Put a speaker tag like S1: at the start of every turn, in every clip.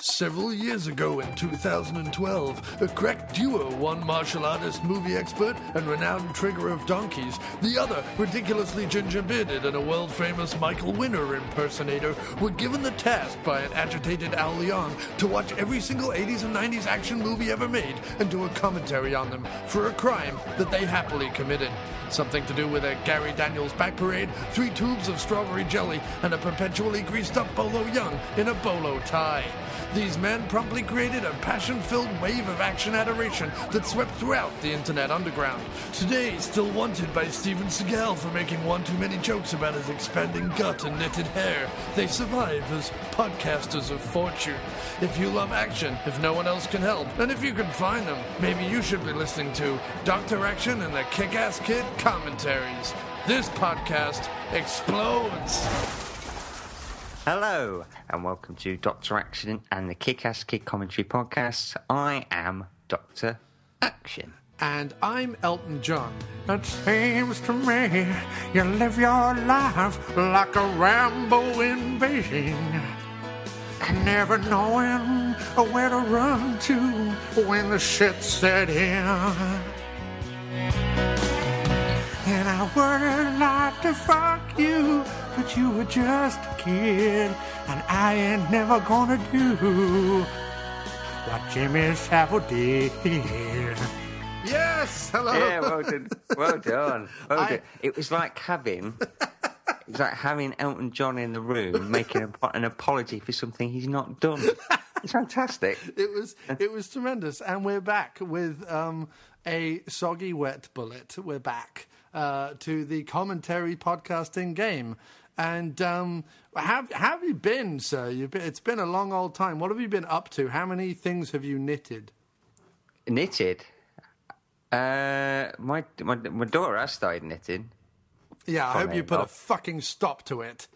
S1: Several years ago in 2012, a crack duo, one martial artist, movie expert, and renowned trigger of donkeys, the other ridiculously ginger bearded and a world famous Michael Winner impersonator, were given the task by an agitated Al Leon to watch every single 80s and 90s action movie ever made and do a commentary on them for a crime that they happily committed. Something to do with a Gary Daniels back parade, three tubes of strawberry jelly, and a perpetually greased up Bolo Young in a bolo tie. These men promptly created a passion filled wave of action adoration that swept throughout the internet underground. Today, still wanted by Steven Seagal for making one too many jokes about his expanding gut and knitted hair, they survive as podcasters of fortune. If you love action, if no one else can help, and if you can find them, maybe you should be listening to Dr. Action and the Kick Ass Kid commentaries. This podcast explodes.
S2: Hello, and welcome to Dr. Action and the Kick Ass Kid Commentary Podcast. I am Dr. Action.
S1: And I'm Elton John.
S3: It seems to me you live your life like a Rambo in Beijing, never knowing where to run to when the shit set in. And I would like to fuck you, but you were just a kid, and I ain't never gonna do what Jimmy Savile did.
S1: Yes, hello.
S2: Yeah, well done. Well done. Well
S1: I-
S2: done. It was like having. It was like having Elton John in the room making a, an apology for something he's not done. It's fantastic.
S1: it was it was tremendous and we're back with um a soggy wet bullet we're back uh to the commentary podcasting game and um have have you been sir you've been, it's been a long old time what have you been up to how many things have you knitted
S2: Knitted. Uh, my, my my daughter has started knitting.
S1: yeah i hope you
S2: Comment,
S1: put a
S2: Bob.
S1: fucking stop to it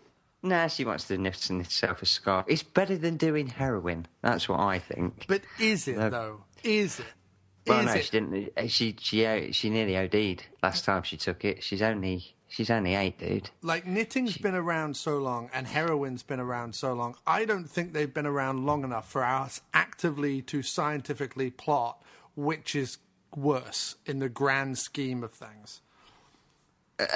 S2: Nah, she wants to knit herself a scarf. It's better than doing heroin. That's what I think.
S1: but is it though is it
S2: Well,
S1: Is
S2: no,
S1: it?
S2: she didn't. uh, She she uh, she nearly OD'd last time she took it. She's only she's only eight, dude.
S1: like knitting's been around so long and heroin's been around so long i don't think they've been around long enough for us actively to scientifically plot which is worse in the grand scheme of things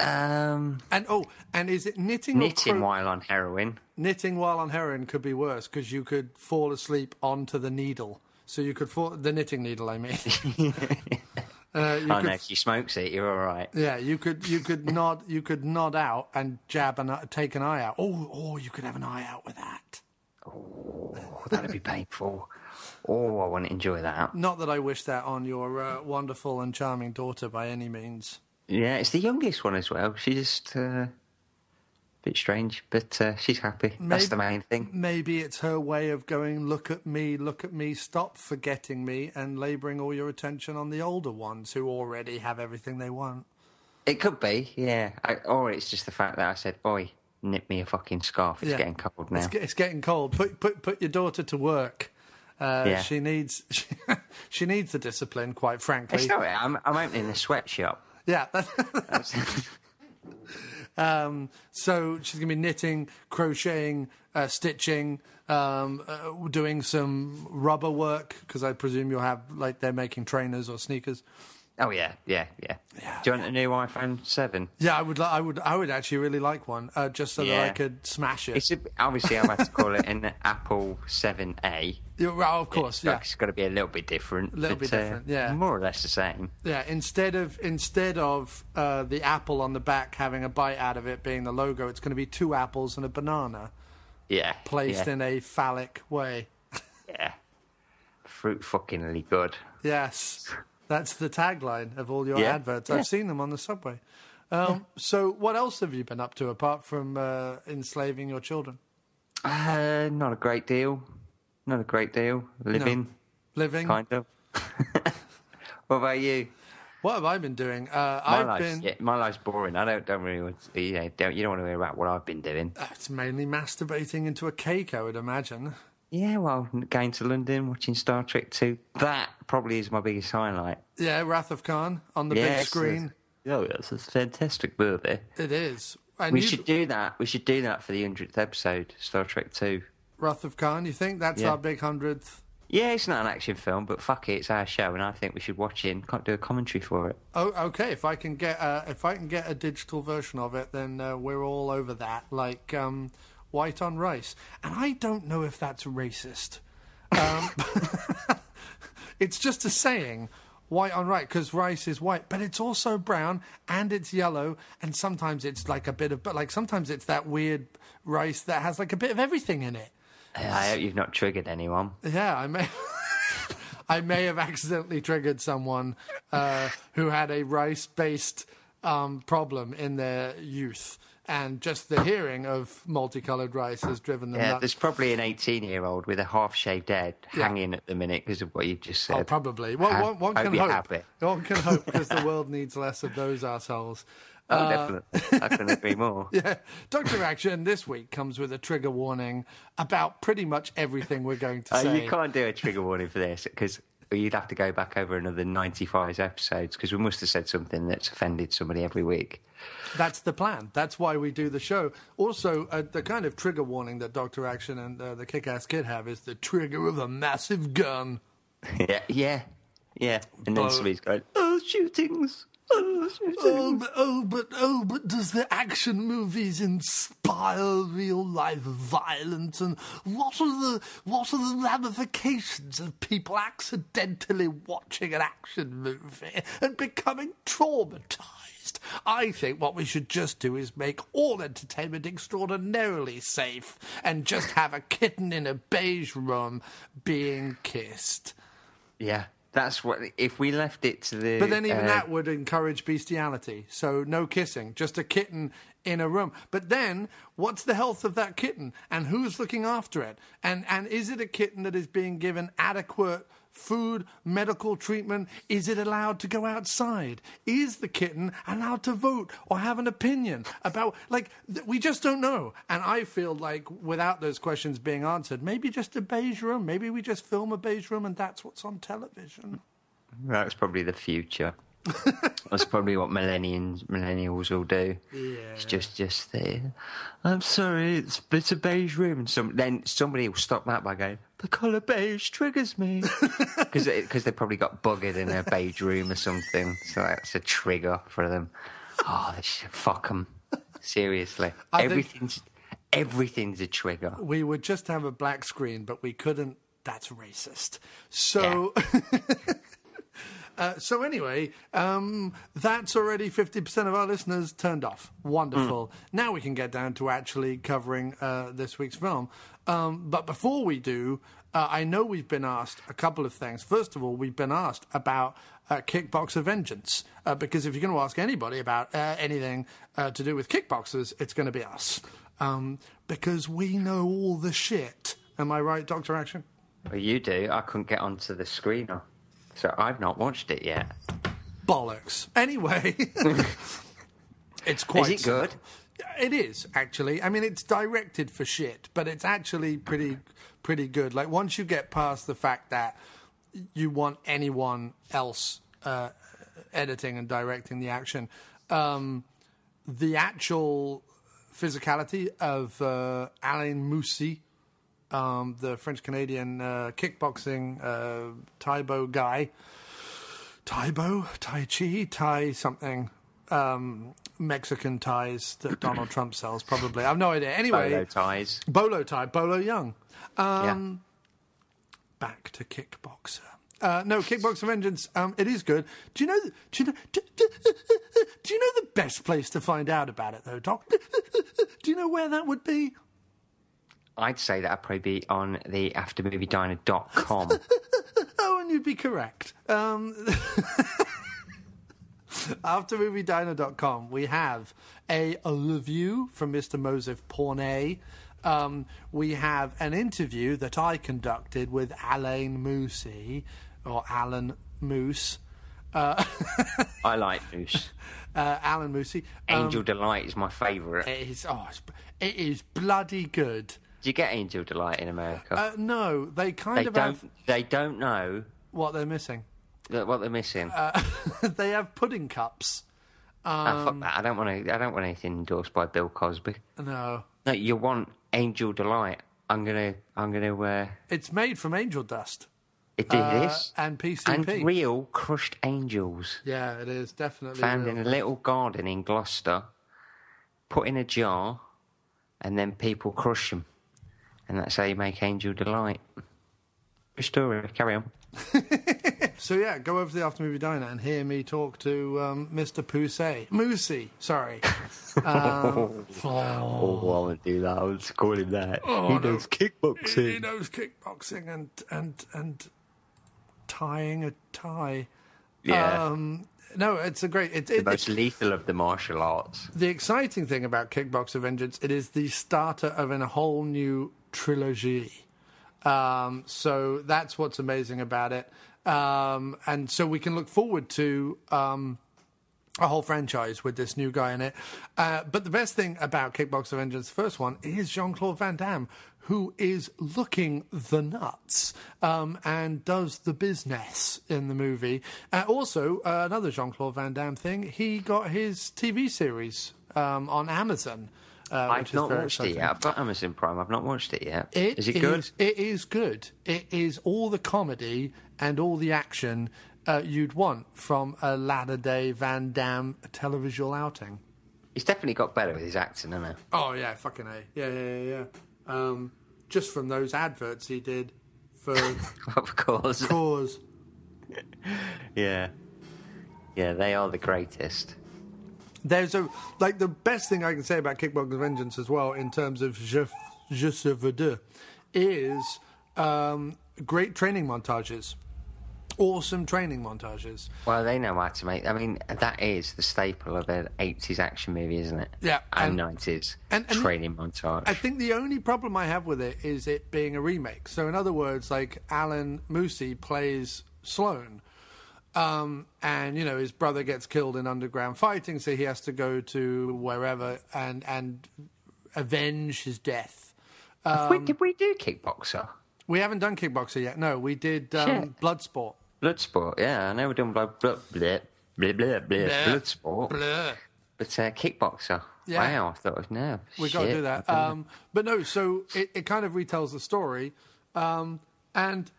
S2: Um,
S1: and oh and is it knitting or
S2: knitting
S1: cro-
S2: while on heroin.
S1: knitting while on heroin could be worse because you could fall asleep onto the needle so you could fall the knitting needle i mean uh, you
S2: Oh
S1: could
S2: no, she smokes it. You're all right.
S1: Yeah, you could you could nod you could nod out and jab and take an eye out. Oh, oh, you could have an eye out with that.
S2: Oh, that'd be painful. Oh, I wouldn't enjoy that.
S1: Not that I wish that on your uh, wonderful and charming daughter by any means.
S2: Yeah, it's the youngest one as well. She's just uh, a bit strange, but uh, she's happy. That's the main thing.
S1: Maybe it's her way of going, look at me, look at me, stop forgetting me, and labouring all your attention on the older ones who already have everything they want.
S2: It could be, yeah. I, or it's just the fact that I said, "Oi, knit me a fucking scarf. It's
S1: Yeah.
S2: getting cold now."
S1: It's, ge- it's getting cold. Put put put your daughter to work. Uh,
S2: Yeah.
S1: She needs she, needs the discipline, quite frankly.
S2: It's all right. I'm, I'm opening a sweatshop.
S1: Yeah. that- um, so she's going to be knitting, crocheting, uh, stitching, um, uh, doing some rubber work because I presume you'll have like they're making trainers or sneakers.
S2: Oh yeah, yeah, yeah.
S1: Yeah.
S2: Do you want a new iPhone Seven?
S1: Yeah, I would. Li- I would. I would actually really like one uh, just so that I
S2: Yeah.
S1: could smash it.
S2: It's a, obviously I'm have to call it an Apple Seven A.
S1: Yeah, well, of course, yeah.
S2: it's got to be a little bit different. A
S1: Little bit different, yeah.
S2: More or less the same.
S1: Yeah, instead of instead of uh, the apple on the back having a bite out of it being the logo, it's going to be two apples and a banana
S2: Yeah.
S1: placed
S2: yeah,
S1: in a phallic way.
S2: Yeah. Fruit fuckingly good.
S1: Yes, that's the tagline of all your
S2: Yeah.
S1: adverts.
S2: Yeah.
S1: I've seen them on the subway. Um, so, what else have you been up to apart from uh, enslaving your children?
S2: Uh, not a great deal. Not a great deal. Living,
S1: Living.
S2: kind of. what about you?
S1: What have I been doing? Uh,
S2: My
S1: I've
S2: life's
S1: been.
S2: yeah, my life's boring. I don't don't really want to, you know don't you don't want to hear about what I've been doing.
S1: uh, It's mainly masturbating into a cake, I would imagine.
S2: Yeah, well, going to London, watching Star Trek Two. That probably is my biggest highlight.
S1: Yeah, Wrath of Khan on the
S2: Yes,
S1: big screen.
S2: Oh, that's a fantastic movie.
S1: It is. And
S2: We
S1: you-
S2: should do that. We should do that for the hundredth episode, Star Trek Two.
S1: Wrath of Khan, you think? That's
S2: Yeah.
S1: our big hundredth.
S2: Yeah, it's not an action film, but fuck it, it's our show, and I think we should watch it and co- do a commentary for it.
S1: Oh, okay. If I can get uh, if I can get a digital version of it, then uh, we're all over that, like um, white on rice. And I don't know if that's racist. Um, it's just a saying, white on rice, because rice is white, but it's also brown and it's yellow, and sometimes it's like a bit of, but like sometimes it's that weird rice that has like a bit of everything in it.
S2: I hope you've not triggered anyone.
S1: Yeah, I may. I may have accidentally triggered someone uh, who had a rice-based um, problem in their youth, and just the hearing of multicolored rice has driven them
S2: Yeah,
S1: nuts.
S2: there's probably an 18 year old with a half shaved head
S1: Yeah.
S2: hanging at the minute because of what you just said.
S1: Oh, probably. Well,
S2: I-
S1: one, one
S2: hope
S1: can
S2: you
S1: hope.
S2: have it.
S1: One can hope because the world needs less of those assholes.
S2: Oh,
S1: uh,
S2: definitely. I couldn't agree more.
S1: Doctor Action this week comes with a trigger warning about pretty much everything we're going to
S2: Uh,
S1: say.
S2: you can't do a trigger warning for this because you'd have to go back over another 95 episodes because we must have said something that's offended somebody every week.
S1: That's the plan. That's why we do the show. Also, uh, the kind of trigger warning that Doctor Action and uh, the Kick-Ass Kid have is the trigger of a massive gun.
S2: yeah, yeah, yeah. And then
S1: But-
S2: somebody's going, oh, shootings. Oh, shootings.
S1: Oh, but, oh, but oh, but does the action movies inspire real life violence? And what are the what are the ramifications of people accidentally watching an action movie and becoming traumatized? I think what we should just do is make all entertainment extraordinarily safe and just have a kitten in a beige room being kissed.
S2: Yeah, that's what. If we left it to the.
S1: But then even
S2: uh,
S1: that would encourage bestiality. So no kissing, just a kitten in a room. But then, what's the health of that kitten, and who's looking after it, and and is it a kitten that is being given adequate food, medical treatment? Is it allowed to go outside? Is the kitten allowed to vote or have an opinion about? Like th- we just don't know. And I feel like without those questions being answered, maybe just a beige room. Maybe we just film a beige room, and that's what's on television.
S2: That's probably the future. That's probably what millennials millennials will do. It's just just there. I'm sorry, it's it's a beige room. And some then somebody will stop that by going, the colour beige triggers me because because they probably got buggered in a beige room or something. So that's a trigger for them. Oh, they should, fuck them. Seriously,
S1: I think-
S2: everything's everything's a trigger.
S1: we would just have a black screen, but we couldn't. That's racist. So, uh, so anyway, um, that's already fifty percent of our listeners turned off. Wonderful. Now we can get down to actually covering uh, this week's film. Um, but before we do, uh, I know we've been asked a couple of things. First of all, we've been asked about uh, Kickboxer Vengeance uh, because if you're going to ask anybody about uh, anything uh, to do with kickboxers, it's going to be us um, because we know all the shit. Am I right, Doctor Action?
S2: Well, you do. I couldn't get onto the screener, so I've not watched it yet.
S1: Bollocks. Anyway, it's
S2: Is
S1: quite.
S2: it good?
S1: It is actually. I mean, it's directed for shit, but it's actually pretty, pretty good. Like once you get past the fact that you want anyone else uh, editing and directing the action, um, the actual physicality of uh, Alain Moussi, um, the French Canadian uh, kickboxing uh, Taibo guy, Taibo, Tai Chi, Tai something, um, Mexican ties that Donald Trump sells, probably. I've no idea. Anyway,
S2: Polo ties.
S1: Bolo tie, Bolo Young.
S2: yeah.
S1: Um, Back to Kickboxer. Uh, no, Kickboxer Vengeance. Um, it is good. Do you know? th- Do you know? Do, do- uh, do you know the best place to find out about it though, Doc? uh, Do you know where that would be?
S2: I'd say that I'd probably be on the aftermoviediner.com.
S1: Oh, and you'd be correct. Um, AfterMovieDiner.com, we have a, a review from Mr. Mosef Pornay um, we have an interview that I conducted with Alain Moosey, or Alan Uh, Moose,
S2: I like Moose.
S1: uh, Alan Moosey. Um,
S2: Angel Delight is my favourite.
S1: it is, oh, it's, it is bloody good.
S2: Do you get Angel Delight in America?
S1: Uh, no, they kind
S2: they
S1: of
S2: don't.
S1: have
S2: They don't know
S1: what they're missing.
S2: that- what they're missing.
S1: they have pudding cups.
S2: Ah,
S1: Um,
S2: fuck that. I don't want to. I don't want anything endorsed by Bill Cosby.
S1: No,
S2: No, you want Angel Delight. I'm gonna. I'm gonna. Uh,
S1: it's made from angel dust
S2: it did
S1: Uh,
S2: this
S1: and PCP.
S2: and real crushed angels
S1: yeah, it is definitely.
S2: found
S1: real.
S2: in a little garden in Gloucester, put in a jar, and then people crush them, and that's how you make Angel Delight. Good story. Carry on.
S1: So yeah, go over to the After Movie Diner and hear me talk to um, Mr. Poussey. Moosey, sorry. Um,
S2: Oh, I would do that. I would call him that.
S1: Oh,
S2: he does
S4: He, he
S2: kickboxing.
S4: knows kickboxing and, and, and
S1: Tying a tie.
S2: Yeah.
S1: Um, No, it's a great. It, it,
S2: the most lethal of the martial arts.
S1: the exciting thing about Kickboxer Vengeance, it is the starter of a whole new trilogy. Um, so that's what's amazing about it. Um, and so we can look forward to um, a whole franchise with this new guy in it. Uh, but the best thing about Kickboxer Vengeance, the first one, is Jean Claude Van Damme, who is looking the nuts um, and does the business in the movie. Uh, also, uh, another Jean Claude Van Damme thing, he got his TV series um, on Amazon. Uh, which
S2: I've
S1: is
S2: not
S1: very
S2: watched
S1: exciting.
S2: it yet. I've got Amazon Prime. I've not watched it yet. Is
S1: It
S2: it good?
S1: is- It is good. It is all the comedy and all the action uh, you'd want from a latter day Van Damme televisual outing.
S2: He's definitely got better with his acting, hasn't he?
S1: Oh yeah, fucking a. Yeah, yeah, yeah. yeah. Um, just from those adverts he did for
S2: of course.
S1: cause.
S2: Yeah. Yeah, they are the greatest.
S1: There's a like the best thing I can say about Kickboxer Vengeance as well in terms of je, je se veux deux is um, great training montages, awesome training montages.
S2: Well, they know how to make. I mean, that is the staple of an 80s action movie, isn't it?
S1: Yeah,
S2: And,
S1: and-
S2: 90s.
S1: and- and-
S2: training montage.
S1: I think the only problem I have with it is it being a remake. So, in other words, like Alan Moosey plays Sloane, um, and you know his brother gets killed in underground fighting, so he has to go to wherever and and avenge his death. um,
S2: Wait, did we do Kickboxer?
S1: We haven't done Kickboxer yet. No, we did um,
S2: Shit.
S1: Bloodsport.
S2: Bloodsport, yeah. I know we've done blood, blood, bleh, bleh, bleh, bleh, Bloodsport. But uh, Kickboxer.
S1: Yeah.
S2: Wow, I thought of no.
S1: we got to
S2: shit,
S1: do
S2: I've
S1: that.
S2: done
S1: Um, but no, so it, it kind of retells the story, um, and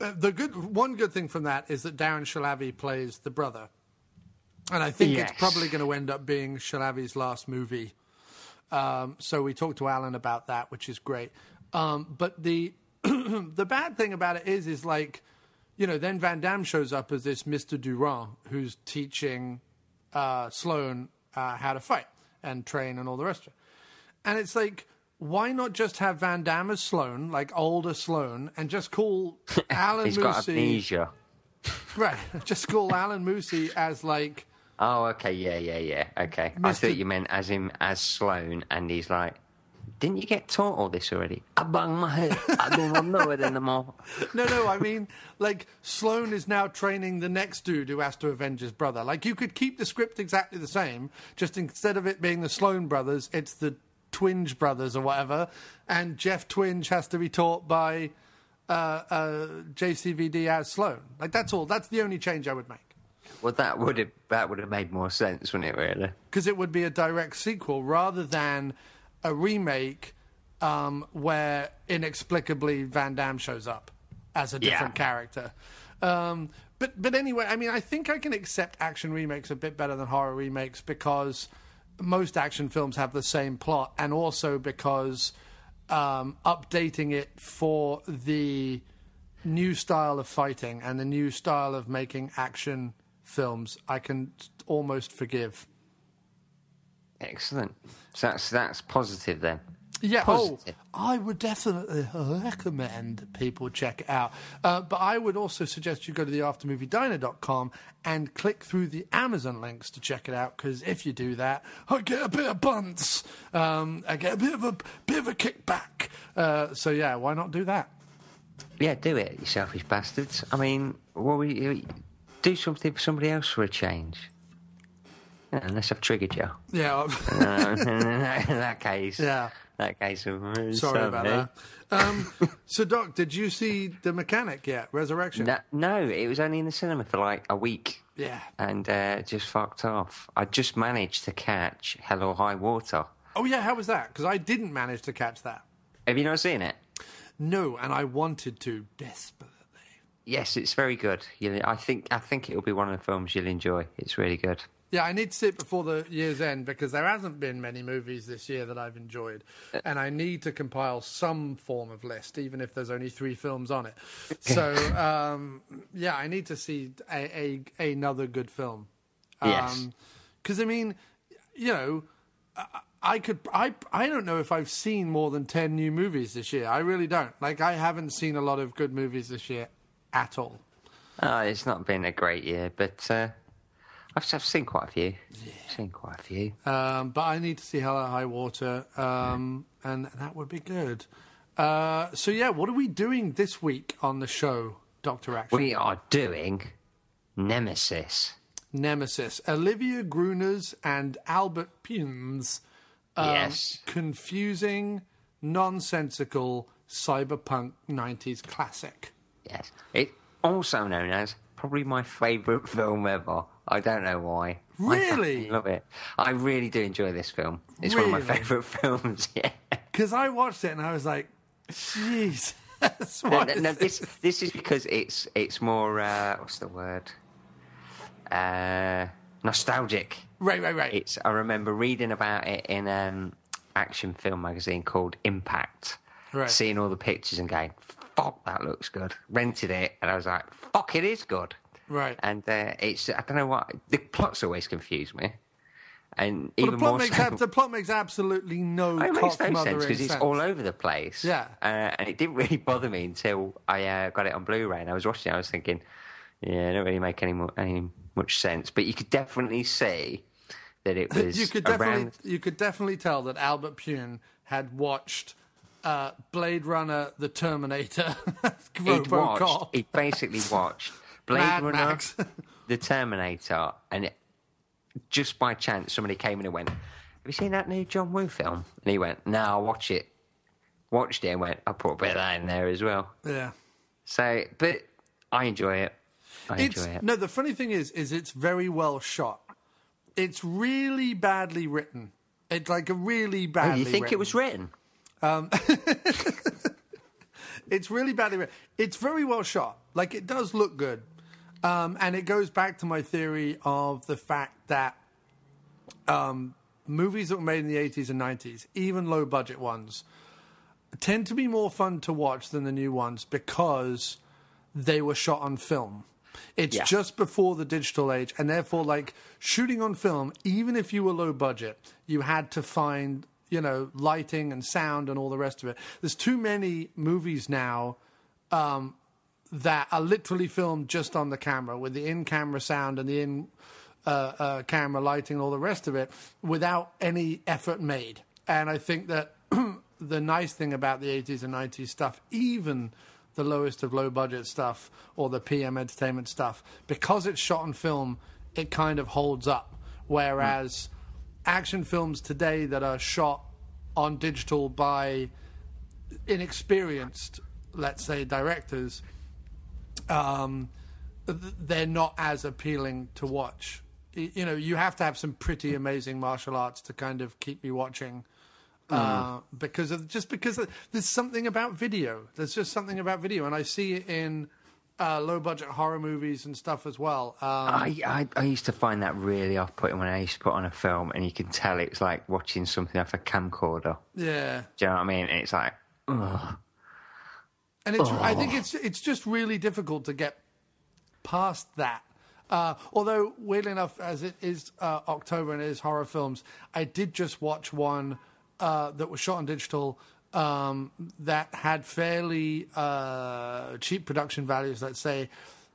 S1: uh, the good one good thing from that is that Darren Shalavi plays the brother, and I think
S2: Yes.
S1: it's probably going to end up being Shalavi's last movie. Um, so we talked to Alan about that, which is great. Um, but the the bad thing about it is, is like, you know, then Van Damme shows up as this Mr. Durand who's teaching uh, Sloan uh, how to fight and train and all the rest of it. And it's like, why not just have Van Damme as Sloan, like older Sloan, and just call Alan
S2: He's got
S1: Moosey,
S2: amnesia.
S1: right? Just call Alan Moosey as like
S2: Oh, okay, yeah, yeah, yeah. Okay, I
S1: Mr.
S2: thought you meant as him as Sloan, and he's like, "Didn't you get taught all this already?" I bang my head. I don't know it anymore.
S1: No, no, I mean, like, Sloane is now training the next dude who has to avenge his brother. Like, you could keep the script exactly the same, just instead of it being the Sloane brothers, it's the Twinge brothers or whatever, and Jeff Twinge has to be taught by uh, uh, JCVD as Sloane. Like, that's all. That's the only change I would make.
S2: Well, that would have that would have made more sense, wouldn't it? Really?
S1: because it would be a direct sequel rather than a remake um, where inexplicably Van Damme shows up as a different character. Um, but but anyway, I mean, I think I can accept action remakes a bit better than horror remakes because most action films have the same plot, and also because um, updating it for the new style of fighting and the new style of making action films, I can almost forgive.
S2: Excellent. So that's that's positive then.
S1: Yeah.
S2: Positive.
S1: Oh, I would definitely recommend people check it out. Uh, but I would also suggest you go to the aftermoviediner.com and click through the Amazon links to check it out. Because if you do that, I get a bit of bunts. Um, I get a bit of a bit of a kickback. Uh, so yeah, why not do that?
S2: Yeah, do it, you selfish bastards. I mean, what we you- do something for somebody else for a change. Yeah, unless I've triggered you.
S1: Yeah.
S2: Uh, in that case,
S1: Yeah.
S2: That case, I'm really
S1: Sorry about
S2: sorry.
S1: that. Um, so, Doc, did you see the mechanic yet? Resurrection.
S2: No, no, it was only in the cinema for like a week.
S1: Yeah.
S2: And uh, just fucked off. I just managed to catch Hell or High Water.
S1: Oh yeah, how was that? Because I didn't manage to catch that.
S2: Have you not seen it?
S1: No, and I wanted to desperately.
S2: Yes, it's very good. You I think I think it'll be one of the films you'll enjoy. It's really good.
S1: Yeah, I need to see it before the year's end because there hasn't been many movies this year that I've enjoyed, and I need to compile some form of list, even if there's only three films on it. So, um, yeah, I need to see a, a another good film.
S2: Yes.
S1: because I mean, you know, I could I I don't know if I've seen more than ten new movies this year. I really don't. Like I haven't seen a lot of good movies this year at all.
S2: Uh, it's not been a great year, but uh, I've, I've seen quite a few. Seen quite a few.
S1: Um, but I need to see Hello High Water, um, and that would be good. Uh, so yeah, what are we doing this week on the show, Doctor Action?
S2: we are doing Nemesis.
S1: Nemesis, Olivia Gruner's and Albert Pune's Um,
S2: yes.
S1: confusing, nonsensical cyberpunk '90s classic.
S2: Yes. It also known as probably my favourite film ever. I don't know why. I
S1: Really?
S2: fucking love it. I really do enjoy this film. It's one of my
S1: Really?
S2: favourite films. Yeah.
S1: Because I watched it and I was like, "Jeez, that's
S2: No,
S1: what
S2: no,
S1: is
S2: no,
S1: this?"
S2: this this is because it's it's more uh, what's the word? Uh, nostalgic.
S1: Right, right, right.
S2: It's I remember reading about it in um, action film magazine called Impact.
S1: Right.
S2: Seeing all the pictures and going, "Fuck, that looks good." Rented it and I was like, "Fuck, it is good."
S1: Right.
S2: And uh, it's I don't know why the plots always confuse me, and
S1: Well,
S2: even
S1: the plot
S2: more
S1: makes
S2: so.
S1: ab- the plot makes absolutely no
S2: It makes
S1: cock
S2: no sense
S1: mothering
S2: because
S1: sense.
S2: it's all over the place.
S1: Yeah.
S2: Uh, and it didn't really bother me until I uh, got it on Blu-ray and I was watching. it. I was thinking, yeah, it don't really make any more, any much sense. But you could definitely see that it was
S1: you could definitely
S2: around.
S1: you could definitely tell that Albert Pune had watched uh, Blade Runner, The Terminator,
S2: He'd watched.
S1: RoboCop.
S2: He basically watched Blade
S1: Mad
S2: Runner,
S1: Max.
S2: The Terminator, and it, just by chance somebody came in and went, "Have you seen that new John Woo film?" And he went, "No, I'll watch it." Watched it and went, "I'll put a bit of that in there as well."
S1: yeah.
S2: So, but I enjoy it. I
S1: It's
S2: enjoy it.
S1: no. The funny thing is, is it's very well shot. It's really badly written. It's like a really badly.
S2: Oh, you think
S1: written.
S2: it was written?
S1: It's really badly written. It's very well shot. Like it does look good, um, and it goes back to my theory of the fact that um, movies that were made in the eighties and nineties, even low budget ones, tend to be more fun to watch than the new ones because they were shot on film. It's
S2: Yeah.
S1: just before the digital age, and therefore, like shooting on film, even if you were low budget, you had to find you know lighting and sound and all the rest of it. There's too many movies now um, that are literally filmed just on the camera with the in-camera sound and the in uh, uh, camera lighting and all the rest of it without any effort made. And I think that the nice thing about the 80s and 90s stuff, even the lowest of low budget stuff or the PM entertainment stuff, because it's shot on film, it kind of holds up. Whereas action films today that are shot on digital by inexperienced, let's say, directors, um, th- they're not as appealing to watch. Y- You know, you have to have some pretty amazing martial arts to kind of keep you watching. Uh, because of just because of- there's something about video, there's just something about video, and I see it in uh, low budget horror movies and stuff as well. Um,
S2: I, I I used to find that really off putting when I used to put on a film and you can tell it's like watching something off a camcorder.
S1: yeah,
S2: Do you know what I mean? And it's like, ugh.
S1: and it's I think it's it's just really difficult to get past that. Uh, although weirdly enough, as it is uh, October and it is horror films, I did just watch one uh, that was shot on digital um, that had fairly uh, cheap production values, let's say,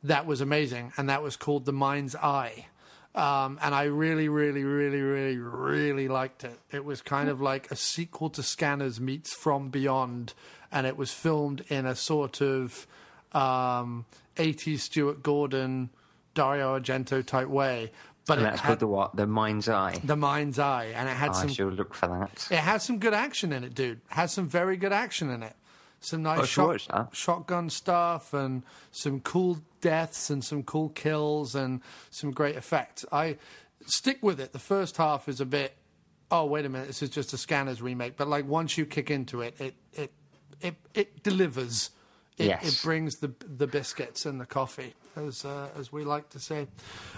S1: that was amazing, and that was called The Mind's Eye. Um, and I really, really, really, really, really liked it. It was kind of like a sequel to Scanners meets From Beyond, and it was filmed in a sort of um, 80s Stuart Gordon, Dario Argento type way. But
S2: And
S1: it
S2: that's
S1: had
S2: called the Ah, what? The mind's eye.
S1: the mind's eye, and it had
S2: I
S1: some
S2: shall look for that.
S1: it has some good action in it, dude. Has some very good action in it. Some
S2: I
S1: nice
S2: should
S1: shot,
S2: watch that.
S1: shotgun stuff and some cool deaths and some cool kills and some great effects. I stick with it. The first half is a bit. Oh wait a minute, this is just a Scanners remake. But like once you kick into it, it it it it delivers. It,
S2: Yes.
S1: it brings the the biscuits and the coffee, as uh, as we like to say.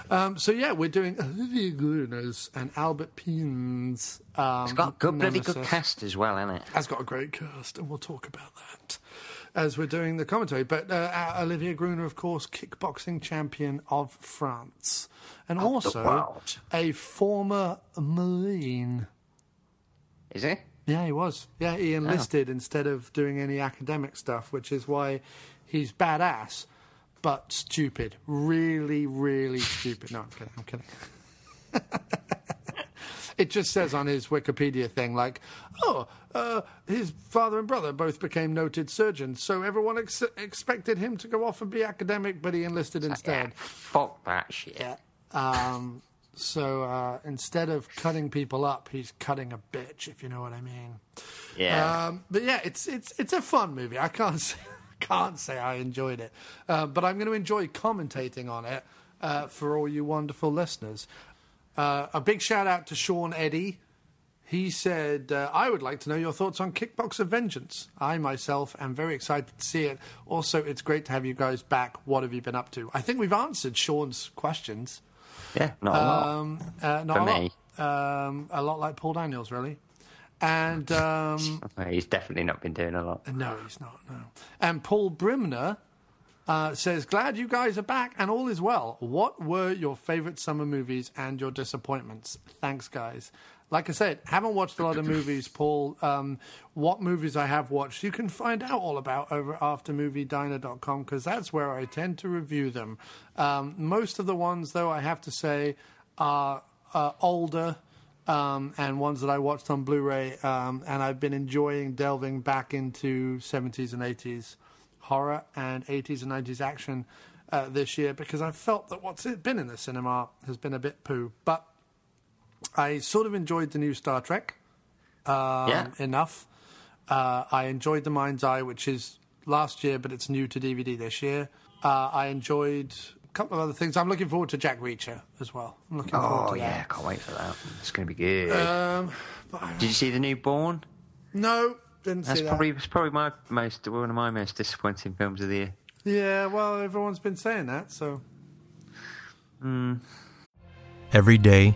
S1: Um, so yeah, we're doing Olivia Glunas and Albert Pines. Um,
S2: It's got good, bloody good
S1: Nemesis.
S2: cast as well, isn't it?
S1: Has got a great cast, and we'll talk about that as we're doing the commentary. But uh, uh, Olivia Gruner, of course, kickboxing champion of France, and also
S2: world.
S1: a former Marine.
S2: Is it?
S1: Yeah, he was. Yeah, he enlisted instead of doing any academic stuff, which is why he's badass, but stupid. Really, really stupid. No, I'm kidding. I'm kidding. it just says on his Wikipedia thing, like, oh, uh, his father and brother both became noted surgeons, so everyone ex- expected him to go off and be academic, but he enlisted
S2: Yeah.
S1: instead.
S2: Fuck that shit.
S1: Um, so uh, instead of cutting people up, he's cutting a bitch, if you know what I mean.
S2: Yeah.
S1: Um, but yeah, it's it's it's a fun movie. I can't say, can't say I enjoyed it, uh, but I'm going to enjoy commentating on it uh, for all you wonderful listeners. Uh, a big shout out to Sean Eddy. He said, uh, I would like to know your thoughts on Kickboxer Vengeance. I myself am very excited to see it. Also, it's great to have you guys back. What have you been up to? I think we've answered Sean's questions.
S2: yeah, not a lot.
S1: Um, uh, not
S2: For
S1: a lot.
S2: me.
S1: Um, a lot like Paul Daniels, really. And um,
S2: He's definitely not been doing a lot.
S1: no, he's not. No. And Paul Brimner uh, says, "Glad you guys are back and all is well. What were your favourite summer movies and your disappointments? Thanks, guys." Like I said, haven't watched a lot of movies, Paul. Um, what movies I have watched, you can find out all about over at aftermoviediner.com because that's where I tend to review them. Um, most of the ones, though, I have to say, are uh, older um, and ones that I watched on Blu-ray, um, and I've been enjoying delving back into 70s and 80s horror and 80s and 90s action uh, this year because I felt that what's it been in the cinema has been a bit poo. But I sort of enjoyed the new Star Trek um,
S2: yeah.
S1: enough. Uh, I enjoyed The Mind's Eye, which is last year, but it's new to DVD this year. Uh, I enjoyed a couple of other things. I'm looking forward to Jack Reacher as well. I'm looking forward
S2: Oh
S1: to that.
S2: yeah, I can't wait for that. It's going to be good.
S1: Um, but I-
S2: Did you see the newborn?
S1: No, didn't
S2: That's
S1: see that.
S2: probably it's probably my most one of my most disappointing films of the year.
S1: Yeah, well, everyone's been saying that, so
S5: Every day,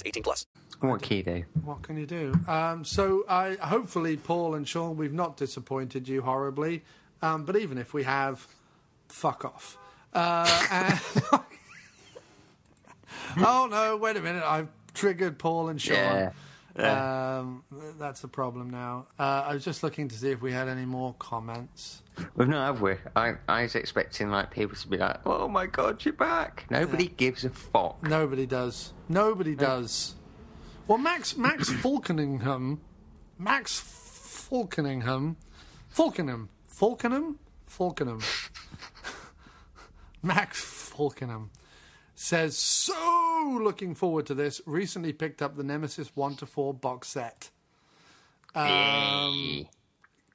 S6: 18 plus.
S2: What key do?
S1: what can you do? Um, so I hopefully Paul and Sean, we've not disappointed you horribly, um, but even if we have, fuck off. Uh, and- oh no! Wait a minute, I've triggered Paul and Sean.
S2: Yeah.
S1: Um, that's a problem now. Uh, I was just looking to see if we had any more comments.
S2: We've not, have we? I, I was expecting like people to be like, "Oh my god, you're back!" Nobody gives a fuck.
S1: Nobody does. Nobody does. Well, Max Max Falkeningham, Max Falkenham. Falkenham. Falkenham? Falkenham. Max Falkenham says, So looking forward to this. Recently picked up the Nemesis 1 to 4 box set. Um,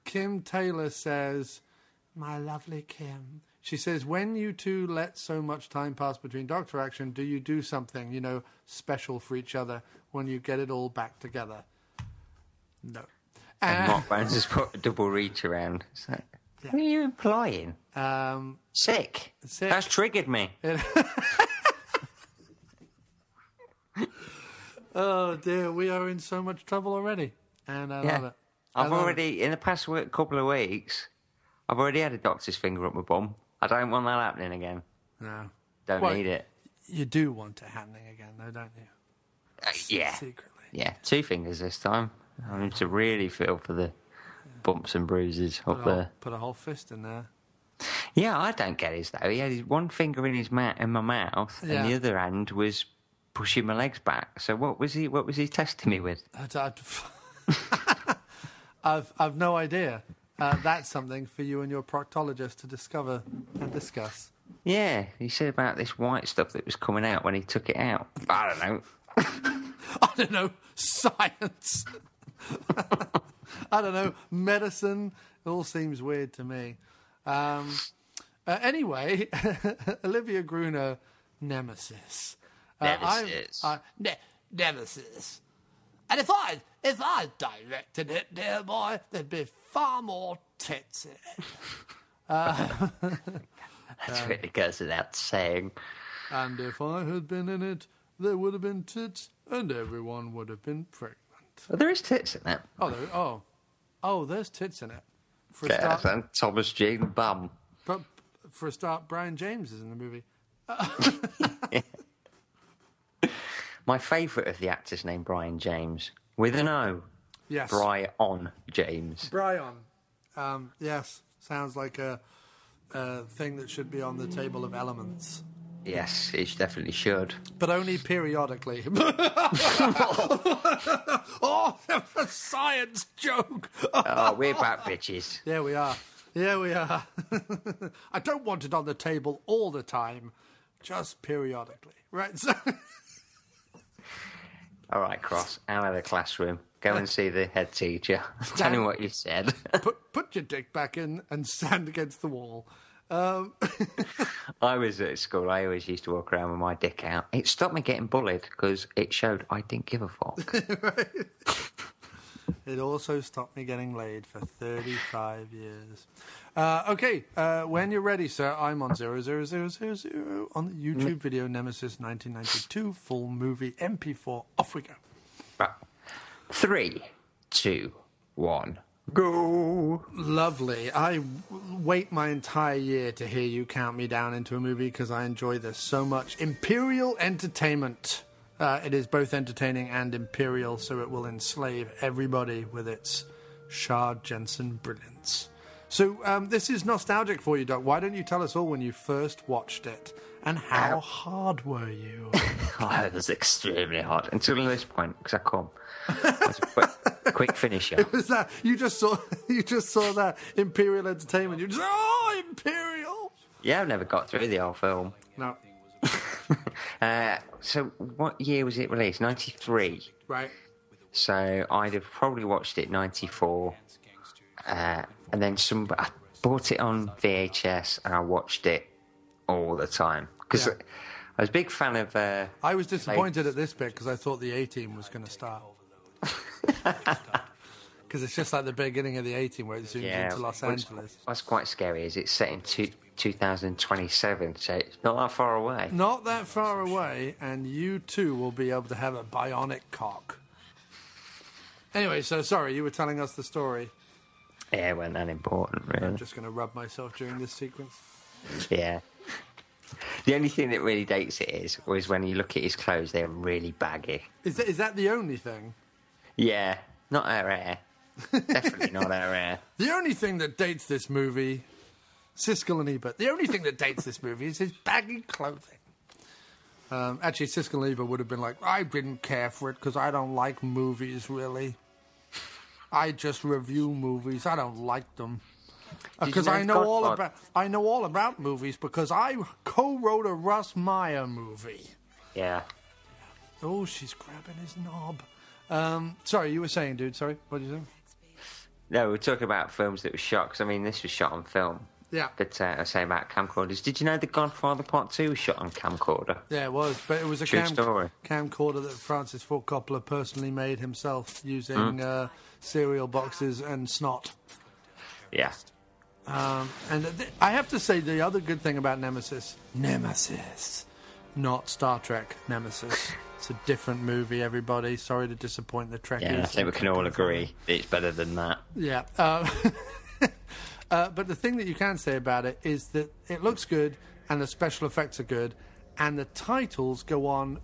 S1: Kim Taylor says, My lovely Kim. She says, When you two let so much time pass between Doctor Action, do you do something, you know, special for each other when you get it all back together? No.
S2: And
S1: And,
S2: Mark Barnes has put a double reach around. It's like, What are you implying?
S1: um,
S2: Sick.
S1: Sick.
S2: That's triggered me.
S1: oh dear, we are in so much trouble already. And I love
S2: yeah.
S1: it. I
S2: I've
S1: love
S2: already, in the past we- couple of weeks, I've already had a doctor's finger up my bum. I don't want that happening again.
S1: No.
S2: Don't
S1: Well,
S2: need it.
S1: You do want it happening again, though, don't you?
S2: Uh, yeah.
S1: Secretly.
S2: Yeah, two fingers this time. I need to really feel for the bumps and bruises
S1: Put a,
S2: up there.
S1: whole, put a whole fist in there.
S2: Yeah, I don't get his though. He had his one finger in his mouth, in my mouth,
S1: Yeah.
S2: and the other hand was pushing my legs back. So what was he? What was he testing me with?
S1: I'd- I'd- I've, I've no idea. Uh, that's something for you and your proctologist to discover and discuss.
S2: Yeah, he said about this white stuff that was coming out when he took it out. I don't know.
S1: I don't know, science. I don't know, medicine. It all seems weird to me. Um, uh, anyway, Olivia Gruner, Nemesis. Uh, I-
S2: Nemesis.
S1: I- ne- nemesis. And if I if I directed it, dear boy, there'd be far more tits in it.
S2: That's
S1: Uh.
S2: really goes without saying.
S1: And if I had been in it, there would have been tits, and everyone would have been pregnant.
S2: But there is tits in that.
S1: Oh, there, oh, oh, there's tits in it. For a
S2: Yeah,
S1: start,
S2: and Thomas Jane Bum.
S1: But for a start, Brian James is in the movie.
S2: My favourite of the actors named Brian James with an O.
S1: Yes.
S2: Brian James.
S1: Brian. Um, yes. Sounds like a, a thing that should be on the table of elements.
S2: Yes, it definitely should.
S1: But only periodically. oh, that was a science joke.
S2: Oh, we're back, bitches.
S1: yeah, we are. Yeah, we are. I don't want it on the table all the time, just periodically. Right. So.
S2: All right, Cross, out of the classroom. Go and see the head teacher. Tell him what you said.
S1: Put, put your dick back in and stand against the wall. Um,
S2: I was at school, I always used to walk around with my dick out. It stopped me getting bullied because it showed I didn't give a fuck.
S1: It also stopped me getting laid for 35 years. Uh, okay, uh, when you're ready, sir, I'm on 00000 on the YouTube video Nemesis 1992 full movie MP4. Off we go.
S2: right. Three, two, one, go.
S1: Lovely. I w- wait my entire year to hear you count me down into a movie because I enjoy this so much. Imperial Entertainment. Uh, it is both entertaining and imperial, so it will enslave everybody with its Shard Jensen brilliance. So um, this is nostalgic for you, Doc. Why don't you tell us all when you first watched it, and how hard were you?
S2: Oh, it was extremely hard until this point because I come. That's a quick, quick finisher.
S1: Was that you just saw? You just saw that Imperial Entertainment. You just oh Imperial.
S2: Yeah, I've never got through the whole film.
S1: No,
S2: Uh, so, what year was it released? 93.
S1: right.
S2: So I'd have probably watched it '94, uh, and then some. I bought it on VHS and I watched it all the time because
S1: Yeah.
S2: I was a big fan of. Uh,
S1: I was disappointed at this bit because I thought the A team was going to start. Because it's just like the beginning of the A team where it zooms
S2: yeah,
S1: into Los
S2: well, it's-
S1: Angeles.
S2: What's quite scary is it's set in two, 2027, so it's not that far away.
S1: Not that far away, and you too will be able to have a bionic cock. Anyway, so sorry, you were telling us the story.
S2: Yeah, it wasn't that important, really.
S1: I'm just going to rub myself during this sequence.
S2: Yeah. The only thing that really dates it is was when you look at his clothes; they're really baggy.
S1: Is that, is that the only thing?
S2: Yeah, not her hair. Definitely not her hair.
S1: The only thing that dates this movie, Siskel and Ebert, the only thing that dates this movie is his baggy clothing. Um, actually, Siskel and Ebert would have been like, I didn't care for it because I don't like movies, really. I just review movies. I don't like them
S2: Did you
S1: because
S2: know
S1: I know all
S2: Godfather-
S1: about I know all about movies because I co-wrote a Russ Meyer movie.
S2: Yeah.
S1: Oh, she's grabbing his knob. Um, sorry, you were saying, dude. Sorry, what did you say?
S2: No, we're talking about films that were shot, because I mean, this was shot on film.
S1: Yeah.
S2: But uh, I say about camcorders. Did you know The Godfather Part 2 was shot on camcorder?
S1: Yeah, it was, but it was a
S2: True
S1: cam-
S2: story.
S1: camcorder that Francis Ford Coppola personally made himself using
S2: Hmm.
S1: uh, cereal boxes and snot.
S2: Yeah.
S1: And th- I have to say, the other good thing about Nemesis, Nemesis, not Star Trek Nemesis. it's a different movie. Everybody, sorry to disappoint the Trekkies.
S2: Yeah, I think we can all agree it's better than that.
S1: Yeah. Uh, uh, but the thing that you can say about it is that it looks good and the special effects are good and the titles go on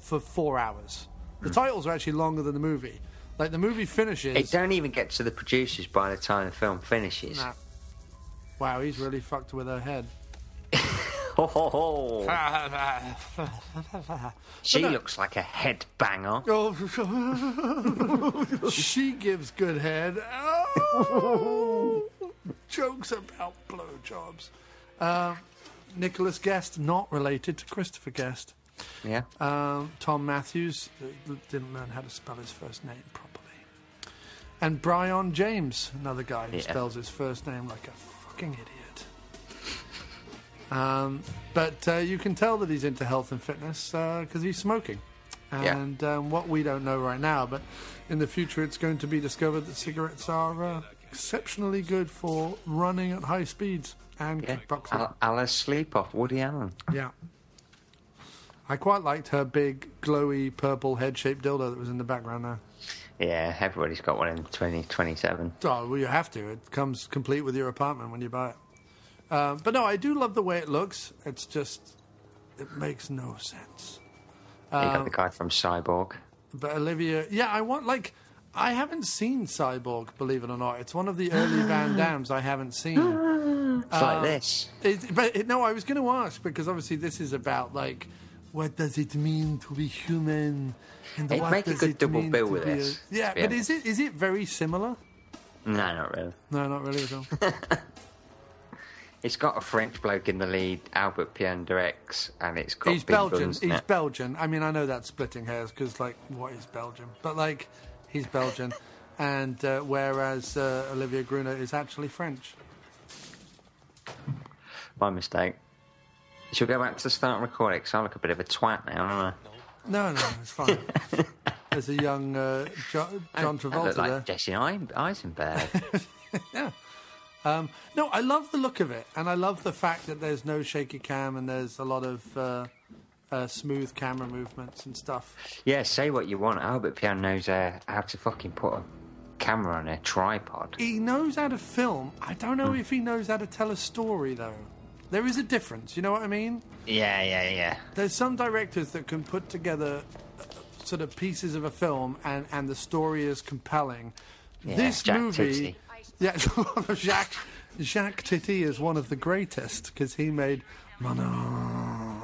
S1: for four hours. The titles are actually longer than the movie. Like the movie
S2: It
S1: finishes.
S2: don't even get to the producers by the time the film finishes.
S1: Nah. Wow, he's really fucked with her head.
S2: Ho, ho, ho. She
S1: Uh, no.
S2: looks like a head banger.
S1: Oh, she gives good head. Oh, jokes about blowjobs. Uh, Nicholas Guest, not related to Christopher Guest.
S2: Yeah.
S1: Um, Tom Matthews uh, didn't learn how to spell his first name properly. And Brian James, another guy who
S2: Yeah.
S1: spells his first name like a fucking idiot. Um, but uh, you can tell that he's into health and fitness because he's smoking.
S2: Yeah.
S1: And um, what we don't know right now, but in the future it's going to be discovered that cigarettes are uh, exceptionally good for running at high speeds and
S2: yeah.
S1: kickboxing.
S2: Al- Alice Sleep off Woody Allen.
S1: Yeah. I quite liked her big, glowy, purple head shaped dildo that was in the background there.
S2: Yeah, everybody's got one in 2027.
S1: Oh, well, you have to. It comes complete with your apartment when you buy it. Um, but no, I do love the way it looks. It's just, it makes no sense.
S2: you
S1: Uh,
S2: got the guy from Cyborg.
S1: But Olivia, yeah, I want, like, I haven't seen Cyborg, believe it or not. It's one of the early Van Dams I haven't seen.
S2: It's
S1: uh,
S2: like this.
S1: It, but it, no, I was going to ask because obviously this is about like, what does it mean to be human? And
S2: It'd
S1: what
S2: make a
S1: does
S2: good
S1: it
S2: double
S1: mean
S2: bill
S1: to
S2: with
S1: be a-
S2: this,
S1: yeah,
S2: to be
S1: but
S2: honest.
S1: is it is it very similar?
S2: No, not really.
S1: No, not really at all.
S2: It's got a French bloke in the lead, Albert Pien directs, and it's got
S1: he's
S2: big
S1: Belgian.
S2: guns in
S1: He's
S2: it.
S1: Belgian. I mean, I know that's splitting hairs because like, what is Belgium? But like, he's Belgian, and uh, whereas uh, Olivia Gruner is actually French.
S2: My mistake. Shall we go back to the start and recording? Because I look a bit of a twat now, don't
S1: No, no, it's fine. There's a young uh, jo-
S2: I?
S1: John
S2: I
S1: Travolta
S2: look
S1: there.
S2: like Jesse Eisen- Eisenberg.
S1: No, I love the look of it, and I love the fact that there's no shaky cam and there's a lot of uh, uh, smooth camera movements and stuff.
S2: yeah, say what you want. Albert Pien knows uh, how to fucking put a camera on a tripod.
S1: He knows how to film. I don't know if he knows how to tell a story, though. There is a difference, you know what I mean?
S2: Yeah, yeah, yeah.
S1: There's some directors that can put together uh, sort of pieces of a film, and, and the story is compelling.
S2: Yeah,
S1: this
S2: Jack
S1: movie,
S2: Titty.
S1: yeah, Jacques Jacques Titi is one of the greatest because he made Mononk.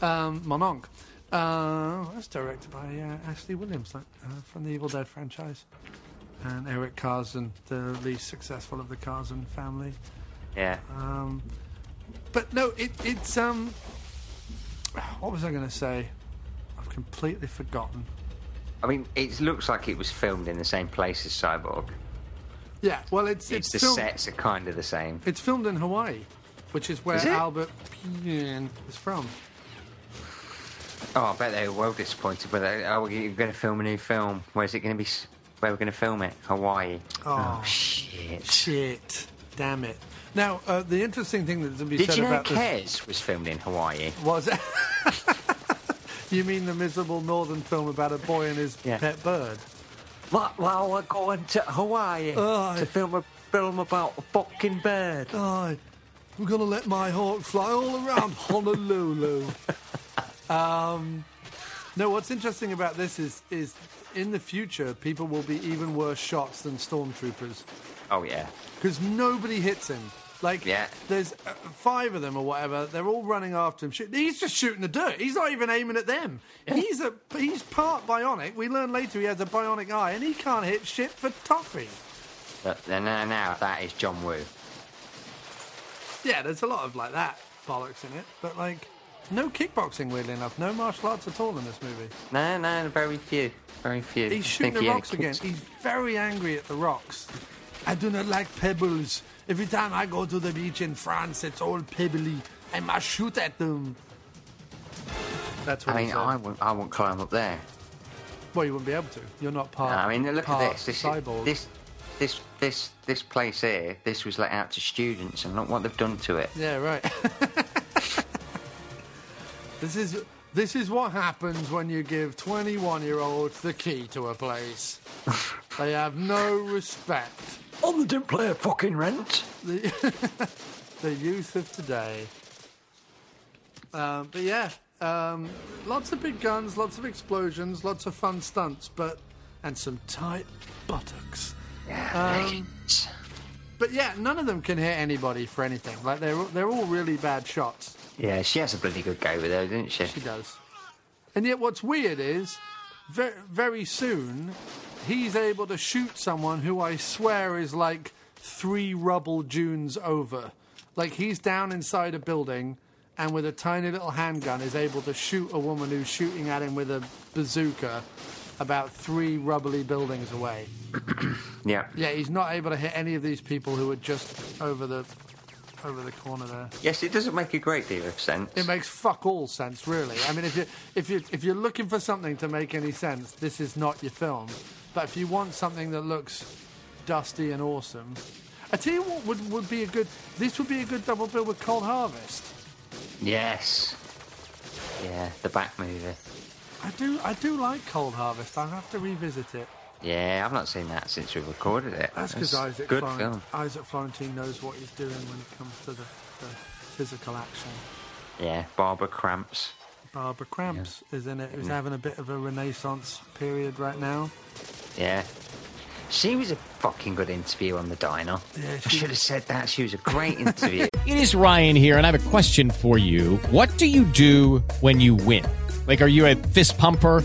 S1: um, Mononk. Uh, that's directed by uh, Ashley Williams like, uh, from the Evil Dead franchise. And Eric Carson, the least successful of the Carson family.
S2: Yeah.
S1: But no, it, it's um. What was I going to say? I've completely forgotten.
S2: I mean, it looks like it was filmed in the same place as Cyborg.
S1: Yeah, well, it's
S2: It's,
S1: it's,
S2: the
S1: filmed,
S2: sets are kind of the same.
S1: It's filmed in Hawaii, which is where
S2: Is it?
S1: Albert Pien is from.
S2: Oh, I bet they were well disappointed. But they, oh, you're going to film a new film. Where's it going to be? s- Where we're going to film it? Hawaii.
S1: Oh.
S2: shit!
S1: Shit, damn it! Now, uh, the interesting thing that's to be
S2: Did
S1: said
S2: you know
S1: about this
S2: Cares was filmed in Hawaii?
S1: was. You mean the miserable northern film about a boy and his
S2: Yeah.
S1: pet bird?
S2: Well, well we're going to Hawaii
S1: Oh.
S2: to film a film about a fucking bird.
S1: I, I'm gonna let my hawk fly all around Honolulu. um, no, what's interesting about this is is in the future people will be even worse shots than stormtroopers
S2: Oh yeah,
S1: because nobody hits him. Like,
S2: Yeah.
S1: there's uh, five of them or whatever. They're all running after him. Shoot- He's just shooting the dirt. He's not even aiming at them. He's a he's part bionic. We learn later he has a bionic eye, and he can't hit shit for toffee.
S2: But then uh, now that is John Woo.
S1: Yeah, there's a lot of like that bollocks in it, but like no kickboxing, weirdly enough, no martial arts at all in this movie.
S2: No, no, very few, very few.
S1: He's
S2: I
S1: shooting
S2: think
S1: the
S2: he had
S1: rocks again.
S2: kicked-
S1: He's very angry at the rocks. I do not like pebbles. Every time I go to the beach in France, it's all pebbly. I must shoot at them. That's what
S2: I
S1: he
S2: mean,
S1: said.
S2: I won't, I won't climb up there.
S1: Well, you wouldn't be able to. You're not part.
S2: I mean, look
S1: part
S2: at this. This,
S1: cyborg.
S2: is, this, this, this, this place here. This was let out to students, and look what they've done to it.
S1: Yeah, right. this is this is what happens when you give 21 year olds the key to a place. they have no respect.
S2: Oh, they didn't play a fucking rent.
S1: The, the youth of today. Um, but yeah, um, lots of big guns, lots of explosions, lots of fun stunts, but and some tight buttocks. But yeah, none of them can hit anybody for anything. Like they're they're all really bad shots.
S2: yeah, she has a bloody good go with her, didn't she?
S1: She does. And yet, what's weird is, very, very soon, he's able to shoot someone who I swear is like three rubble dunes over. Like, he's down inside a building and with a tiny little handgun is able to shoot a woman who's shooting at him with a bazooka about three rubbly buildings away.
S2: Yeah.
S1: Yeah, he's not able to hit any of these people who are just over the over the corner there.
S2: Yes, it doesn't make a great deal of sense.
S1: It makes fuck all sense, really. I mean, if you if you if you're looking for something to make any sense, this is not your film. But if you want something that looks dusty and awesome, I tell you what would would be a good. This would be a good double bill with Cold Harvest.
S2: yes. Yeah, the back movie.
S1: I do I do like Cold Harvest. I'll have to revisit it.
S2: Yeah, I've not seen that since we recorded it.
S1: That's
S2: It's
S1: because Isaac
S2: good
S1: Floren-
S2: film.
S1: Isaac Florentine knows what he's doing when it comes to the, the physical action.
S2: Yeah, Barbara Cramps.
S1: Barbara Cramps is in it. Who's
S2: Mm.
S1: having a bit of a renaissance period right now.
S2: Yeah. She was a fucking good interview on the diner. I should have said that. She was a great interview.
S7: It is Ryan here, and I have a question for you. What do you do when you win? Like, are you a fist pumper?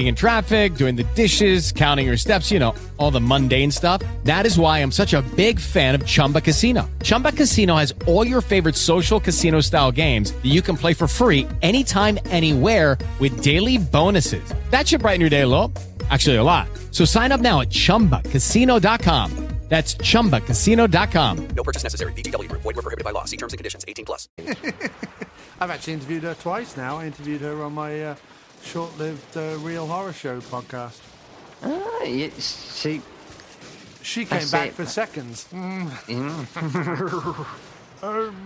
S7: in traffic, doing the dishes, counting your steps, you know, all the mundane stuff. That is why I'm such a big fan of Chumba Casino. Chumba Casino has all your favorite social casino style games that you can play for free anytime, anywhere with daily bonuses. That should brighten your day, a little. Actually, a lot. So sign up now at chumbacasino.com. That's chumbacasino.com.
S6: No purchase necessary. VGW Group. Void were prohibited by law. See terms and conditions. 18 plus.
S1: I've actually interviewed her twice now. I interviewed her on my uh, short-lived uh, Real Horror Show podcast.
S2: Ah, yes, she,
S1: She came
S2: That's
S1: back
S2: it.
S1: for seconds. oh,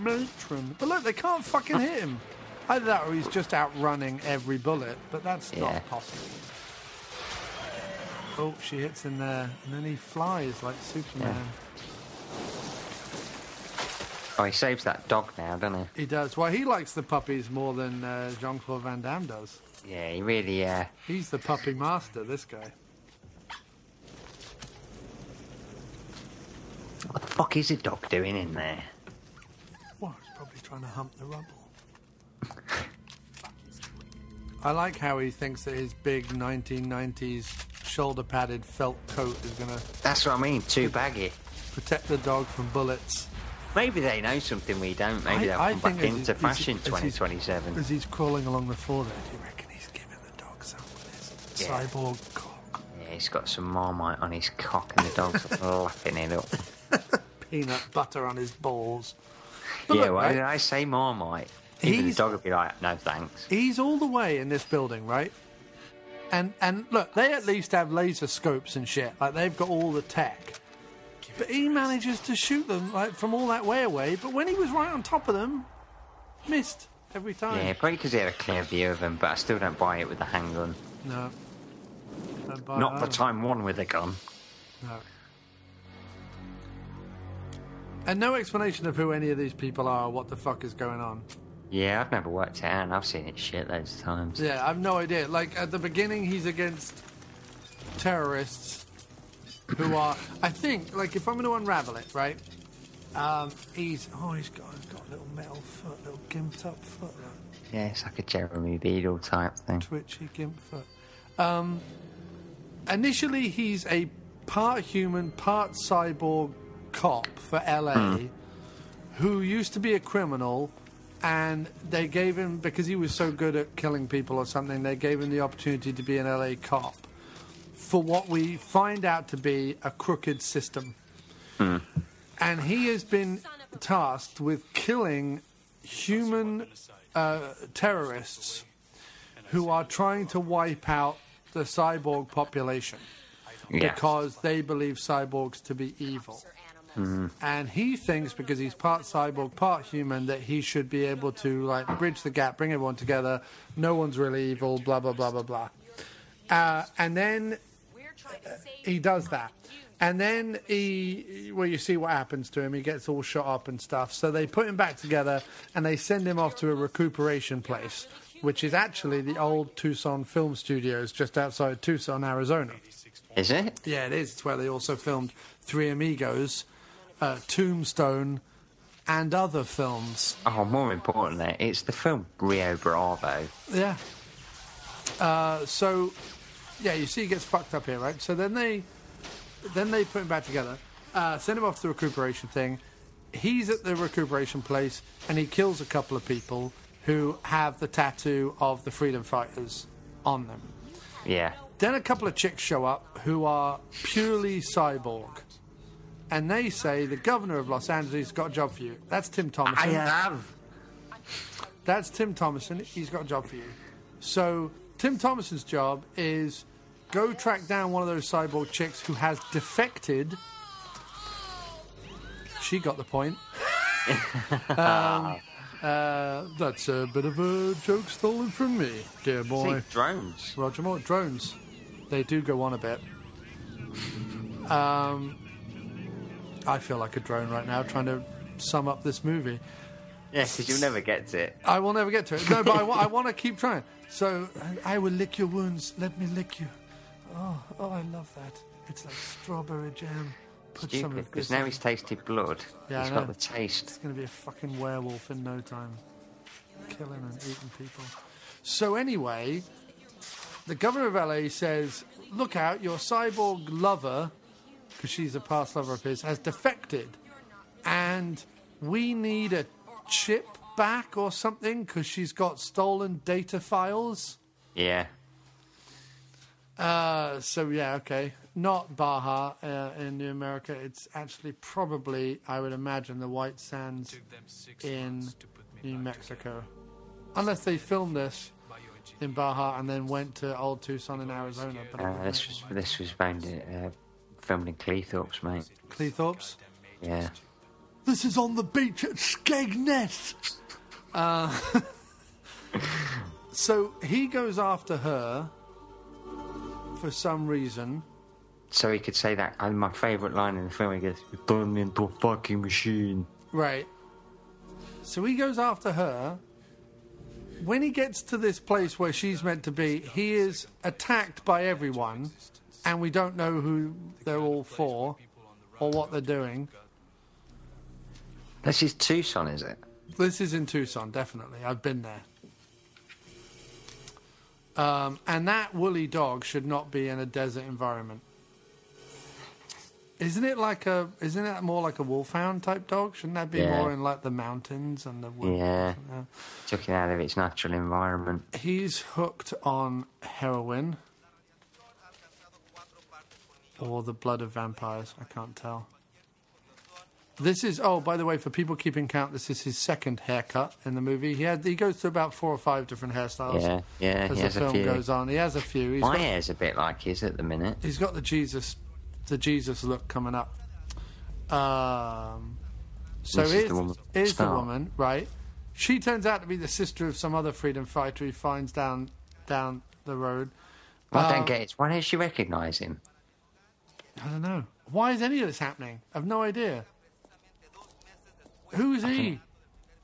S1: matron! But look, they can't fucking hit him. Either that, or he's just outrunning every bullet. But that's
S2: Yeah.
S1: not possible. Oh, she hits him there, and then he flies like Superman.
S2: oh, he saves that dog now, doesn't
S1: He does. Well, he likes the puppies more than uh, Jean-Claude Van Damme does.
S2: he? Yeah, he really, uh,
S1: He's the puppy master. This guy.
S2: what the fuck is a dog doing in there?
S1: Well, he's probably trying to hump the rubble. I like how he thinks that his big 1990s shoulder padded felt coat is going to
S2: That's what I mean, too baggy.
S1: protect the dog from bullets.
S2: Maybe they know something we don't. Maybe they'll come back
S1: as he-
S2: into
S1: as he-
S2: fashion
S1: as he's-
S2: 2027.
S1: As he's crawling along the floor there, do you reckon he's giving the dog some of this
S2: Yeah.
S1: cyborg cock
S2: Yeah, he's got some marmite on his cock and the dog's lapping it up.
S1: peanut butter on his balls?
S2: yeah,
S1: look,
S2: well,
S1: mate-
S2: did I say marmite? Even the
S1: He's-
S2: dog would be like, no thanks.
S1: He's all the way in this building, right? And and look, they at least have laser scopes and shit. Like they've got all the tech. But he manages to shoot them like from all that way away. But when he was right on top of them, missed every time.
S2: Yeah, probably because he had a clear view of him, but I still don't buy it with the handgun.
S1: No. Don't buy
S2: Not the
S1: that.
S2: time one with a gun.
S1: And no explanation of who any of these people are or what the fuck is going on.
S2: Yeah, I've never worked it out, and I've seen it shit loads of times.
S1: Yeah, I've no idea. Like at the beginning, he's against terrorists who are. I think, like, if I'm going to unravel it, right? Um, he's oh, he's got he's got a little metal foot, little gimped up foot, like,
S2: Yeah, it's like a Jeremy Beadle type thing.
S1: twitchy gimp foot. Um, initially, he's a part human, part cyborg cop for LA who used to be a criminal and they gave him because he was so good at killing people or something they gave him the opportunity to be an LA cop for what we find out to be a crooked system and he has been tasked with killing human uh, terrorists who are trying to wipe out the cyborg population
S2: Yeah.
S1: because they believe cyborgs to be evil. And he thinks because he's part cyborg, part human, that he should be able to like bridge the gap, bring everyone together. No one's really evil. Blah blah blah blah blah. Uh, and then he does that, and then he well, you see what happens to him. He gets all shot up and stuff. So they put him back together, and they send him off to a recuperation place, which is actually the old Tucson Film Studios just outside Tucson, Arizona.
S2: Is it?
S1: Yeah, it is. It's where they also filmed Three Amigos, uh, Tombstone, and other films.
S2: Oh, more importantly, it's the film Rio Bravo.
S1: Yeah. Uh, so, yeah, you see, he gets fucked up here, right? So then they, then they put him back together, uh, send him off to the recuperation thing. He's at the recuperation place, and he kills a couple of people who have the tattoo of the freedom fighters on them.
S2: Yeah.
S1: Then a couple of chicks show up who are purely cyborg. And they say the governor of Los Angeles has got a job for you. That's Tim
S2: I uh,
S1: Thomason.
S2: have.
S1: That's Tim Thomason. He's got a job for you. So Tim Thomason's job is go track down one of those cyborg chicks who has defected. She got the point. um, uh, that's a bit of a joke stolen from me, dear boy.
S2: See, drones.
S1: Roger Moore. Drones. They do go on a bit. Um, I feel like a drone right now trying to sum up this movie.
S2: Yeah, because you'll never get to it.
S1: I will never get to it. No, but I want to keep trying. So I I will lick your wounds. Let me lick you. Oh, oh, I love that. It's like strawberry jam. Put some
S2: Stupid,
S1: of
S2: because
S1: this.
S2: now
S1: in.
S2: he's tasted blood.
S1: Yeah, I
S2: he's
S1: know.
S2: got the taste.
S1: It's going to be a fucking werewolf in no time, killing and eating people. So anyway, the governor of LA says, "Look out, your cyborg lover, because she's a past lover of his, has defected, and we need a chip back or something because she's got stolen data files."
S2: Yeah.
S1: Uh, so yeah, okay. Not Baja uh, in New America. It's actually probably, I would imagine, the White Sands in New Mexico, unless they filmed this in Baja and then went to Old Tucson in Arizona. But
S2: Uh, this was this was found uh, filmed in Cleethorpes, mate.
S1: Cleethorpes.
S2: Yeah.
S1: This is on the beach at Skegness. Uh, so he goes after her for some reason.
S2: So he could say that. And my favourite line in the film, he goes, "You turned me into a fucking machine."
S1: Right. So he goes after her. When he gets to this place where she's meant to be, he is attacked by everyone, and we don't know who they're all for or what they're doing.
S2: This is Tucson, is it?
S1: This is in Tucson, definitely. I've been there. Um, and that woolly dog should not be in a desert environment. Isn't it like a? Isn't it more like a wolfhound type dog? Shouldn't that be
S2: Yeah.
S1: more in like the mountains and the woods?
S2: Yeah. Took it out of its natural environment.
S1: he's hooked on heroin or the blood of vampires. I can't tell. This is oh, by the way, for people keeping count, this is his second haircut in the movie. He had he goes through about four or five different hairstyles.
S2: Yeah, yeah,
S1: As
S2: he
S1: the
S2: has a
S1: film
S2: few.
S1: goes on, he has a few. He's
S2: My
S1: got,
S2: hair's a bit like his at the minute.
S1: he's got the Jesus, the Jesus look coming up. Um, so
S2: This
S1: is,
S2: is
S1: is,
S2: the
S1: the,
S2: woman.
S1: woman.
S2: Star.
S1: right? She turns out to be the sister of some other freedom fighter he finds down down the road.
S2: I don't get it. Why don't she recognise him?
S1: I don't know. Why is any of this happening? I've no idea. Who's he?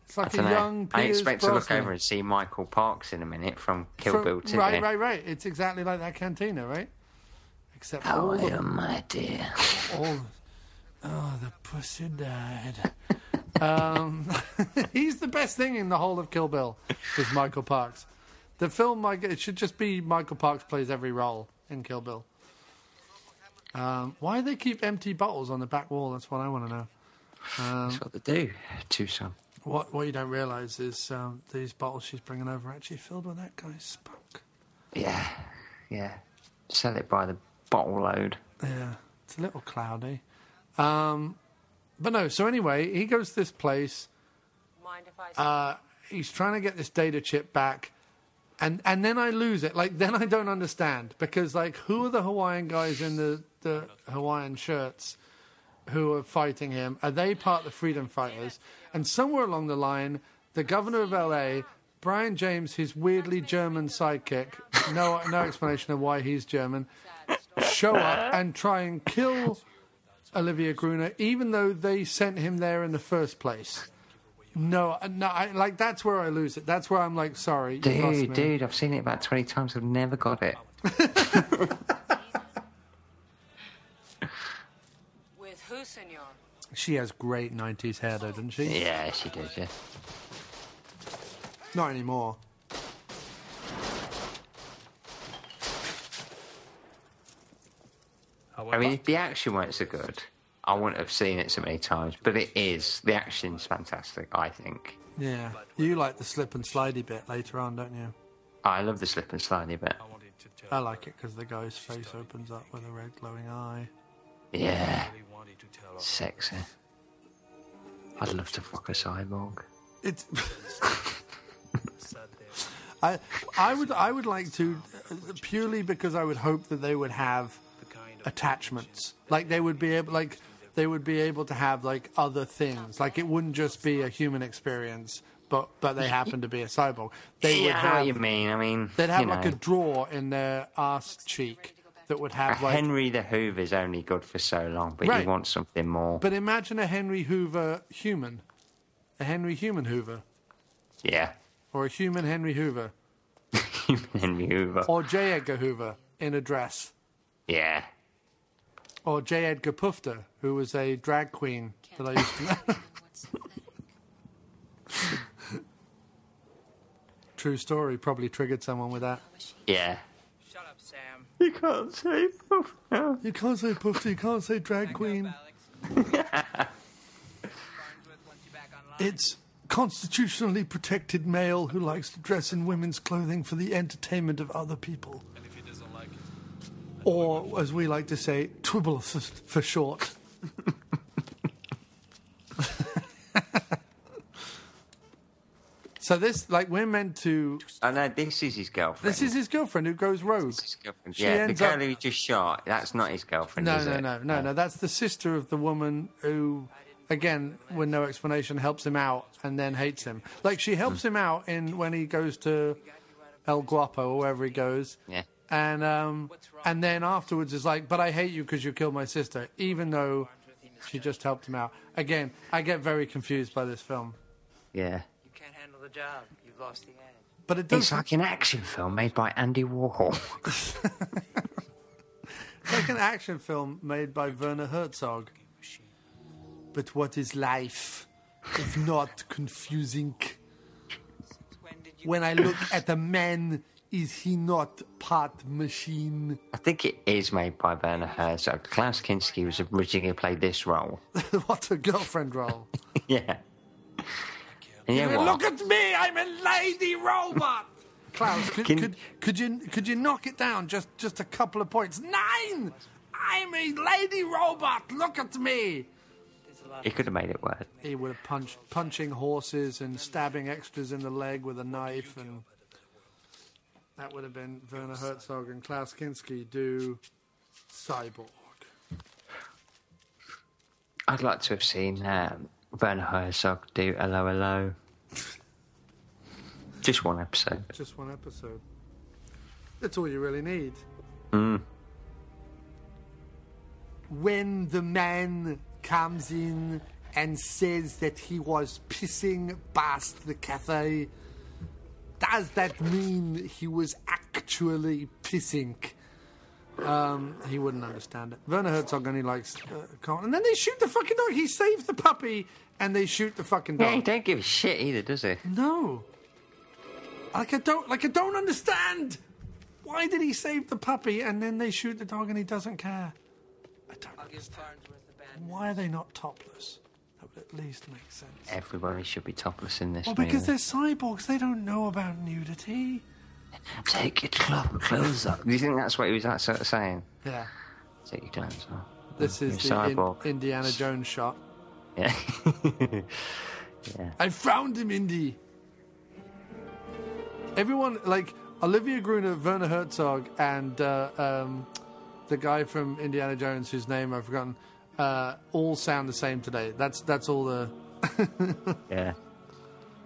S1: It's
S2: I
S1: like a
S2: don't know.
S1: young
S2: I
S1: Pierce
S2: expect to look
S1: Brosnan.
S2: over and see Michael Parks in a minute from Kill
S1: From-
S2: Bill 2.
S1: Right, right, right. It's exactly like that cantina, right? Except
S2: How
S1: all
S2: are
S1: the
S2: you, Oh, my dear?
S1: all. Oh, the pussy died. um, he's the best thing in the whole of Kill Bill. Is Michael Parks. The film, Mike, it should just be Michael Parks plays every role in Kill Bill. Um, why do they keep empty bottles on the back wall? That's what I want to know.
S2: That's what they do. Tucson.
S1: What what you don't realise is um, these bottles she's bringing over are actually filled with that guy's spunk.
S2: Yeah, yeah. Sell it by the bottle load.
S1: Yeah, it's a little cloudy. Um, but no, so anyway, he goes to this place. Uh, he's trying to get this data chip back. And, and then I lose it. Like, then I don't understand. Because, like, who are the Hawaiian guys in the, the Hawaiian shirts who are fighting him? Are they part of the Freedom Fighters? And somewhere along the line, the governor of LA, Brian James, his weirdly German sidekick, no, no explanation of why he's German, show up and try and kill Olivia Gruner, even though they sent him there in the first place. No, no, I, like that's where I lose it. That's where I'm like, sorry, you lost me.
S2: Dude, dude, I've seen it about 20 times. I've never got it.
S8: With who, senor?
S1: She has great '90s hair, though, doesn't she?
S2: Yeah, she did, yeah.
S1: Not anymore.
S2: I mean, if the action weren't so good, I wouldn't have seen it so many times. But it is. The action's fantastic, I think.
S1: Yeah, you like the slip and slidey bit later on, don't you?
S2: I love the slip and slidey bit.
S1: I like it because the guy's face opens up with a red glowing eye.
S2: Yeah. Sexy. I'd love to fuck a cyborg.
S1: It's. I, I would, I would like to, uh, purely because I would hope that they would have attachments. Like they would be able, like they would be able to have like other things. Like it wouldn't just be a human experience, but but they happen to be a cyborg. They would
S2: Yeah, I know what
S1: have,
S2: you mean. I mean,
S1: they'd have
S2: you
S1: like a
S2: know,
S1: drawer in their ass cheek that would have like.
S2: Henry the Hoover's only good for so long, but
S1: Right.
S2: you want something more.
S1: But imagine a Henry Hoover human, a Henry human Hoover,
S2: yeah.
S1: or a human Henry Hoover,
S2: Henry Hoover.
S1: or J Edgar Hoover in a dress.
S2: uh, Yeah.
S1: or J. Edgar Pufter, who was a drag queen that I used to. True story. Probably triggered someone with that.
S2: Yeah.
S8: Shut up, Sam.
S2: You can't say Puff now.
S1: You can't say Pufter. You can't say drag queen. It's constitutionally protected male who likes to dress in women's clothing for the entertainment of other people. Or, as we like to say, twibble for, for short. so this, like, we're meant to.
S2: Oh no, this is his girlfriend.
S1: This is his girlfriend who goes rogue.
S2: his girlfriend.
S1: She
S2: yeah, the
S1: ends
S2: girl
S1: up-
S2: who just shot. That's not his girlfriend,
S1: No,
S2: is
S1: no,
S2: it? Oh.
S1: no, no, no. That's the sister of the woman who, again, with no explanation, helps him out and then hates him. Like she
S2: Hmm.
S1: helps him out in when he goes to El Guapo or wherever he goes.
S2: Yeah.
S1: And um, and then afterwards is like, but I hate you because you killed my sister, even though she just helped him out. Again, I get very confused by this film,
S2: Yeah.
S8: You can't handle the job. You've lost the edge.
S1: but it does
S2: It's like an action film made by Andy Warhol.
S1: it's like an action film made by Werner Herzog. But what is life if not confusing?
S8: When did you
S1: when I look at a man, is he not part machine?
S2: I think it is made by Werner Herzog. Klaus Kinski was originally played this role.
S1: what a girlfriend role.
S2: yeah. And you know what?
S1: look at me, I'm a lady robot. Klaus, could,
S2: Can-
S1: could, could you could you knock it down just just a couple of points? Nine. I'm a lady robot. Look at me.
S2: He could have made it work.
S1: He would have punched punching horses and stabbing extras in the leg with a knife, and that would have been Werner Herzog and Klaus Kinski do Cyborg.
S2: I'd like to have seen um, Van Herzog do Hello Hello. Just one episode.
S1: Just one episode. That's all you really need. When the man comes in and says that he was pissing past the cafe, does that mean he was actually pissing? Um, he wouldn't understand it. Werner Herzog only likes uh, Colin. And then they shoot the fucking dog. He saves the puppy and they shoot the fucking dog.
S2: Yeah, he don't give a shit either, does he?
S1: No. Like I don't like I don't understand. Why did he save the puppy and then they shoot the dog and he doesn't care? I don't
S8: I'll give Farnsworth the bad.
S1: why are they not topless? That would at least make sense.
S2: Everybody should be topless in this
S1: Well, because
S2: movie.
S1: they're cyborgs, they don't know about nudity.
S2: Take your clo- clothes off. Do you think that's what he was like, sort of saying?
S1: Yeah.
S2: Take your clothes off.
S1: This is
S2: You're
S1: the in-
S2: cyborg.
S1: Indiana Jones shot.
S2: Yeah.
S1: I found him, Indy. Everyone like Olivia Gruner, Werner Herzog, and uh, um, the guy from Indiana Jones, whose name I've forgotten, uh, all sound the same today. That's that's all the
S2: yeah.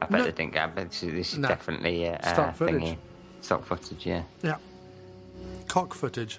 S2: I bet they didn't get but this is, this is
S1: No.
S2: definitely uh,
S1: Stock
S2: uh,
S1: footage.
S2: Thingy. Stock footage, yeah.
S1: yeah cock footage.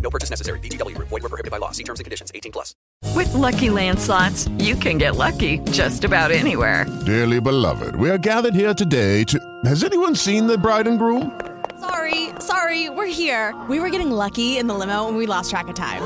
S6: No purchase necessary. VGW Group. Void were prohibited by law. See terms and conditions. 18 plus.
S9: With Lucky Land slots, you can get lucky just about anywhere.
S10: Dearly beloved, we are gathered here today to. Has anyone seen the bride and groom?
S11: Sorry, sorry, we're here. We were getting lucky in the limo and we lost track of time.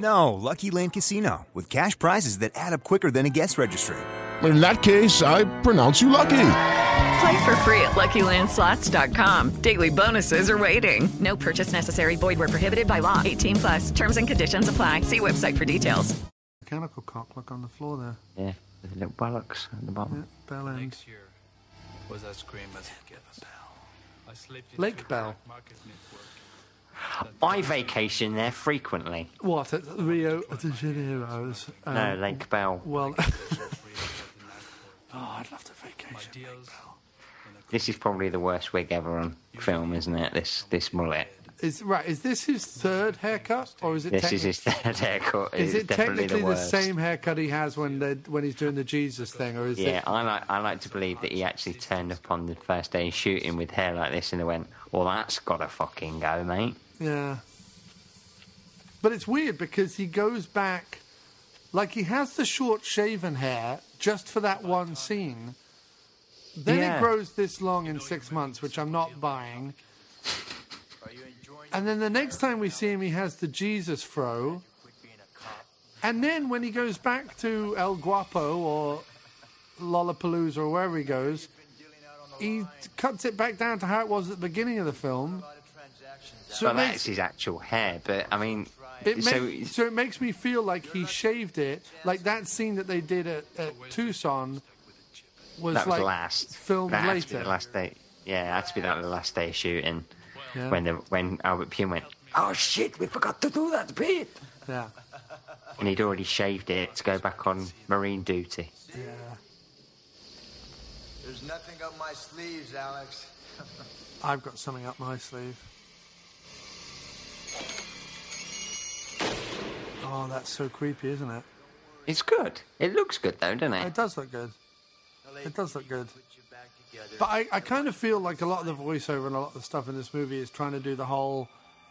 S12: No, Lucky Land Casino, with cash prizes that add up quicker than a guest registry.
S10: In that case, I pronounce you lucky.
S9: Play for free at LuckyLandSlots.com. Daily bonuses are waiting. No purchase necessary. Void were prohibited by law. 18 plus. Terms and conditions apply. See website for details.
S1: mechanical cock look on the floor there.
S2: Yeah. With the little bollocks at the bottom.
S1: Bell end.
S4: Next year was as grim as it gets. I slipped into
S1: Lake Bell.
S4: market network.
S2: I vacation there frequently.
S1: What at Rio de Janeiro's? Um,
S2: no, Lake Bell.
S1: Well, oh, I'd love to vacation. Lake Bell.
S2: This is probably the worst wig ever on film, isn't it? This this mullet.
S1: Is right? Is this his third haircut, or is it?
S2: This is
S1: technically-
S2: his third haircut.
S1: Is
S2: It's
S1: it
S2: definitely
S1: technically
S2: the,
S1: the,
S2: worst.
S1: same haircut he has when the, when he's doing the Jesus thing, or is
S2: Yeah,
S1: it?
S2: I like I like to believe that he actually turned up on the first day of shooting with hair like this and they went, Well that's gotta fucking go, mate.
S1: Yeah. But it's weird because he goes back, like he has the short shaven hair just for that one scene. Then
S2: Yeah.
S1: it grows this long in six months, which I'm not buying. And then the next time we see him, he has the Jesus fro. And then when he goes back to El Guapo or Lollapalooza or wherever he goes, he cuts it back down to how it was at the beginning of the film. So
S2: Well
S1: it
S2: that's
S1: makes,
S2: his actual hair, but I mean
S1: it
S2: so
S1: makes, so it makes me feel like he shaved it, like that scene that they did at, at Tucson was,
S2: that was
S1: like
S2: last.
S1: filmed
S2: that Had to be
S1: later.
S2: the last day. Yeah, it had to be that the last day of shooting. When the when Albert Pune went, Oh shit, we forgot to do that bit
S1: Yeah.
S2: and he'd already shaved it to go back on marine duty.
S12: There's nothing up my sleeves, Alex.
S1: I've got something up my sleeve. Oh, that's so creepy, isn't it?
S2: It's good. It looks good though, doesn't
S1: It
S2: it?
S1: does look good. It does look good. But I, I kind of feel like a lot of the voiceover and a lot of the stuff in this movie is trying to do the whole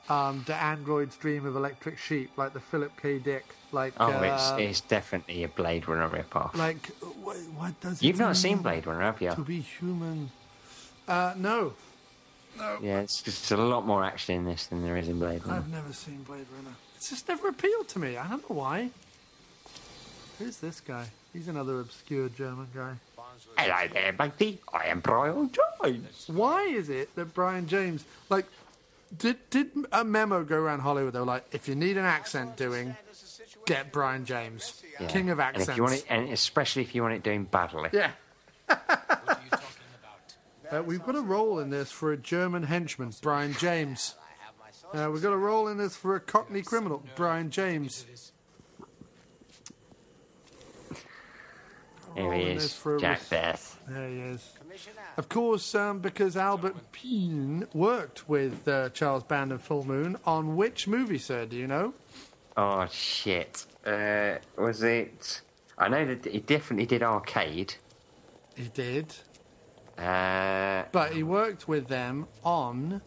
S1: um, the android's dream of electric sheep, like the Philip K. Dick, like
S2: Oh,
S1: uh,
S2: it's it's definitely a Blade Runner ripoff.
S1: like mm. what, what does it
S2: You've not seen
S1: mean
S2: Blade Runner, have
S1: to
S2: you?
S1: be human? Uh, no,
S2: Yeah, it's just a lot more action in this than there is in Blade Runner.
S1: I've never seen Blade Runner. It's just never appealed to me. I don't know why. Who's this guy? He's another obscure German guy.
S2: Hello there, matey. I am Brian Jones.
S1: Why is it that Brian James, like, did did a memo go around Hollywood? They were like, if you need an accent doing, get Brian James, king of
S2: And,
S1: accents.
S2: if you want it, and especially if you want it doing badly.
S1: Yeah. Uh, we've got a role in this for a German henchman, Brian James. Uh, we've got a role in this for a Cockney criminal, Brian James.
S2: Here
S1: Oh,
S2: he
S1: and there's
S2: is,
S1: for a
S2: Jack
S1: res-
S2: Beth.
S1: There he is. Of course, um, because Albert Peen worked with uh, Charles Band and Full Moon on which movie, sir? Do you know?
S2: Oh shit! Uh, was it? I know that he definitely did arcade.
S1: He did,
S2: Uh,
S1: but he worked with them on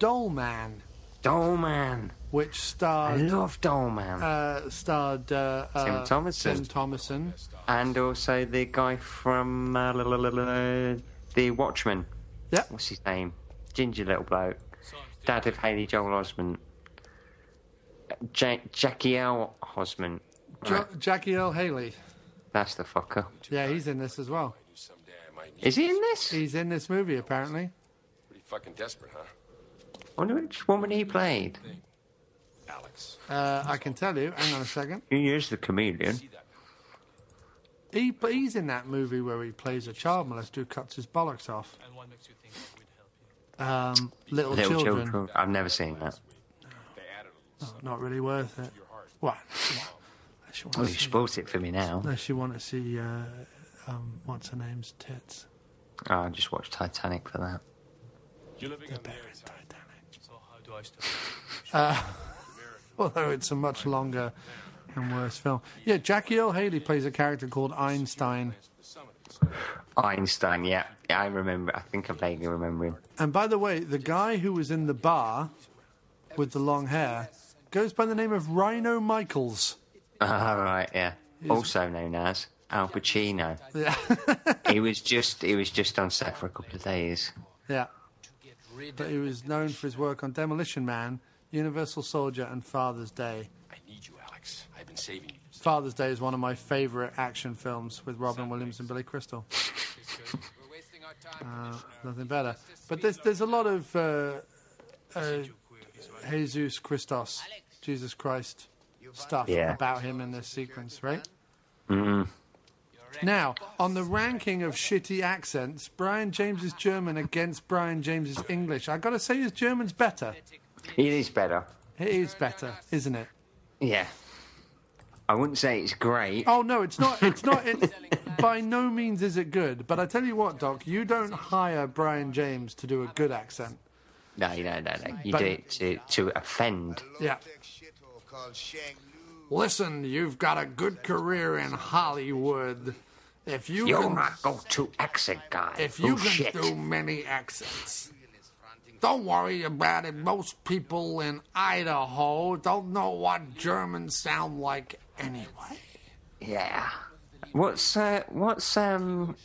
S1: Dollman,
S2: Dollman,
S1: which starred
S2: I love Dollman,
S1: uh, starred uh, uh,
S2: Tim Thomason.
S1: Tim Thomason.
S2: and also the guy from uh, la, la, la, la, the Watchmen.
S1: Yep.
S2: What's his name? Ginger little bloke. Dad of Haley Joel Osment. Ja- Jackie L. Osment.
S1: Jo- Jackie L. Haley.
S2: That's the fucker.
S1: Yeah, he's in this as well.
S2: Is he in this?
S1: He's in this movie apparently.
S13: Pretty fucking desperate, huh?
S2: I wonder which woman he played.
S1: Uh, I can tell you. Hang on a second.
S2: He is the comedian.
S1: He, he's in that movie where he plays a child molester who cuts his bollocks off. Um, little,
S2: Little
S1: children.
S2: children. I've never seen that.
S1: Oh, not really worth it. What? Unless you
S2: Oh,
S1: want
S2: you
S1: to see,
S2: spoilt it for me now.
S1: unless you want to see uh, um, what's her name's tits.
S2: Oh, I just watched Titanic for that.
S13: You're living on the
S1: Uh, although it's a much longer and worse film. Yeah, Jackie L. Haley plays a character called Einstein.
S2: Einstein, yeah. I remember. I think I vaguely remember him.
S1: And by the way, the guy who was in the bar with the long hair goes by the name of Rhino Michaels.
S2: All right, yeah. Also known as Al Pacino.
S1: Yeah.
S2: he was just he was just on set for a couple of days.
S1: Yeah. But he was known for his work on Demolition Man, Universal Soldier, and Father's Day.
S13: I need you, Alex. I've been saving you.
S1: Father's Day is one of my favorite action films with Robin Williams and Billy Crystal. Uh, nothing better. But there's there's a lot of uh, uh, Jesus Christos, Jesus Christ stuff
S2: Yeah.
S1: about him in this sequence, right?
S2: Mm.
S1: Now, on the ranking of shitty accents, Brian James's German against Brian James's English. I gotta say, his German's better.
S2: It is better.
S1: It is better, isn't it?
S2: Yeah. I wouldn't say it's great.
S1: Oh no, it's not. It's not. It, by no means is it good. But I tell you what, Doc, you don't hire Brian James to do a good accent.
S2: No, no, no, no. You
S1: But-
S2: do it to, to offend.
S1: Yeah. Listen, you've got a good career in Hollywood. If you
S2: You're
S1: can,
S2: not go to accent guy.
S1: if you
S2: Bullshit.
S1: can do many accents, don't worry about it. Most people in Idaho don't know what Germans sound like anyway.
S2: Yeah. What's uh, what's um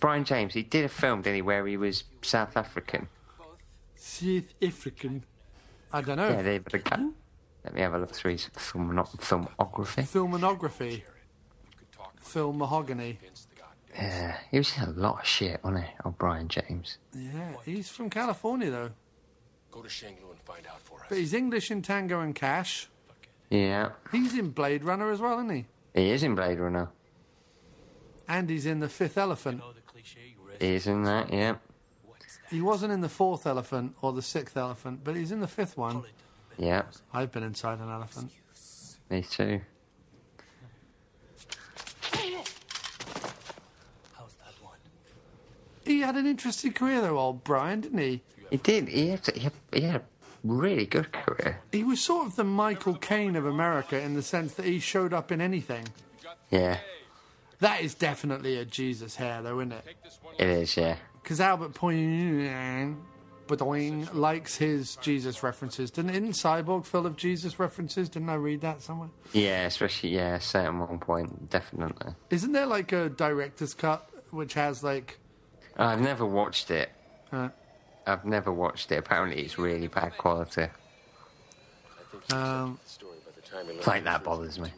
S2: Brian James? He did a film, didn't he, where he was South African.
S1: South African. I don't know.
S2: Yeah, they but again. Let me have a look through his film not filmography.
S1: Filmonography. Film mahogany.
S2: Yeah, he was in a lot of shit, wasn't he? Oh, Brian James.
S1: Yeah, he's from California though,
S13: Go to Shanglu and find out for us.
S1: but he's English in Tango and Cash.
S2: Yeah,
S1: He's in Blade Runner as well, isn't he?
S2: he is in Blade Runner.
S1: And he's in the Fifth Elephant.
S2: He is in that. Yeah,
S1: He wasn't in the Fourth Elephant or the Sixth Elephant, but he's in the fifth one.
S2: yeah,
S1: I've been inside an elephant.
S2: me too.
S1: He had an interesting career though, old Brian, didn't he?
S2: He did. He had, he had, he had a really good career.
S1: He was sort of the Michael Caine of America in the sense that he showed up in anything.
S2: Yeah,
S1: That is definitely a Jesus hair though, isn't it?
S2: it is. Yeah,
S1: Because Albert Poignant Badoing likes his Jesus references. Didn't in Cyborg full of Jesus references? Didn't I read that somewhere?
S2: yeah, especially yeah, certain one point definitely.
S1: Isn't there like a director's cut which has like
S2: I've never watched it.
S1: uh,
S2: I've never watched it. Apparently, it's really bad quality.
S1: um,
S2: Like that bothers me.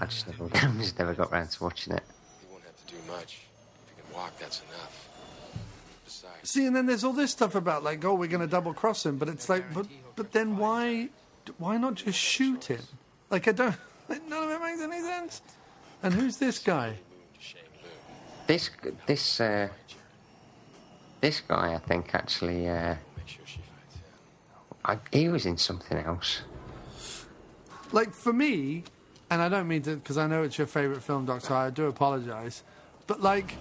S2: I just never, I just never got round to watching it.
S13: You won't have to do much. If you can walk, that's enough. Besides,
S1: see, and then there's all this stuff about like oh we're going to double cross him, but it's like but but then why why not just shoot him? Like I don't None of it makes any sense. And who's this guy?
S2: This this uh, this guy, I think, actually, uh, I, he was in something else.
S1: Like for me, and I don't mean to because I know it's your favorite film, Doctor. I do apologize, but like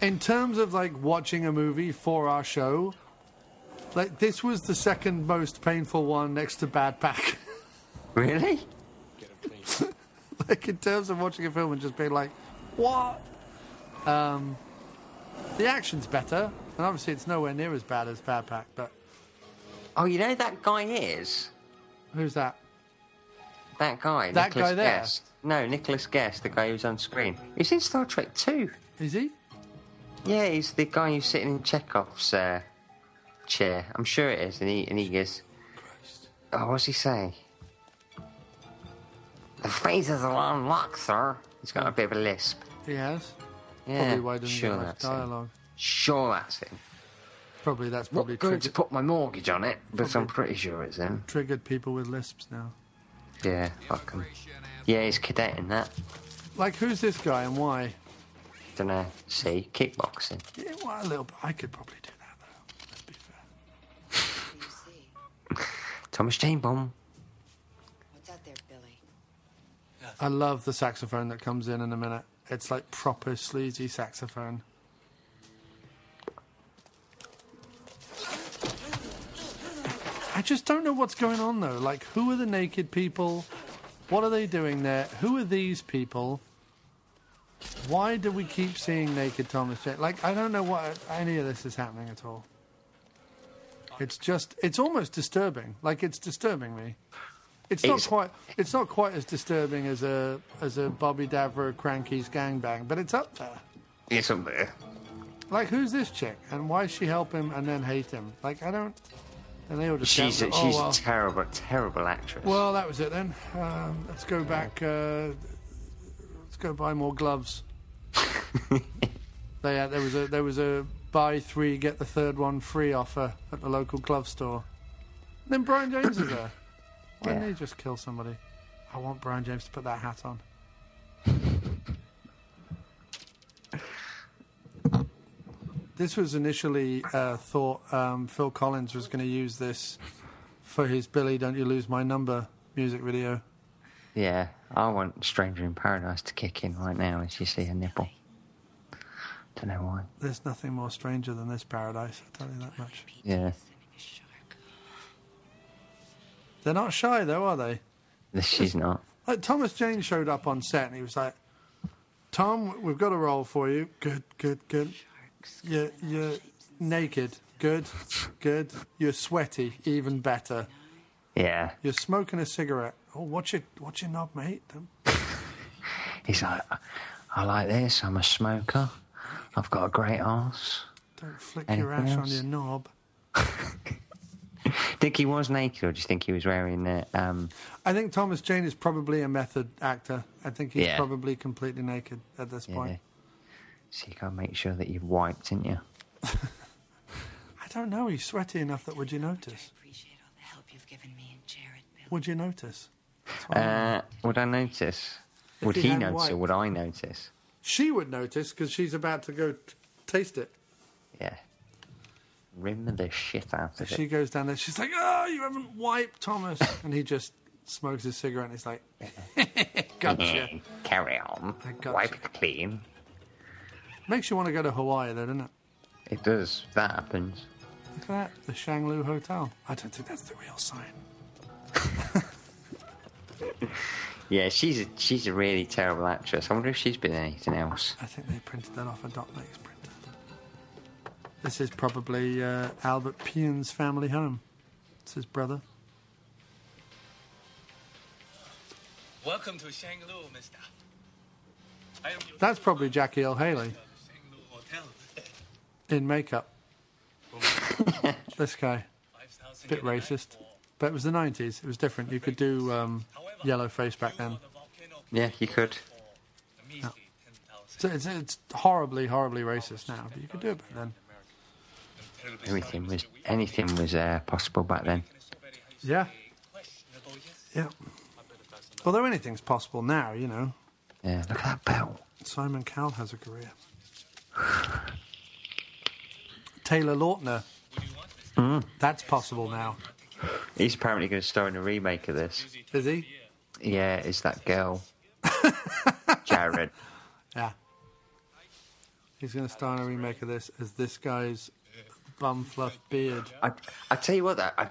S1: in terms of like watching a movie for our show, like this was the second most painful one next to Bad Pack.
S2: Really?
S1: like in terms of watching a film and just being like, what? Um, the action's better, and obviously it's nowhere near as bad as Bad Pack. But
S2: oh, you know who that guy is
S1: who's that?
S2: that guy.
S1: That
S2: Nicholas
S1: guy there?
S2: Guest. No, Nicholas Guest, the guy who's on screen. He's in Star Trek Two.
S1: Is he?
S2: Yeah, he's the guy who's sitting in Chekhov's uh, chair. I'm sure it is, and he and he goes. Oh, what's he say? The phases are unlocked, sir. He's got a bit of a lisp.
S1: He has.
S2: Yeah,
S1: Probably why doesn't
S2: sure
S1: get much
S2: that's it.
S1: dialogue.
S2: Sure, that's him.
S1: Probably that's
S2: Not
S1: probably
S2: going to
S1: triggered-
S2: put my mortgage on it, but I'm pretty sure it's him.
S1: triggered people with lisps now.
S2: Yeah, fuck him. Yeah, he's cadet in that.
S1: Like, who's this guy and why?
S2: Don't know. See, kickboxing.
S1: Yeah, well, a little bit. I could probably do that.
S2: Thomas Jane Bomb.
S1: I love the saxophone that comes in in a minute. It's like proper sleazy saxophone. I just don't know what's going on though. Like, who are the naked people? What are they doing there? Who are these people? Why do we keep seeing naked Thomas Jane? Like, I don't know what any of this is happening at all. It's just, it's almost disturbing. Like, it's disturbing me. It's not
S2: It's-
S1: quite, it's not quite as disturbing as a as a Bobby Davro Cranky's gangbang, but it's up there.
S2: It's up there.
S1: Like, who's this chick, and why does she help him and then hate him? Like, I don't. And they all just
S2: She's
S1: shout,
S2: a,
S1: oh,
S2: she's
S1: well.
S2: a terrible, terrible actress.
S1: Well, that was it then. Um, let's go back. Uh, let's go buy more gloves. they had, there was a there was a buy three get the third one free offer at the local glove store. And then Brian James is there. Why didn't
S3: Yeah.
S1: he just kill somebody? I want Brian James to put that hat on. This was initially uh, thought um, Phil Collins was going to use this for his Billy Don't You Lose My Number music video.
S2: Yeah, I want Stranger in Paradise to kick in right now as you see a nipple. Don't know why.
S1: There's nothing more stranger than this paradise, I'll tell you that much.
S2: Yeah,
S1: They're not shy though, are they?
S2: she's not.
S1: Like Thomas Jane showed up on set and he was like, "Tom, we've got a role for you. Good, good, good. You're, you're naked. Good, good. You're sweaty. Even better.
S2: Yeah,
S1: You're smoking a cigarette. Oh, what's your what's your knob, mate? Don't-
S2: he's like, I like this. I'm a smoker. I've got a great arse.
S1: Don't flick
S2: Anything
S1: your ash on
S2: else?
S1: your knob."
S2: Think he was naked, or do you think he was wearing uh, um?
S1: I think Thomas Jane is probably a method actor. I think he's
S2: Yeah.
S1: probably completely naked at this
S2: Yeah.
S1: point.
S2: So you gotta make sure that you've wiped, didn't you?
S1: I don't know. He's sweaty enough that would you notice? Would you notice?
S2: Uh, would I
S1: Um,
S2: notice?
S1: If
S2: Would
S1: he
S2: he
S1: had
S2: notice, or
S1: wiped.
S2: would I notice?
S1: She would notice because she's about to go t- taste it.
S2: Yeah. Rim the shit out
S1: If
S2: of
S1: she
S2: it.
S1: goes down there, she's like, "Oh, you haven't wiped, Thomas," and he just smokes his cigarette. and He's like, "Gotcha."
S2: Carry on. Wipe it clean.
S1: Makes you want to go to Hawaii, though, doesn't it?
S2: It does. That happens.
S1: Look at that, the Shanglu Hotel. I don't think that's the real sign.
S2: Yeah, she's a, she's a really terrible actress. I wonder if she's been in anything else.
S1: I think they printed that off a Dot Lakes printer. This is probably uh, Albert Pion's family home. It's his brother.
S14: Welcome to Shanglu, mister. I am your
S1: That's probably Jackie L. Haley
S14: hotel.
S1: in makeup. this guy. Bit racist. But it was the 90s. It was different. You could do um, yellow face back then.
S2: Yeah, you could.
S1: So it's, it's horribly, horribly racist now, but you could do it back then.
S2: Everything was anything was uh, possible back then.
S1: Yeah. Yeah. Although anything's possible now, you know.
S2: Yeah, look at that bell.
S1: Simon Cowell has a career. Taylor Lautner.
S2: Mm.
S1: That's possible now.
S2: He's apparently going to star in a remake of this.
S1: Is he?
S2: Yeah, it's that girl. Jared.
S1: Yeah. He's going to star in a remake of this as this guy's bum fluff beard.
S2: I, I tell you what, that I've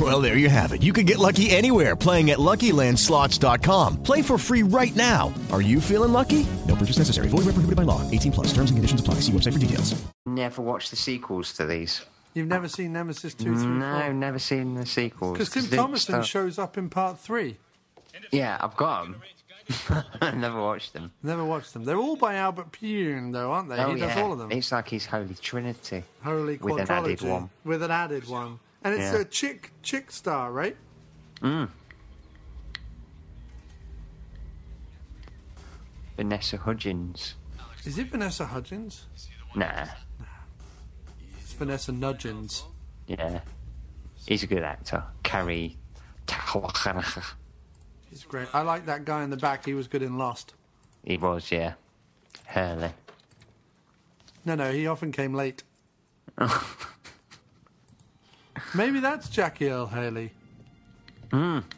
S15: Well, there you have it. You can get lucky anywhere playing at LuckyLandSlots.com. Play for free right now. Are you feeling lucky? No purchase necessary. Void where prohibited by law. 18 plus. Terms and conditions apply. See website for details.
S2: never watched the sequels to these.
S1: You've never seen Nemesis 2 through 4?
S2: No, never seen the sequels.
S1: Because Tim
S2: They
S1: Thomason
S2: start-
S1: shows up in part three.
S2: Yeah, I've got them. I never watched them. Oh,
S1: Never watched them. They're all by Albert Pune, though, aren't they? he does all of them.
S2: It's like his Holy Trinity.
S1: Holy
S2: With an added
S1: quadrilogy.
S2: one.
S1: With an added one. And it's
S2: Yeah.
S1: a chick chick star, right?
S2: Mm. Vanessa Hudgens.
S1: Is it Vanessa Hudgens?
S2: Nah,
S1: It's Vanessa Nudgens.
S2: yeah. He's a good actor. Carrie Tawakana.
S1: It's great. I like that guy in the back. He was good in Lost.
S2: He was, yeah. Hurley.
S1: No, no, he often came late. Maybe that's Jackie Earl Haley.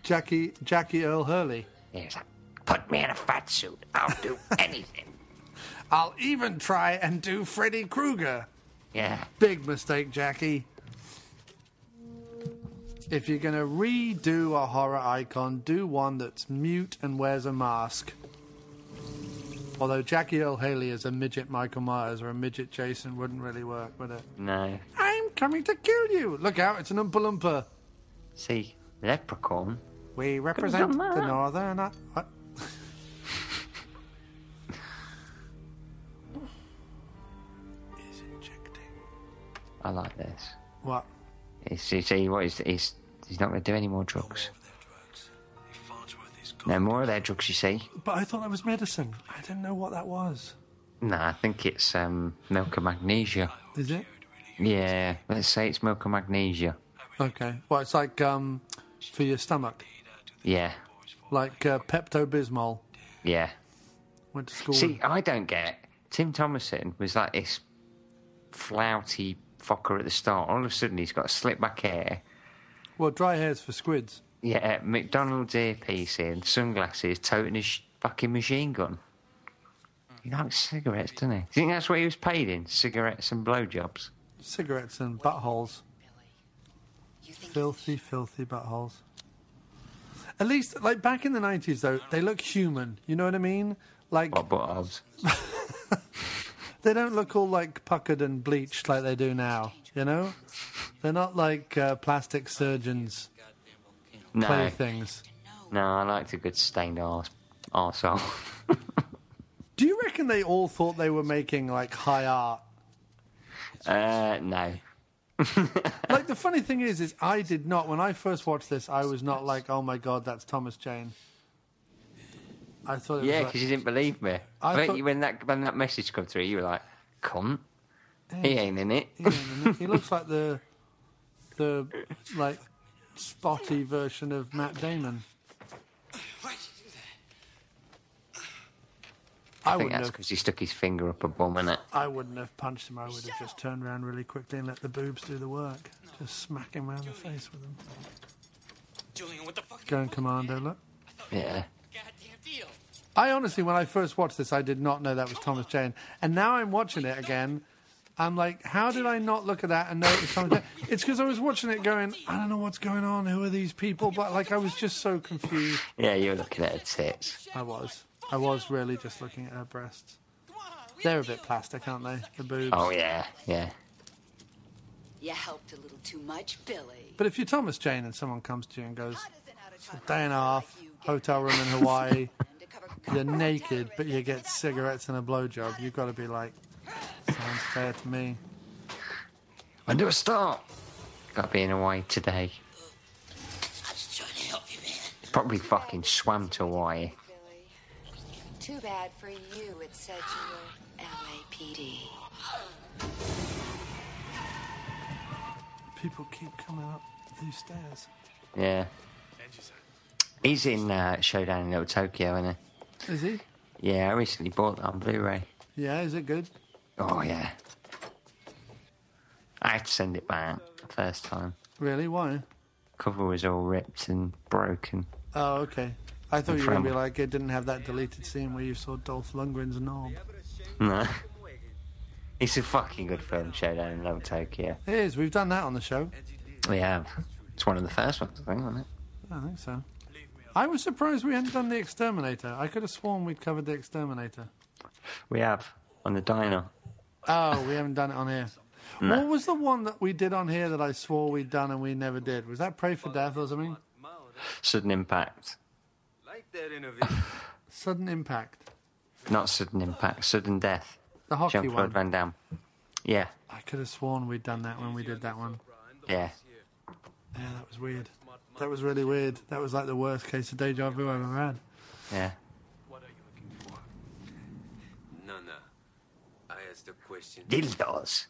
S1: Jackie Jackie Earl Hurley.
S2: Yes. Put me in a fat suit. I'll do anything.
S1: I'll even try and do Freddy Krueger.
S2: Yeah.
S1: Big mistake, Jackie. If you're going to redo a horror icon, do one that's mute and wears a mask. Although Jackie Earl Haley as a midget Michael Myers or a midget Jason wouldn't really work, would it?
S2: No.
S1: I'm coming to kill you! Look out, it's an Oompa Loompa.
S2: See, Leprechaun.
S1: We represent
S3: come
S1: the
S3: on.
S1: Northern. I- what?
S2: I like this.
S1: What?
S2: It's, it's, he, what, he's, he's, he's not going to do any more drugs. No more of their drugs, you see.
S1: But I thought that was medicine. I didn't know what that was.
S2: Nah, I think it's um, milk and magnesia.
S1: Is it?
S2: Yeah, let's say it's milk and magnesia.
S1: Okay. Well, it's like um, for your stomach,
S2: Yeah,
S1: like uh, Pepto Bismol.
S2: yeah.
S1: Went to school.
S2: See, I don't get. Tim Thomason was like this flouty fucker at the start. All of a sudden, he's got slick back hair.
S1: Well, dry hair's for squids.
S2: Yeah, McDonald's earpiece in, sunglasses, toting his sh- fucking machine gun. He likes cigarettes, doesn't he? Do you think that's what he was paid in? Cigarettes and blowjobs?
S1: Cigarettes and buttholes. Filthy, filthy buttholes. At least, like back in the nineties, though, they look human. You know what I mean? Like
S2: What buttholes?
S1: they don't look all like puckered and bleached like they do now. You know, they're not like uh, plastic surgeons
S2: No.
S1: playthings.
S2: No, I liked a good stained arse. Arsehole.
S1: Do you reckon they all thought they were making like high art?
S2: Uh, no.
S1: like the funny thing is, is I did not when I first watched this. I was not like, oh my god, that's Thomas Jane. I thought it
S2: Yeah,
S1: was
S2: because
S1: like,
S2: you didn't believe me.
S1: I
S2: I
S1: thought-
S2: bet you when that when that message come through, you were like, "Cunt, he ain't in it."
S1: he looks like the the like spotty version of Matt Damon.
S2: I,
S1: I
S2: think
S1: wouldn't
S2: that's
S1: have.
S2: because he stuck his finger up a bum in it.
S1: I wouldn't have punched him. I would have just turned around really quickly and let the boobs do the work. Just smack him around the face with them.
S14: Julian, what the fuck?
S1: Going commando, look.
S2: Yeah.
S14: Goddamn deal.
S1: I honestly, when I first watched this, I did not know that was Thomas Jane, and now I'm watching it again. I'm like, how did I not look at that and know it was Thomas Jane? It's because I was watching it going, I don't know what's going on. Who are these people? But like, I was just so confused.
S2: Yeah, you were looking at her tits.
S1: I was, I was really just looking at her breasts. They're a bit plastic, aren't they? The boobs.
S2: Oh yeah, yeah.
S16: You helped a little too much, Billy.
S1: But if you're Thomas Jane and someone comes to you and goes, it's a day and a half, hotel room in Hawaii, you're naked, but you get cigarettes and a blowjob, you've got to be like, sounds fair to me.
S2: When do I start? Got being away today.
S14: I'm just trying to help you, man.
S2: Probably fucking swam to Hawaii.
S16: Too bad for you. It said you were LAPD.
S1: People keep coming up these stairs.
S2: Yeah. He's in uh, Showdown in Little Tokyo, isn't
S1: Is he?
S2: he? Yeah, I recently bought that on Blu-ray.
S1: Yeah, is it good?
S2: Oh yeah. I had to send it back the first time.
S1: Really? Why?
S2: Cover was all ripped and broken.
S1: Oh, okay. I thought you were going to be
S2: Incredible.
S1: like, it didn't have that deleted scene where you saw Dolph Lundgren's knob.
S2: No. It's a fucking good film, Showdown in Little Tokyo.
S1: It is. We've done that on the show.
S2: We have. It's one of the first ones, I think, wasn't it?
S1: I think so. I was surprised we hadn't done The Exterminator. I could have sworn we'd covered The Exterminator.
S2: We have on the diner.
S1: Oh, we haven't done it on here.
S2: No.
S1: What was the one that we did on here that I swore we'd done and we never did? Was that Pray for Death or something?
S2: Sudden Impact.
S1: Sudden Impact.
S2: Not Sudden Impact, Sudden Death.
S1: The hockey
S2: Jean-Claude
S1: one.
S2: Van Damme. Yeah,
S1: I could have sworn we'd done that when we did that one.
S2: yeah.
S1: Yeah, that was weird. That was really weird. That was like the worst case of deja vu I've ever had.
S2: Yeah.
S17: No, no. I asked a question.
S2: Dildos.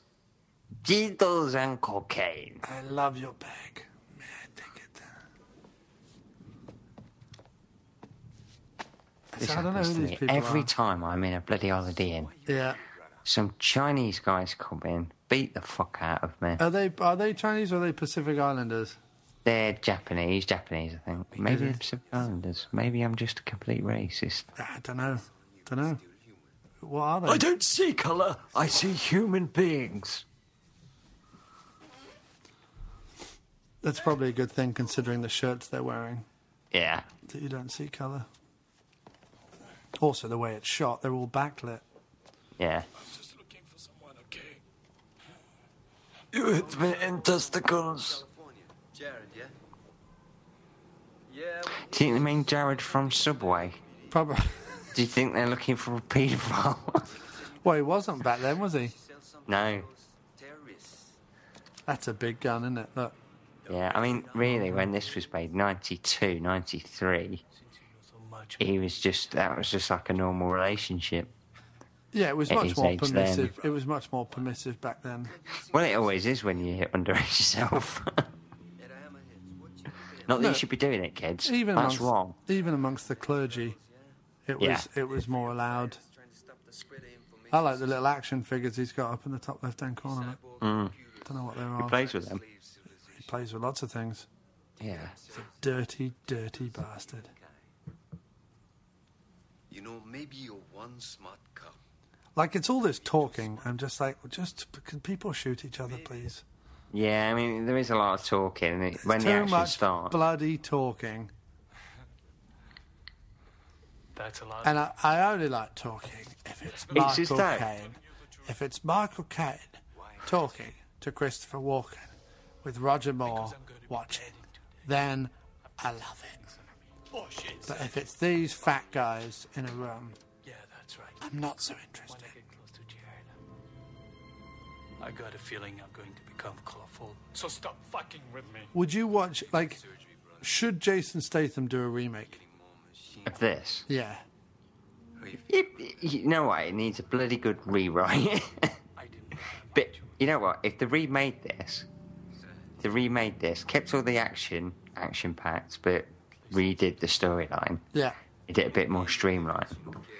S2: Dildos and cocaine.
S1: I love your bag.
S2: This
S1: I don't know
S2: happens
S1: who
S2: to
S1: these
S2: me
S1: people
S2: every
S1: are.
S2: time I'm in a bloody holiday inn.
S1: Yeah.
S2: Some Chinese guys come in, beat the fuck out of me.
S1: Are they are they Chinese or are they Pacific Islanders?
S2: They're Japanese, Japanese, I think. Maybe
S1: Maybe.
S2: they're Pacific Islanders. Maybe I'm just a complete racist.
S1: I don't know. Don't know. What are they?
S2: don't see colour, I see human beings.
S1: That's probably a good thing considering the shirts they're wearing.
S2: Yeah.
S1: That you don't see colour. Also, the way it's shot, they're all backlit.
S2: Yeah. You hit me in testicles.
S17: Jared, yeah? Yeah,
S2: Do you think they mean Jared from Subway?
S1: Probably.
S2: Do you think they're looking for a paedophile?
S1: Well, he wasn't back then, was he?
S2: no.
S1: That's a big gun, isn't it? Look.
S2: Yeah, I mean, really, when this was made, 92, 93, he was just, that was just like a normal relationship.
S1: Yeah, it was
S2: At
S1: much
S2: his
S1: more
S2: age then.
S1: permissive. It was much more permissive back then.
S2: Well, it always is when you hit underage yourself. Not that
S1: No.
S2: you should be doing it, kids.
S1: Even
S2: That's
S1: amongst,
S2: wrong.
S1: Even amongst the clergy, it
S2: Yeah.
S1: was it was more allowed. I like the little action figures he's got up in the top left hand corner. Look.
S2: Mm.
S1: Don't know what they're
S2: He
S1: on.
S2: plays with them.
S1: He plays with lots of things.
S2: Yeah.
S1: He's a dirty, dirty bastard.
S13: You know, maybe you're one smart cop.
S1: Like it's all this talking. I'm just like, just can people shoot each other, please?
S2: Yeah, I mean, there is a lot of talking. and it- When the
S1: Too
S2: action
S1: much
S2: starts,
S1: bloody talking.
S18: That's a lot.
S1: And I, I only like talking if it's
S18: It's
S1: Michael
S18: just that-
S1: Caine. If it's Michael Caine talking to Christopher Walken with Roger Moore watching, then I love it. But if it's these fat guys in a room,
S18: Yeah, that's right.
S1: I'm not so interested.
S18: When I get close to Jared, I got a feeling I'm going to become colorful. So stop fucking with me.
S1: Would you watch like? Should Jason Statham do a remake?
S2: of this.
S1: Yeah.
S2: It, you know what? It needs a bloody good rewrite. but you know what? If they remade this, if they remade this, kept all the action, action packed, but redid the storyline,
S1: Yeah.
S2: made it a bit more streamlined.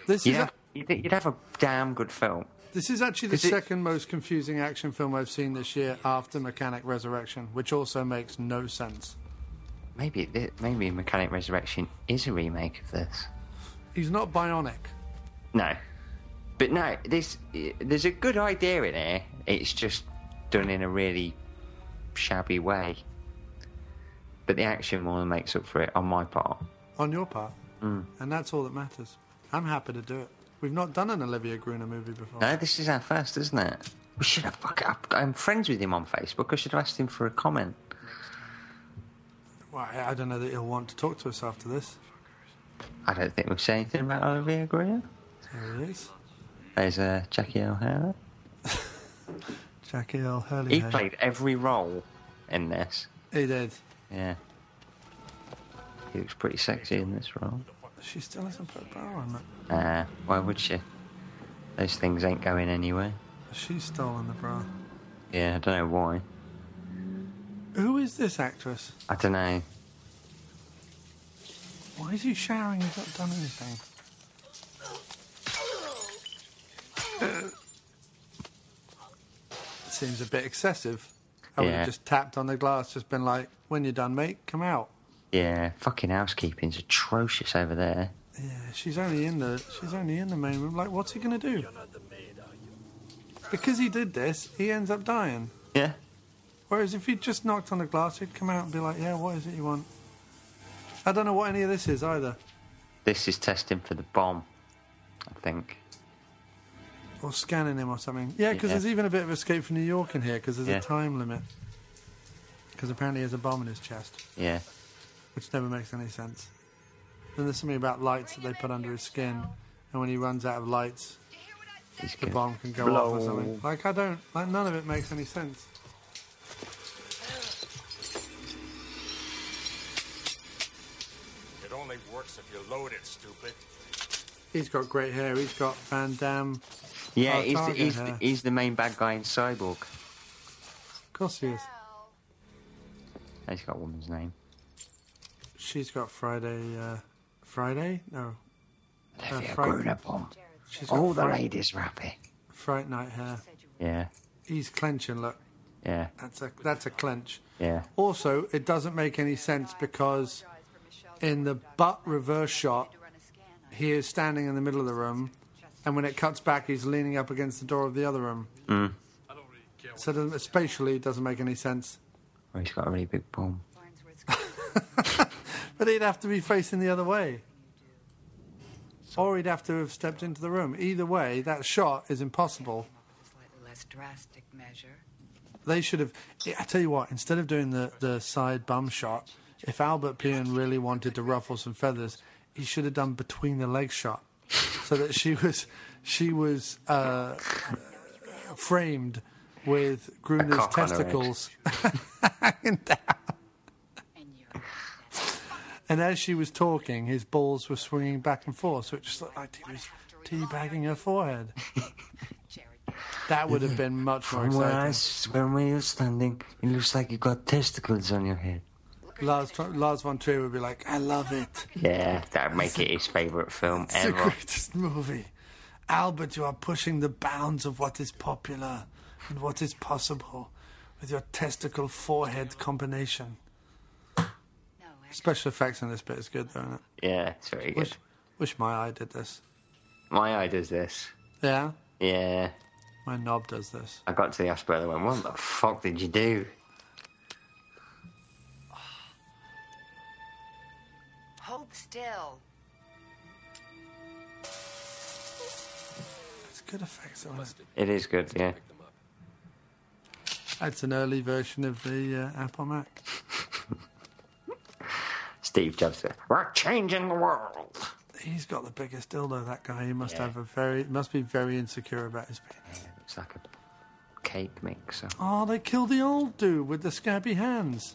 S1: This
S2: you'd,
S1: is
S2: have,
S1: a-
S2: you'd, you'd have a damn good film.
S1: This is actually the
S2: Is it-
S1: second most confusing action film I've seen this year after Mechanic Resurrection, which also makes no sense.
S2: Maybe thi- maybe Mechanic Resurrection is a remake of this.
S1: He's not bionic.
S2: No, but no, this there's a good idea in here. It's just done in a really shabby way. But the action more than makes up for it on my part.
S1: on your part,
S2: Mm.
S1: and that's all that matters. I'm happy to do it. We've not done an Olivia Gruner movie before.
S2: No, this is our first, isn't it? We should have. Fuck, I- I'm friends with him on Facebook. I should have asked him for a comment.
S1: Well, I I don't know that he'll want to talk to us after this.
S2: I don't think we've said anything about Olivia Greer.
S1: There he is,
S2: There's uh, Jackie O'Hara.
S1: Jackie L. Hurley.
S2: He played every role in this.
S1: He did.
S2: Yeah. He looks pretty sexy in this role.
S1: She still hasn't put a bra on it.
S2: Uh, why would she? Those things ain't going anywhere.
S1: She's stolen the bra.
S2: Yeah, I don't know why.
S1: Who is this actress?
S2: I don't know.
S1: Why is he showering? He's not done anything. Seems a bit excessive. I would
S2: Yeah.
S1: have just tapped on the glass, just been like, when you're done, mate, come out.
S2: Yeah, fucking housekeeping's atrocious over there.
S1: Yeah, she's only in the she's only in the main room. Like, what's he gonna do? Because he did this, he ends up dying.
S2: Yeah.
S1: Whereas if he'd just knocked on the glass, he'd come out and be like, "Yeah, what is it you want?" I don't know what any of this is either,
S2: This is testing for the bomb, I think.
S1: or scanning him or something. Yeah, because
S2: Yeah.
S1: there's even a bit of escape from New York in here because there's
S2: Yeah.
S1: a time limit. Because apparently he has a bomb in his chest,
S2: Yeah.
S1: which never makes any sense. Then there's something about lights that they put under his skin, and when he runs out of lights, the bomb can go off or
S2: blow.
S1: something. Like I don't, like none of it makes any sense.
S5: It only works if you load it, stupid.
S1: He's got great hair. He's got Van Damme.
S2: Yeah,
S1: Oh,
S2: he's, the,
S1: Target
S2: he's,
S1: hair.
S2: the, he's the main bad guy in Cyborg.
S1: Of course he is.
S2: He's got a woman's name.
S1: She's got Friday. Uh, Friday? No. Uh,
S2: Olivia Grunabom.
S1: She's got
S2: All the
S1: Fright-
S2: ladies were happy.
S1: Fright night hair.
S2: Yeah,
S1: He's clenching. Look,
S2: yeah,
S1: that's a that's a clench.
S2: yeah.
S1: Also, it doesn't make any sense because in the butt reverse shot, he is standing in the middle of the room, and when it cuts back, he's leaning up against the door of the other room.
S2: Mm.
S1: So it doesn't- spatially, it doesn't make any sense.
S2: Oh, he's got a really big bomb.
S1: But he'd have to be facing the other way. Or he'd have to have stepped into the room. Either way, that shot is impossible.
S8: Less drastic measure.
S1: They should have. I tell you what, instead of doing the, the side bum shot, if Albert Pian really wanted to ruffle some feathers, he should have done between the leg shot, so that she was she was uh, framed with Gruner's
S3: cock on her head.
S1: testicles hanging down. And as she was talking, his balls were swinging back and forth, so it just looked like he was teabagging her forehead. that would have been much more
S2: From where,
S1: exciting.
S2: I, s- from where you're standing, it looks like you got testicles on your head.
S1: Lars, Lars von Trier would be like, I love it.
S2: Yeah, that'd make it his favourite film
S1: It's the
S2: ever.
S1: greatest movie. Albert, you are pushing the bounds of what is popular and what is possible with your testicle forehead combination. Special effects in this bit is good, though, isn't it?
S2: Yeah, it's very good.
S1: Wish, wish my eye did this.
S2: My eye does this.
S1: Yeah?
S2: Yeah.
S1: My knob does this.
S2: I got to the hospital and went, What the fuck did you do?
S16: Hold still.
S1: It's good effects, isn't it?
S2: It is good, yeah.
S1: That's an early version of the uh, Apple Mac.
S2: Steve Jobs said, We're changing the world.
S1: He's got the biggest dildo, that guy. He must
S2: Yeah.
S1: have a very, must be very insecure about his penis.
S2: It's like a cake mixer.
S1: Oh, they killed the old dude with the scabby hands.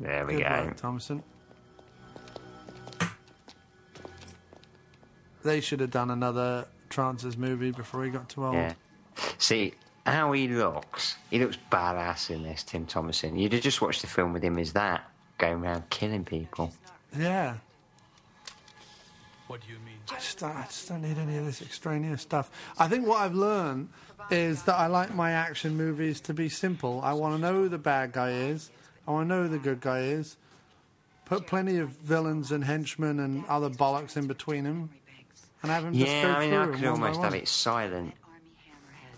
S2: There we
S1: Good
S2: go.
S1: work, Thomason. They should have done another Trances movie before he got too old.
S2: Yeah. See how he looks. He looks badass in this, Tim Thomason. You'd have just watched the film with him as that, going around killing people.
S1: Yeah.
S18: What do you mean?
S1: I just, don't- I just don't need any of this extraneous stuff. I think what I've learned is that I like my action movies to be simple. I want to know who the bad guy is. I want to know who the good guy is. Put plenty of villains and henchmen and other bollocks in between them, and have them just go
S2: Yeah, I mean,
S1: through
S2: I
S1: 'em
S2: could
S1: one by
S2: almost
S1: one.
S2: have it silent.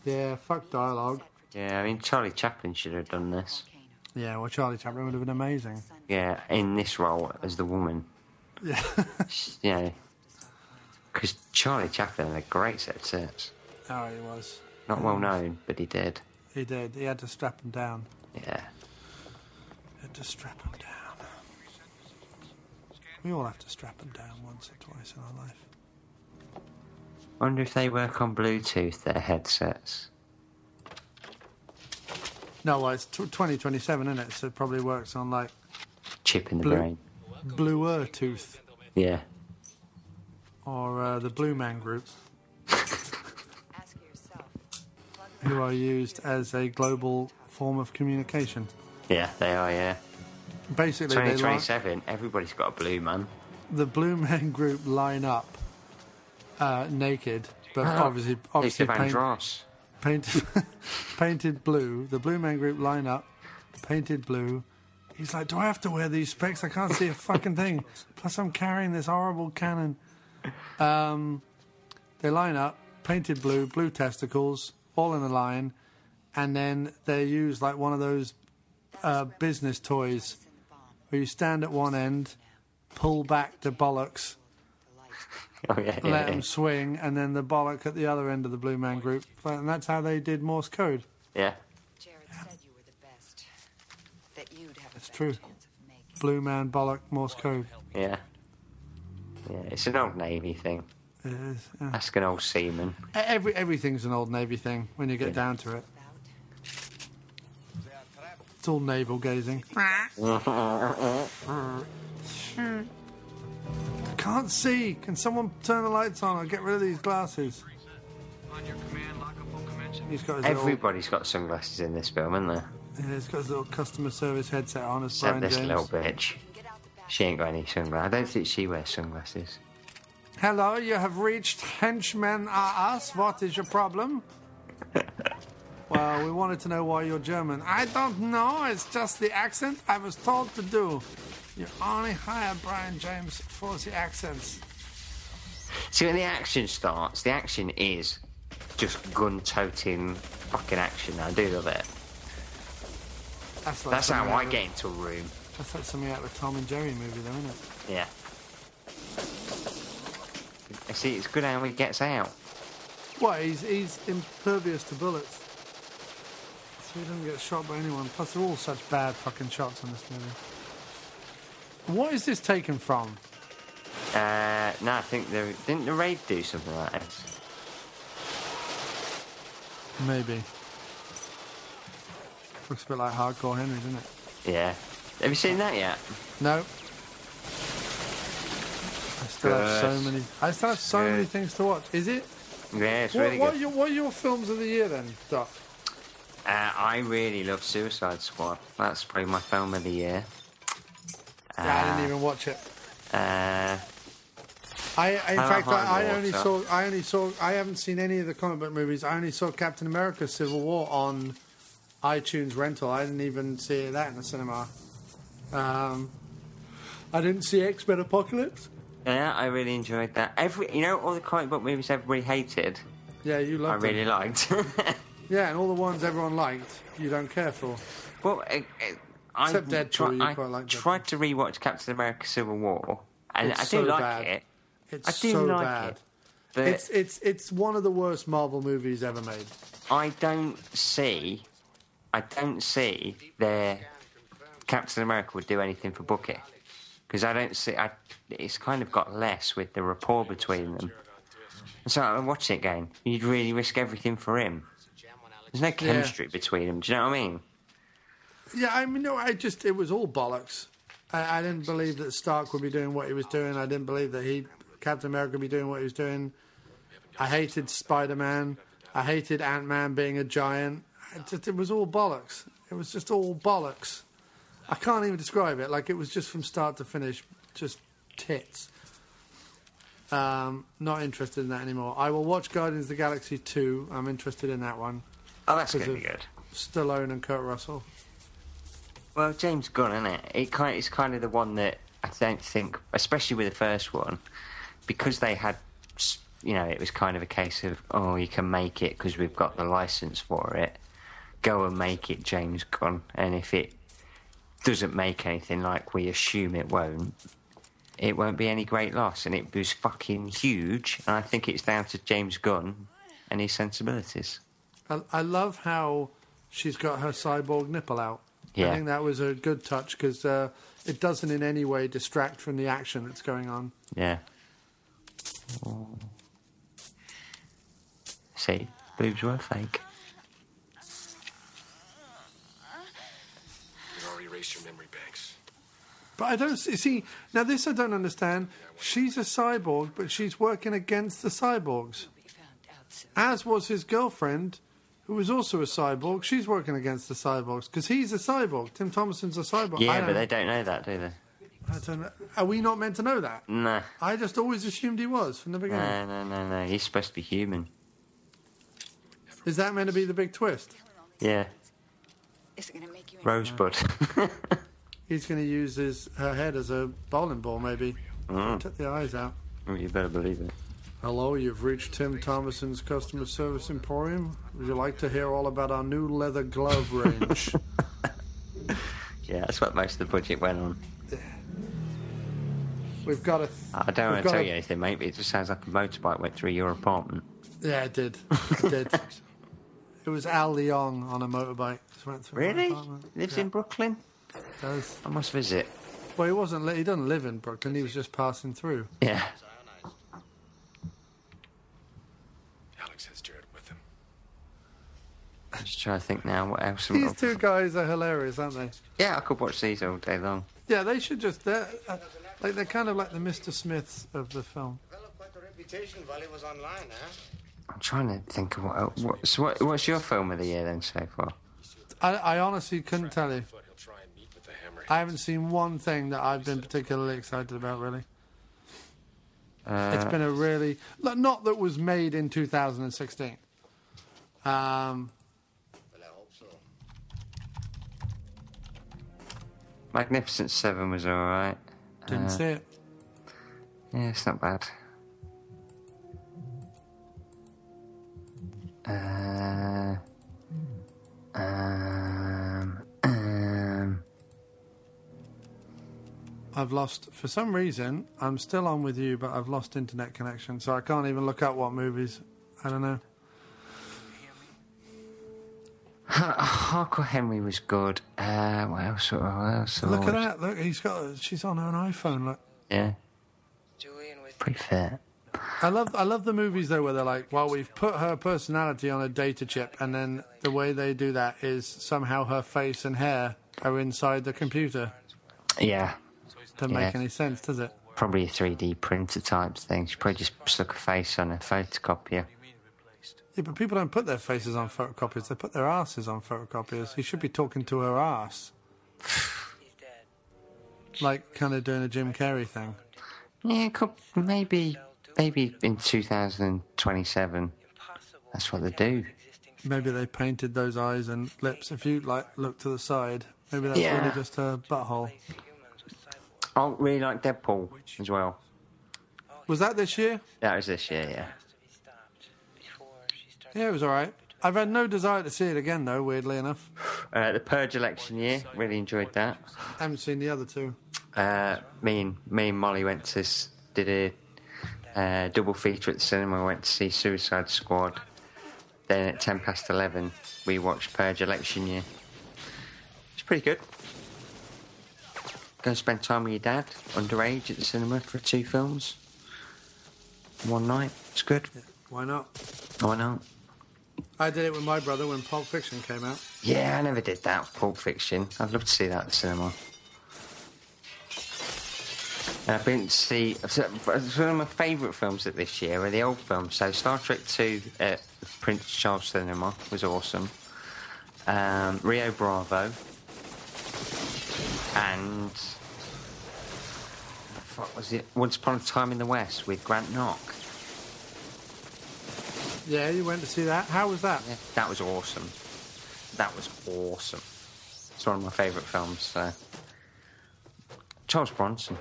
S1: Yeah, fuck dialogue.
S2: Yeah, I mean, Charlie Chaplin should have done this.
S1: Yeah, well, Charlie Chaplin would have been amazing.
S2: Yeah, in this role as the woman.
S1: Yeah.
S2: Yeah. Because Charlie Chaplin had a great set of tits.
S1: oh, he was.
S2: Not well known, but he did.
S1: He did. He had to strap him down.
S2: Yeah.
S1: had to strap him down. We all have to strap him down once or twice in our life.
S2: Wonder if they work on Bluetooth their headsets.
S1: No, well, it's t- 2027, isn't it? So it probably works on like
S2: Chip in the
S1: Blue-
S2: brain.
S1: Bluer Tooth
S2: Yeah.
S1: or uh, the Blue Man Group, who are used as a global form of communication.
S2: Yeah, they are. Yeah.
S1: Basically, they
S2: Twenty
S1: like,
S2: twenty-seven. Everybody's got a blue man.
S1: the Blue Man Group line up uh, naked, but
S2: Ah,
S1: obviously,
S2: Lisa
S1: obviously
S2: Van
S1: paint-
S2: Dross.
S1: painted, painted blue. The Blue Man Group line up, painted blue. He's like, do I have to wear these specs? I can't see a fucking thing. Plus, I'm carrying this horrible cannon. Um, they line up, painted blue, blue testicles, all in a line, and then they use like one of those uh, business toys where you stand at one end, pull back the bollocks,
S2: Oh yeah. yeah,
S1: let
S2: yeah.
S1: them swing, and then the bollock at the other end of the Blue Man Group. And that's how they did Morse code.
S2: Yeah.
S8: That you'd have
S1: It's true. Blue Man Bollock Morse code.
S2: Yeah. Yeah. It's an old navy thing.
S1: It is. yeah.
S2: Ask an old seaman.
S1: E, Every everything's an old navy thing when you get down to it. It's all navel gazing. Can't see. Can someone turn the lights on or get rid of these glasses? He's got his little,
S2: Everybody's got sunglasses in this film, isn't there?
S1: yeah, he's got his little customer service headset on. As
S2: Except
S1: Brian
S2: this
S1: James.
S2: little bitch. She ain't got any sunglasses. I don't think she wears sunglasses.
S1: Hello, you have reached henchmen are us. What is your problem? well, we wanted to know why you're German. I don't know. It's just the accent I was told to do. You only hire Brian James for the accents.
S2: See, when the action starts, the action is just gun toting fucking action. I do love it.
S1: That's, like
S2: That's how
S1: something
S2: I
S1: out of-
S2: get into a room.
S1: That's like something out of the Tom and Jerry movie, though, isn't it?
S2: Yeah. I See, it's good how he gets out.
S1: Well, he's, he's impervious to bullets. So he doesn't get shot by anyone. Plus, they're all such bad fucking shots in this movie. What is this taken from?
S2: Uh, no, I think the didn't the raid do something like this.
S1: Maybe. Looks a bit like Hardcore Henry, doesn't it?
S2: Yeah. Have you seen that yet?
S1: No. I still have
S2: Good.
S1: so many. I still have so many things to watch. Is it?
S2: Yeah, it's
S1: what,
S2: really
S1: what,
S2: good.
S1: Are your, what are your films of the year then, Doc?
S2: Uh, I really love Suicide Squad. That's probably my film of the year.
S1: Yeah, I
S2: Uh,
S1: didn't even watch it.
S2: Uh,
S1: I, in
S2: I love
S1: fact, I, I
S2: High
S1: only saw.
S2: Water.
S1: I only saw. I haven't seen any of the comic book movies. I only saw Captain America: Civil War on iTunes rental. I didn't even see that in the cinema. Um, I didn't see X Men Apocalypse.
S2: yeah, I really enjoyed that. Every, you know, all the comic book movies everybody hated.
S1: Yeah, you
S2: I
S1: loved it.
S2: really liked.
S1: Yeah, and all the ones everyone liked, you don't care for.
S2: well, uh, uh, I
S1: Except Deadpool,
S2: try-
S1: you
S2: I
S1: quite like Deadpool.
S2: tried to rewatch Captain America: Civil War, and
S1: It's
S2: I do
S1: so
S2: like
S1: bad.
S2: it.
S1: It's
S2: I do
S1: so
S2: like
S1: bad.
S2: it, but
S1: It's it's it's one of the worst Marvel movies ever made.
S2: I don't see, I don't see their Captain America would do anything for Bucky because I don't see. I, it's kind of got less with the rapport between them. And so I watch it again. You'd really risk everything for him. There's no chemistry between them. Do you know what I mean?
S1: Yeah, I mean, no, I just it was all bollocks. I, I didn't believe that Stark would be doing what he was doing. I didn't believe that he Captain America be doing what he was doing. I hated Spider Man. I hated Ant Man being a giant. It, just, it was all bollocks. It was just all bollocks. I can't even describe it. Like it was just from start to finish, just tits. Um, not interested in that anymore. I will watch Guardians of the Galaxy two. I'm interested in that one.
S2: Oh, that's gonna
S1: Because
S2: be
S1: of
S2: good.
S1: Stallone and Kurt Russell.
S2: Well, James Gunn, isn't it? It kind it's kind of the one that I don't think, especially with the first one, because they had, s- you know, it was kind of a case of oh, you can make it because we've got the license for it. Go and make it, James Gunn, and if it doesn't make anything like we assume it won't, it won't be any great loss. And it was fucking huge, and I think it's down to James Gunn and his sensibilities.
S1: I, I love how she's got her cyborg nipple out. I
S2: Yeah.
S1: think that was a good touch because uh, it doesn't in any way distract from the action that's going on.
S2: Yeah. See, boobs were fake.
S13: You've already erased your memory banks.
S1: But I don't see, see now. This I don't understand. She's a cyborg, but she's working against the cyborgs. As was his girlfriend, who was also a cyborg. She's working against the cyborgs because he's a cyborg. Tim Thomason's a cyborg. I
S2: Yeah,
S1: don't,
S2: but they don't know that, do they?
S1: I don't know. Are we not meant to know that?
S2: Nah.
S1: I just always assumed he was from the beginning.
S2: No, no, no, no. He's supposed to be human.
S1: Is that meant to be the big twist?
S2: Yeah.
S16: Is it going to make you
S2: Rosebud.
S1: He's going to use his her head as a bowling ball, maybe.
S2: Mm.
S1: Took the eyes out.
S2: you better believe it.
S1: Hello, you've reached Tim Thomason's customer service emporium. Would you like to hear all about our new leather glove range?
S2: Yeah, that's what most of the budget went on.
S1: We've got a. Th-
S2: I
S1: we've
S2: don't want to
S1: got
S2: tell
S1: a-
S2: you anything, mate, but it just sounds like a motorbike went through your apartment.
S1: Yeah, it did. It did. it was Al Leong on a motorbike. Just went through my
S2: Really?
S1: apartment.
S2: Lives
S1: Yeah,
S2: in Brooklyn?
S1: it does.
S2: I must visit.
S1: Well, he wasn't. Li- he doesn't live in Brooklyn. He was just passing through.
S2: Yeah.
S13: Alex has Jared with him.
S2: I'm just trying to think now what else.
S1: These two guys are hilarious, aren't they?
S2: Yeah, I could watch these all day long.
S1: Yeah, they should just. They're, uh, like they're kind of like the Mr. Smiths of the film.
S14: Reputation while he was online, huh?
S2: I'm trying to think of what. what so, what, what's your film of the year then so far?
S1: I, I honestly couldn't tell you. I haven't seen one thing that I've been particularly excited about. Really,
S2: Uh,
S1: it's been a really like, not that was made in 2016. Um,
S2: Magnificent Seven was alright.
S1: didn't
S2: Uh,
S1: see it.
S2: Yeah, it's not bad. Uh, um, um,
S1: I've lost for some reason. I'm still on with you, but I've lost internet connection, so I can't even look up what movies. I don't know.
S2: Har- Hardcore Henry was good. Uh, what else? What else? have I
S1: Look at that!
S2: watched?
S1: Look, he's got. She's on her own iPhone. Look.
S2: Yeah. Pretty fair.
S1: I love I love the movies though where they're like, well, we've put her personality on a data chip, and then the way they do that is somehow her face and hair are inside the computer.
S2: Yeah.
S1: Doesn't make
S2: Yeah.
S1: any sense, does it?
S2: Probably a 3D printer type thing. She probably just stuck a face on a photocopier.
S1: Yeah, but people don't put their faces on photocopiers; they put their asses on photocopiers. He should be talking to her ass, like kind of doing a Jim Carrey thing.
S2: Yeah, could, maybe, maybe in 2027. That's what they do.
S1: Maybe they painted those eyes and lips. If you like look to the side, maybe that's
S2: Yeah.
S1: really just her butthole.
S2: I really like Deadpool as well.
S1: Was that this year?
S2: That was this year, yeah.
S1: Yeah, it was all right. I've had no desire to see it again though. Weirdly enough,
S2: Uh, the Purge election year, really enjoyed that.
S1: haven't seen the other two.
S2: Uh, me and me and Molly went to s- did a uh, double feature at the cinema. Went to see Suicide Squad. Then at ten past eleven, we watched Purge election year. It's pretty good. Go spend time with your dad, underage at the cinema for two films, one night. It's good.
S1: Why not?
S2: Why not?
S1: I did it with my brother when Pulp Fiction came out.
S2: Yeah, I never did that. with Pulp Fiction. I'd love to see that at the cinema. And I've been to see it's one of my favourite films at this year are the old films. So Star Trek Two at Prince Charles Cinema was awesome. Um, Rio Bravo and the fuck was it? Once Upon a Time in the West with Grant Knock.
S1: Yeah, you went to see that. How was that? Yeah,
S2: that was awesome. That was awesome. It's one of my favourite films. So. Charles Bronson.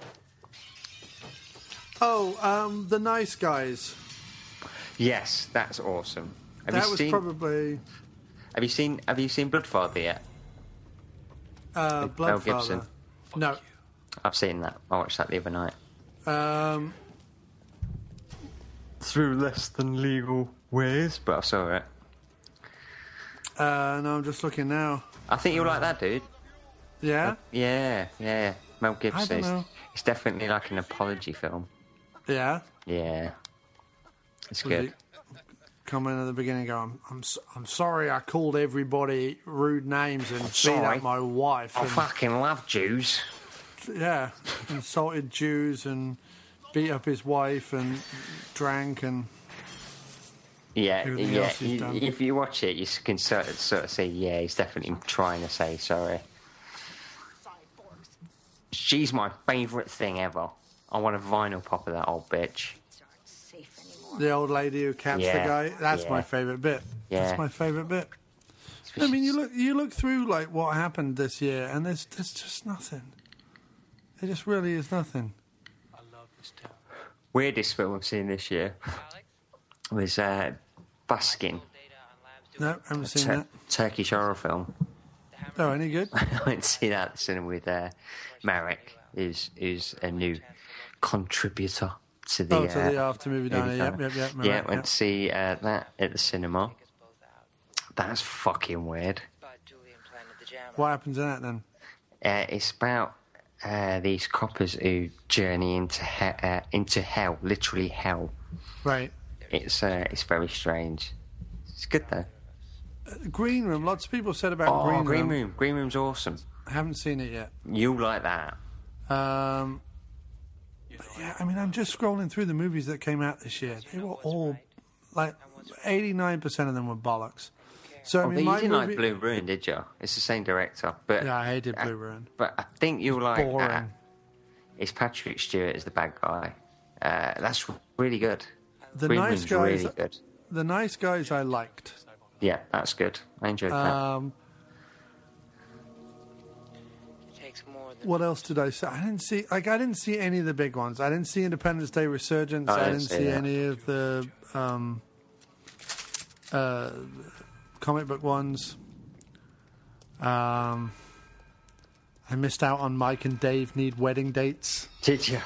S1: Oh, um, the nice guys.
S2: Yes, that's awesome. Have
S1: that
S2: you
S1: was
S2: seen,
S1: probably
S2: Have you seen Have you seen Bloodfather yet?
S1: uh,
S2: With Mel Gibson.
S1: Bloodfather. No,
S2: I've seen that. I watched that the other night.
S1: um,
S2: Through less than legal ways, but I saw it.
S1: uh, no, I'm just looking now.
S2: I think you'll like that, dude. Uh.
S1: Yeah,
S2: Yeah, yeah. Mel Gibson. It's-
S1: know.
S2: It's definitely like an apology film.
S1: yeah.
S2: Yeah. It's
S1: Was
S2: good.
S1: it- Come in at the beginning, and go. I'm, I'm, s- I'm sorry. I called everybody rude names and beat
S2: sorry. Oh,
S1: up my wife.
S2: I
S1: and,
S2: fucking love Jews.
S1: Yeah, insulted Jews and beat up his wife and drank and
S2: Yeah,
S1: Everything
S2: yeah.
S1: else he's
S2: you-
S1: done.
S2: if you watch it, you s- can sort of, sort of see, yeah, he's definitely trying to say sorry. She's my favourite thing ever. I want a vinyl pop of that old bitch.
S1: the old lady who caps
S2: Yeah,
S1: the guy. That's
S2: yeah.
S1: my favorite bit.
S2: Yeah.
S1: That's my favorite bit. I mean, you look you look through like what happened this year, and there's there's just nothing. There just really is nothing.
S2: Weirdest film I've seen this year was uh, Baskin,
S1: No, haven't
S2: a
S1: seen
S2: Tur-
S1: that.
S2: Turkish horror film.
S1: Oh, any good?
S2: I went to see that at the cinema with uh, Marek, who's, who's a new contributor to the,
S1: oh, to
S2: uh,
S1: the after movie diner. Yep, yep, yep.
S2: yeah,
S1: right,
S2: went to see uh, that at the cinema. That's fucking weird.
S1: yep. What happens in that then?
S2: Uh, it's about uh, these coppers who journey into he- uh, into hell, literally hell.
S1: Right.
S2: It's uh, it's very strange. It's good though.
S1: Green Room. Lots of people said about
S2: Oh,
S1: Green Room.
S2: Green Room. Green Room's awesome.
S1: Haven't seen it yet.
S2: You'll like that.
S1: Um, but yeah, I mean, I'm just scrolling through the movies that came out this year. They were all like 89% of them were bollocks. So I
S2: oh,
S1: mean,
S2: but you
S1: my
S2: didn't
S1: movie,
S2: like Blue Ruin, did you? It's the same director, but
S1: Yeah, I hated Blue Ruin.
S2: But I think you'll like
S1: boring.
S2: that. It's Patrick Stewart as the bad guy. Uh, that's really good.
S1: The
S2: Uh, Green
S1: nice
S2: Room's
S1: guys-
S2: really good.
S1: The Nice Guys I liked.
S2: Yeah, that's good. I enjoyed that.
S1: Um, what else did I say? I didn't see like I didn't see any of the big ones. I didn't see Independence Day Resurgence.
S2: Oh, I
S1: I
S2: didn't
S1: didn't
S2: see
S1: see
S2: that.
S1: any of the um, uh, comic book ones. Um, I missed out on Mike and Dave need wedding dates.
S2: Did you?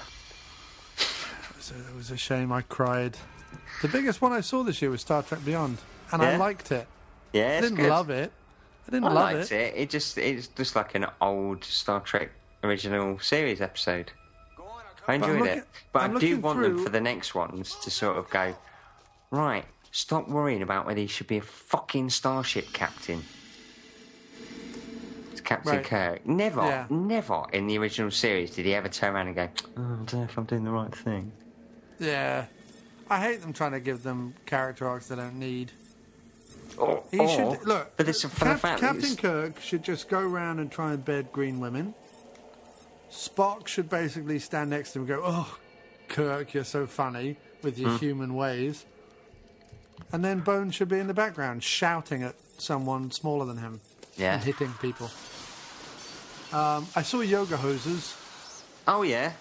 S1: So it was a shame. I cried. The biggest one I saw this year was Star Trek Beyond, and I
S2: Yeah?
S1: liked it.
S2: Yeah,
S1: I
S2: it's
S1: didn't
S2: good.
S1: love it. I didn't
S2: I
S1: love
S2: liked it. It just it's just like an old Star Trek original series episode. I
S1: But I'm
S2: enjoyed it,
S1: looking-
S2: but
S1: I'm
S2: I do
S1: looking
S2: want them
S1: through-
S2: for the next ones to sort of go right. Stop worrying about whether he should be a fucking starship captain. It's Captain
S11: Right.
S2: Kirk. Never,
S11: Yeah.
S2: never in the original series did he ever turn around and go, oh, "I don't know if I'm doing the right thing."
S1: Yeah. I hate them trying to give them character arcs they don't need.
S2: Or,
S1: He
S2: or-
S1: should look.
S2: But it's for the
S1: Cap-
S2: fact that
S1: Captain
S2: it's-
S1: Kirk should just go around and try and bed green women. Spock should basically stand next to him and go, "Oh, Kirk, you're so funny with your
S2: Hmm.
S1: human ways." And then Bones should be in the background shouting at someone smaller than him
S2: Yeah.
S1: and hitting people. Um, I saw yoga hoses.
S2: Oh yeah,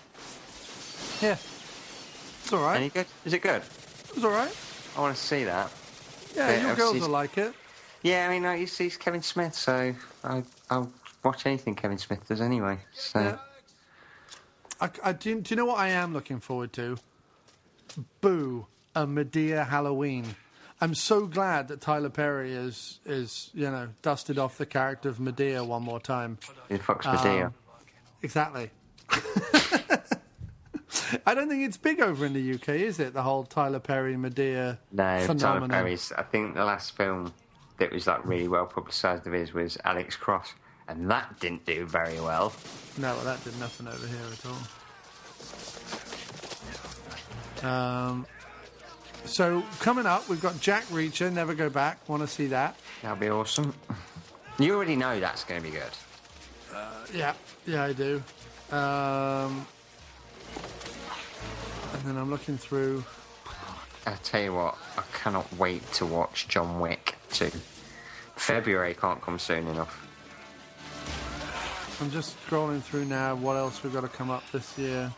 S1: Yeah, it's all right.
S2: any good? Is it good?
S1: It was all right.
S2: I want to see that.
S1: Yeah,
S2: But
S1: your
S2: I've
S1: girls
S2: seen-
S1: will like it.
S2: Yeah, I mean, like, you see, it's Kevin Smith, so I, I'll watch anything Kevin Smith does anyway. So
S1: I, I- do, you, do you know what I am looking forward to? Boo, a Medea Halloween. I'm so glad that Tyler Perry is is you know dusted off the character of Medea one more time.
S2: in Fox Medea.
S1: Um, exactly. I don't think it's big over in the UK, is it? The whole Tyler Perry Medea
S2: no, Tyler
S1: phenomenon.
S2: Perry's. I think the last film that was like really well publicised of his was Alex Cross, and that didn't do very well.
S1: No, well, that did nothing over here at all. Um, so coming up, we've got Jack Reacher. Never go back. Want to see that?
S2: That'd be awesome. You already know that's going to be good.
S1: Uh, yeah, yeah, I do. Um, and then I'm looking through.
S2: I tell you what, I cannot wait to watch John Wick 2. February can't come soon enough.
S1: I'm just scrolling through now. What else we've got to come up this year?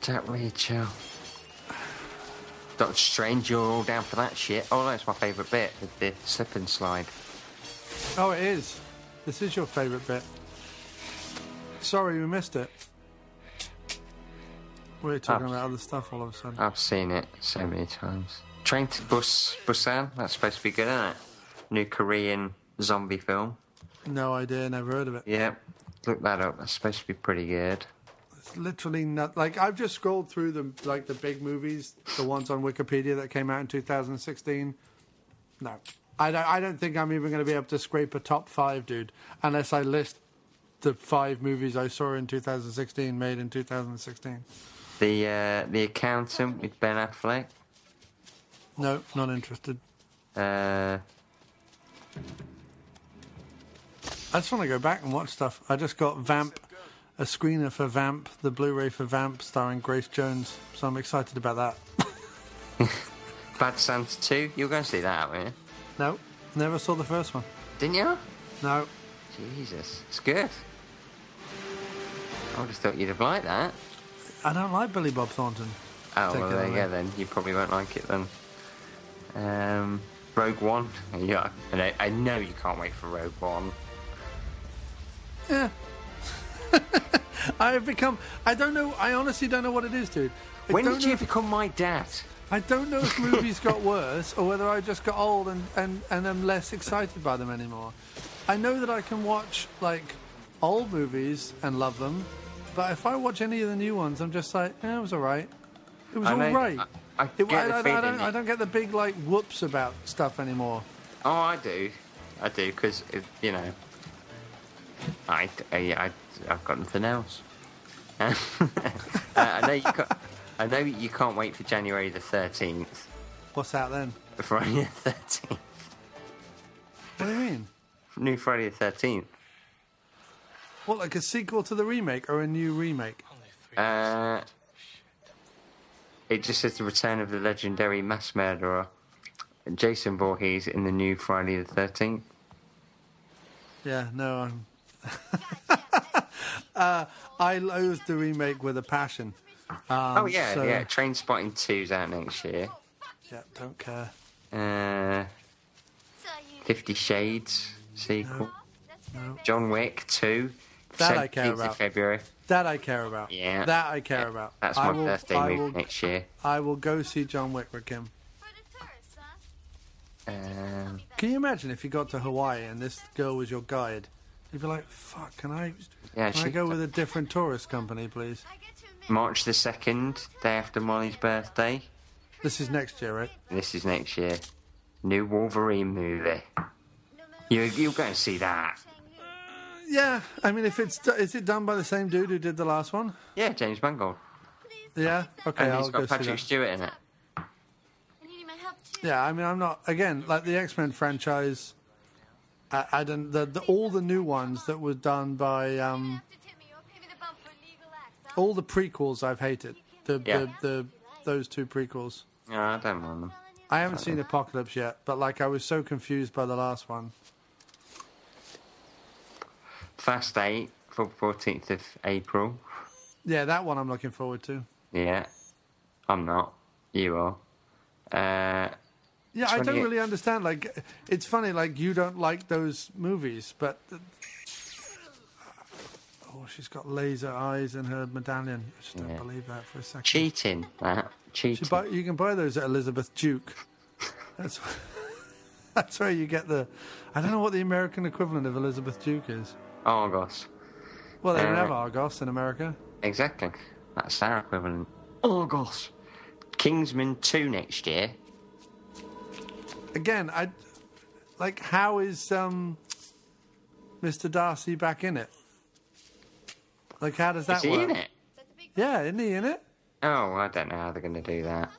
S2: Jack Reacher. Doctor Strange, you're all down for that shit. Oh, that's my favourite bit, the, the slip and slide.
S1: Oh, it is. This is your favourite bit. Sorry, we missed it. We're talking
S2: I've-
S1: about other stuff all of a sudden.
S2: I've seen it so many times. Train to Bus Busan, that's supposed to be good, isn't it? New Korean zombie film.
S1: No idea. Never heard of it.
S2: Yeah, look that up. That's supposed to be pretty good.
S1: It's literally not like I've just scrolled through the like the big movies, the ones on Wikipedia that came out in 2016. No, I don't. I don't think I'm even going to be able to scrape a top five, dude, unless I list the five movies I saw in 2016 made in 2016.
S2: The uh, the accountant with Ben Affleck.
S1: No, not interested.
S2: Uh,
S1: I just want to go back and watch stuff. I just got Vamp, a screener for Vamp, the Blu-ray for Vamp, starring Grace Jones. So I'm excited about that.
S2: Bad Santa Two. You're going to see that, aren't you?
S1: No, never saw the first one.
S2: Didn't you?
S1: No.
S2: Jesus, it's good. I would have thought you'd have liked that.
S1: I don't like Billy Bob Thornton.
S2: Oh,
S1: Take
S2: well,
S1: it
S2: there
S1: on
S2: you
S1: then.
S2: go then. You probably won't like it then. Um, Rogue One. Yeah, and I, I know you can't wait for Rogue One.
S1: Yeah. I have become. I don't know. I honestly don't know what it is, dude. I
S2: When
S1: don't
S2: did
S1: know
S2: you
S1: if-
S2: become my dad?
S1: I don't know if movies got worse or whether I just got old and, and, and am less excited by them anymore. I know that I can watch, like, old movies and love them, but if I watch any of the new ones, I'm just like, eh, it was alright. It was
S2: I know-
S1: alright.
S2: I, I
S1: It-
S2: get the
S1: I, I
S2: feeling.
S1: don't, I don't get the big, like, whoops about stuff anymore.
S2: Oh, I do. I do, because, you know, I, I, I, I've got nothing else. Uh, I, know you can't, I know you can't wait for January the 13th.
S1: What's out then?
S2: Friday the 13th.
S1: What do you mean?
S2: New Friday the 13th.
S1: What, like a sequel to the remake or a new remake?
S2: Uh, it just says the return of the legendary mass murderer Jason Voorhees in the new Friday the 13th.
S1: Yeah, no, I'm. uh, I loathe the remake with a passion. Um,
S2: oh, yeah,
S1: so-
S2: yeah. Train Spotting 2's out next year.
S1: Yeah, don't care.
S2: Uh, Fifty Shades sequel. John Wick 2.
S1: That I care
S2: 17th of
S1: about.
S2: February.
S1: That I care about.
S2: Yeah.
S1: That I care
S2: Yeah,
S1: about.
S2: That's
S1: I
S2: my
S1: will-
S2: birthday
S1: I
S2: movie
S1: will-
S2: next year.
S1: I will go see John Wick with him.
S2: Um,
S1: Can you imagine if you got to Hawaii and this girl was your guide? You'd be like, fuck, can I,
S2: Yeah,
S1: can I
S2: she-
S1: go with a different tourist company, please?
S2: March the 2nd, day after Molly's birthday.
S1: This is next year, right?
S2: This is next year. New Wolverine movie. You, you're going to see that.
S1: Yeah, I mean, if it's do- is it done by the same dude who did the last one?
S2: Yeah, James Mangold.
S1: Yeah, okay,
S2: and
S1: I'll
S2: he's
S1: go
S2: got
S1: see
S2: Patrick
S1: that.
S2: Stewart in it.
S1: Yeah, I mean, I'm not again like the X Men franchise. I, I don't the, the all the new ones that were done by um, all the prequels I've hated. The,
S2: Yeah.
S1: the the those two prequels.
S2: No, I don't mind them.
S1: I haven't seen Apocalypse yet, but like I was so confused by the last one.
S2: Fast 8 for 14th of April.
S1: Yeah, that one I'm looking forward to.
S2: Yeah. I'm not. You are. Uh,
S1: Yeah, I don't
S2: 28
S1: really understand. Like, it's funny. Like, you don't like those movies, but oh, she's got laser eyes in her medallion. I just don't
S2: Yeah.
S1: believe that for a second.
S2: Cheating. That.
S1: She
S2: Cheating.
S1: buy, you can buy those at Elizabeth Duke. That's that's where you get the. I don't know what the American equivalent of Elizabeth Duke is.
S2: Argos.
S1: Well, they don't have
S2: Uh,
S1: Argos in America.
S2: Exactly. That's our equivalent. Argos. Kingsman 2 next year.
S1: Again, I like how is um, Mr. Darcy back in it? Like, how does that
S2: Is he
S1: work?
S2: in it?
S1: Yeah, isn't he in it?
S2: Oh, I don't know how they're going to do that.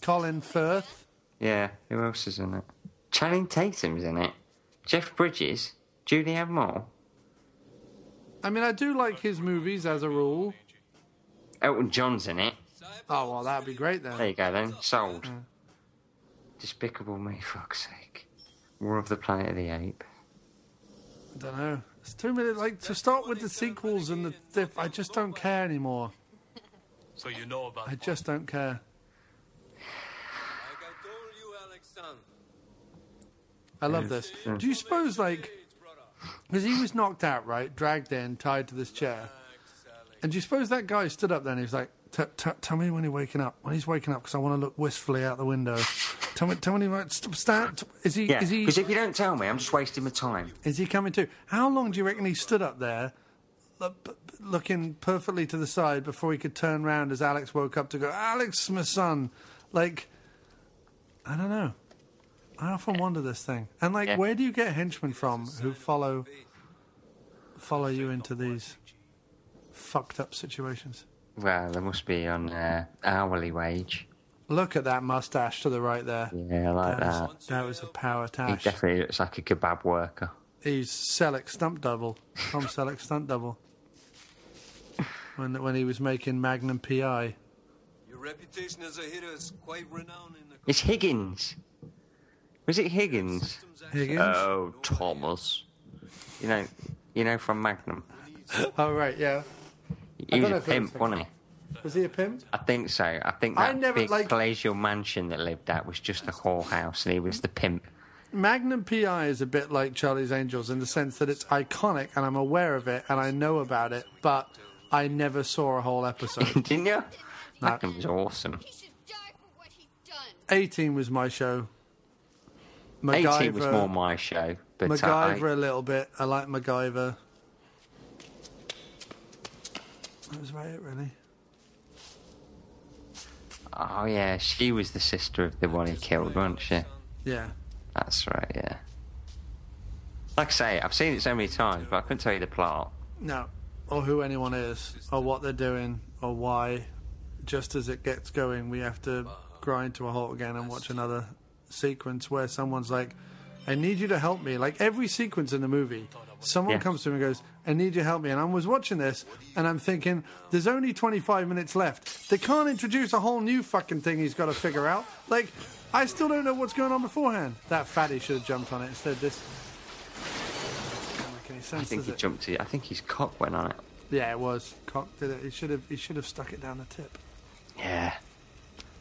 S1: Colin Firth.
S2: Yeah, who else is in it? Channing Tatum's in it. Jeff Bridges. Julianne Moore.
S1: I mean, I do like his movies as a rule.
S2: Elton John's in it.
S1: Oh, well, that'd be great then.
S2: There you go then. Sold. Despicable me, fuck's sake. War of the Planet of the Ape.
S1: I don't know. It's too many. Like to start with the sequels and the. Diff, I just don't care anymore.
S18: So you know about
S1: I just don't care. I love this. Do you suppose like because he was knocked out, right? Dragged in, tied to this chair. And do you suppose that guy stood up then? He was like, "T- t- "Tell me when he's waking up. When he's waking up, because I want to look wistfully out the window. Tell me, tell me when he st- stand. t- Is he?
S2: Yeah,
S1: Is he?
S2: because if you don't tell me, I'm just wasting my time.
S1: Is he coming to? How long do you reckon he stood up there, lo- p- p- looking perfectly to the side before he could turn round as Alex woke up to go, "Alex, my son," like, I don't know. I often wonder this thing, and like, where do you get henchmen from who follow follow you into these fucked up situations?
S2: Well, they must be on uh, hourly wage.
S1: Look at that mustache to the right there.
S2: Yeah, I like
S1: That
S2: that.
S1: was, that was a power
S2: He
S1: tash.
S2: definitely looks like a kebab worker.
S1: He's Selleck stunt double. Tom Selleck stunt double. When when he was making Magnum PI.
S11: Your reputation as a hero is quite renowned in the
S2: It's Higgins. Was it Higgins?
S1: Higgins?
S2: Oh, Thomas. You know, you know from Magnum.
S1: Oh right, yeah. I
S2: He was
S1: don't know
S2: a
S1: if it was
S2: pimp,
S1: Higgins.
S2: wasn't he?
S1: Was he a pimp?
S2: I think so. I think
S1: I
S2: that
S1: never
S2: big
S1: liked-
S2: palatial mansion that lived at was just a whorehouse, and he was the pimp.
S1: Magnum PI is a bit like Charlie's Angels in the sense that it's iconic and I'm aware of it and I know about it, but I never saw a whole episode.
S2: Didn't you? Magnum was awesome.
S1: 18 was my show.
S2: 18 was
S1: MacGyver-
S2: more my show, but uh, I,
S1: MacGyver a little bit. I like MacGyver. That was about it, really.
S2: oh yeah, she was the sister of the one he killed, wasn't she?
S1: Yeah.
S2: That's right, yeah. Like I say, I've seen it so many times, but I couldn't tell you the plot.
S1: No. Or who anyone is, or what they're doing, or why. Just as it gets going, we have to grind to a halt again and watch another sequence where someone's like, I need you to help me. Like every sequence in the movie, someone
S2: Yeah.
S1: comes to me and goes, I need you to help me. And I was watching this and I'm thinking, there's only 25 minutes left. They can't introduce a whole new fucking thing he's got to figure out. Like, I still don't know what's going on beforehand. That fatty should have jumped on it instead. This. Doesn't make any sense,
S2: I think
S1: does
S2: he
S1: it?
S2: jumped to. I think his cock went on it.
S1: Yeah, it was. Cock did it. He should have. He should have stuck it down the tip.
S2: Yeah,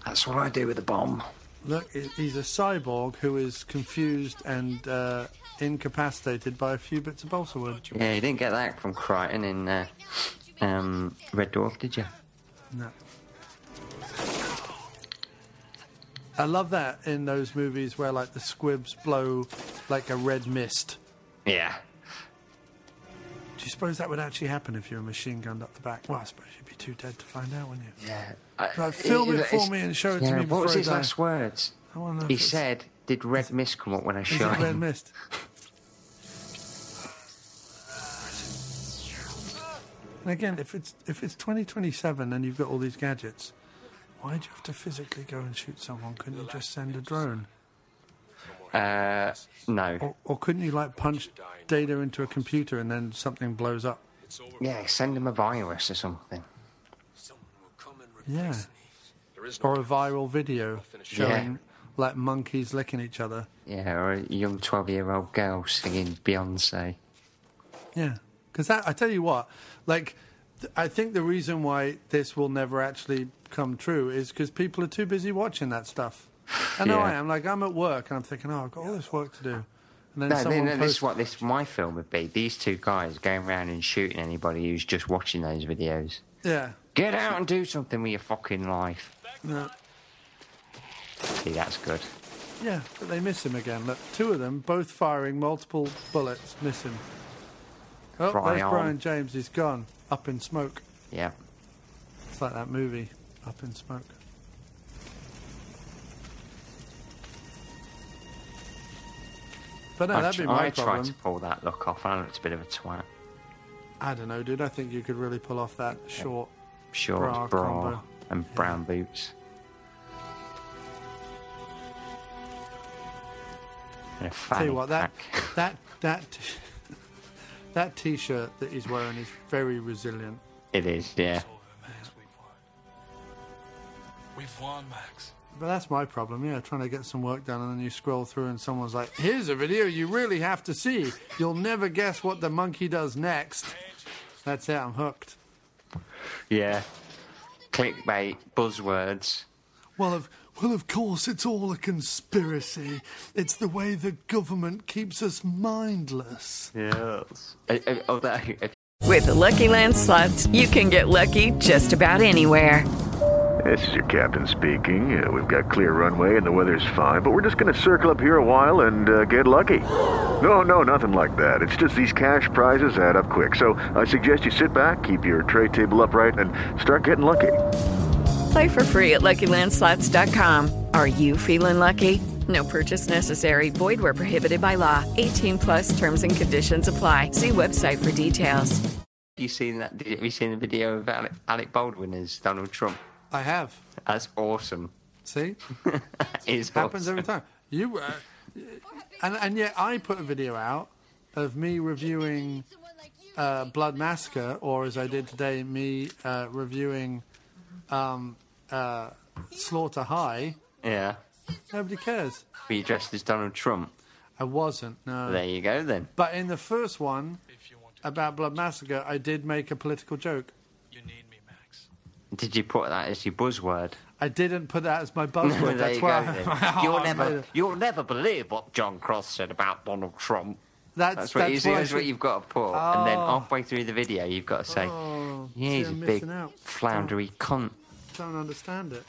S2: that's what I do with a bomb.
S1: Look, he- he's a cyborg who is confused and uh, incapacitated by a few bits of balsa wood.
S2: Yeah, you didn't get that from Crichton in uh, um, Red Dwarf, did you?
S1: No. I love that in those movies where like the squibs blow like a red mist.
S2: Yeah.
S1: Do you suppose that would actually happen if you were machine gunned up the back? Well, I suppose you'd be too dead to find out, wouldn't you?
S2: Yeah.
S1: Right, film it for me and show it to me before
S2: What was
S1: I
S2: his
S1: die.
S2: last words?
S1: I wanna know
S2: He
S1: if it's-
S2: said, "Did red mist come up when I
S1: Is
S2: shot
S1: it red
S2: him?"
S1: mist? And again, if it's if it's 2027 and you've got all these gadgets, why do you have to physically go and shoot someone? Couldn't you just send a drone,
S2: Uh, no.
S1: or couldn't you like punch data into a computer and then something blows up?
S2: Yeah, send him a virus or something.
S1: Yeah, or a viral video showing
S2: Yeah.
S1: like monkeys licking each other.
S2: Yeah, or a young twelve-year-old girl singing Beyonce.
S1: Yeah, because that I tell you what, like th- I think the reason why this will never actually come true is because people are too busy watching that stuff. I know
S2: Yeah.
S1: I am. Like I'm at work and I'm thinking, oh, I've got all this work to do, and then
S2: No,
S1: someone
S2: no, no, this
S1: posts,
S2: is what this my film would be. These two guys going around and shooting anybody who's just watching those videos.
S1: yeah,
S2: Get out and do something with your fucking life.
S1: no,
S2: See, that's good.
S1: yeah, but they miss him again. Look, two of them both firing multiple bullets, miss him. Oh,
S2: Brian.
S1: there's Brian James. He's gone up in smoke.
S2: Yeah.
S1: It's like that movie, Up in Smoke. But no,
S2: I,
S1: that'd
S2: tr-
S1: be my
S2: I tried
S1: problem.
S2: to pull that look off. and I looked a bit of a twat.
S1: I don't know, dude. I think you could really pull off that short
S2: shorts,
S1: Bra
S2: bra,
S1: combo.
S2: and brown boots. And
S1: Tell
S2: a fanny
S1: you what, that
S2: pack.
S1: that that that t-shirt that he's wearing is very resilient.
S2: It is, yeah.
S11: We've won, Max.
S1: But that's my problem, yeah. Trying to get some work done, and then you scroll through, and someone's like, "Here's a video you really have to see. You'll never guess what the monkey does next." That's it. I'm hooked.
S2: Yeah. Clickbait, buzzwords.
S4: Well, of well, of course, it's all a conspiracy. It's the way the government keeps us mindless.
S2: Yes. Uh, uh, oh, that, if-
S9: With the Lucky Land slots, you can get lucky just about anywhere.
S10: This is your captain speaking. Uh, we've got clear runway and the weather's fine, but we're just going to circle up here a while and uh, get lucky. No, no, nothing like that. It's just these cash prizes add up quick. So I suggest you sit back, keep your tray table upright, and start getting lucky.
S9: Play for free at LuckyLandSlots.com. Are you feeling lucky? No purchase necessary. Void where prohibited by law. 18 plus terms and conditions apply. See website for details.
S2: you seen that? Did, have you seen the video of Alec, Alec Baldwin as Donald Trump?
S1: I have.
S2: That's awesome.
S1: See,
S2: it's
S1: happens every time. You uh, and and yet I put a video out of me reviewing uh, Blood Massacre, or as I did today, me uh, reviewing um, uh, Slaughter High.
S2: Yeah.
S1: Nobody cares.
S2: Were you dressed as Donald Trump?
S1: I wasn't. No.
S2: There you go then.
S1: But in the first one about Blood Massacre, I did make a political joke.
S2: Did you put that as your buzzword?
S1: I didn't put that as my
S2: there
S1: buzzword. That's
S2: you
S1: why.
S2: go
S1: I-
S2: then.
S1: I Oh,
S2: You'll
S1: made
S2: never,
S1: it.
S2: you'll never believe what John Cross said about Donald Trump.
S1: That's-
S2: what,
S1: that's
S2: you see,
S1: why I
S2: that's what
S1: should-
S2: you've got to put, and then
S1: Oh.
S2: halfway through the video, you've got to say,
S1: Oh,
S2: "Yeah,
S1: see,
S2: he's a
S1: I'm
S2: big
S1: missing out.
S2: floundery cunt."
S1: Don't understand it.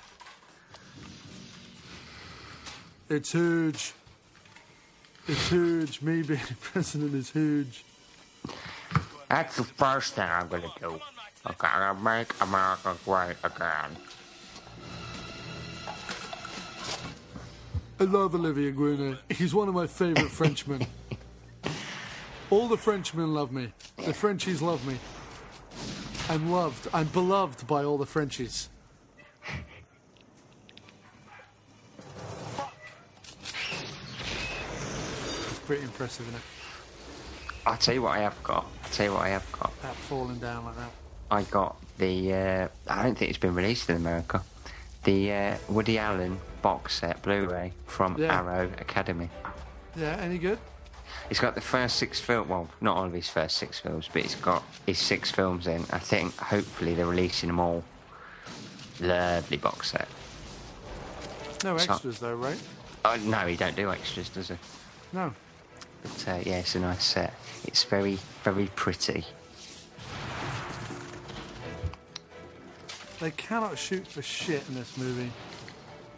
S1: It's huge. It's huge. Me being president is huge.
S2: That's the first thing I'm gonna do. I'm gonna make America great again.
S4: I love Olivier Gruner. He's one of my favourite Frenchmen.
S1: All the Frenchmen love me. The Frenchies love me. I'm loved. I'm beloved by all the Frenchies. It's pretty impressive, isn't it?
S2: I'll tell you what I have got. I'll tell you what I have got.
S1: That falling down like that.
S2: I got the. Uh, I don't think it's been released in America. The uh, Woody Allen box set Blu-ray from
S1: Yeah.
S2: Arrow Academy.
S1: Yeah, any good?
S2: It's got the first six film. Well, not all of his first six films, but it's got his six films in. I think hopefully they're releasing them all. Lovely box set.
S1: No
S2: So-
S1: extras, though, right?
S2: Oh no, he don't do extras, does he?
S1: No.
S2: But uh, yeah, it's a nice set. It's very, very pretty.
S1: They cannot shoot for shit in this movie.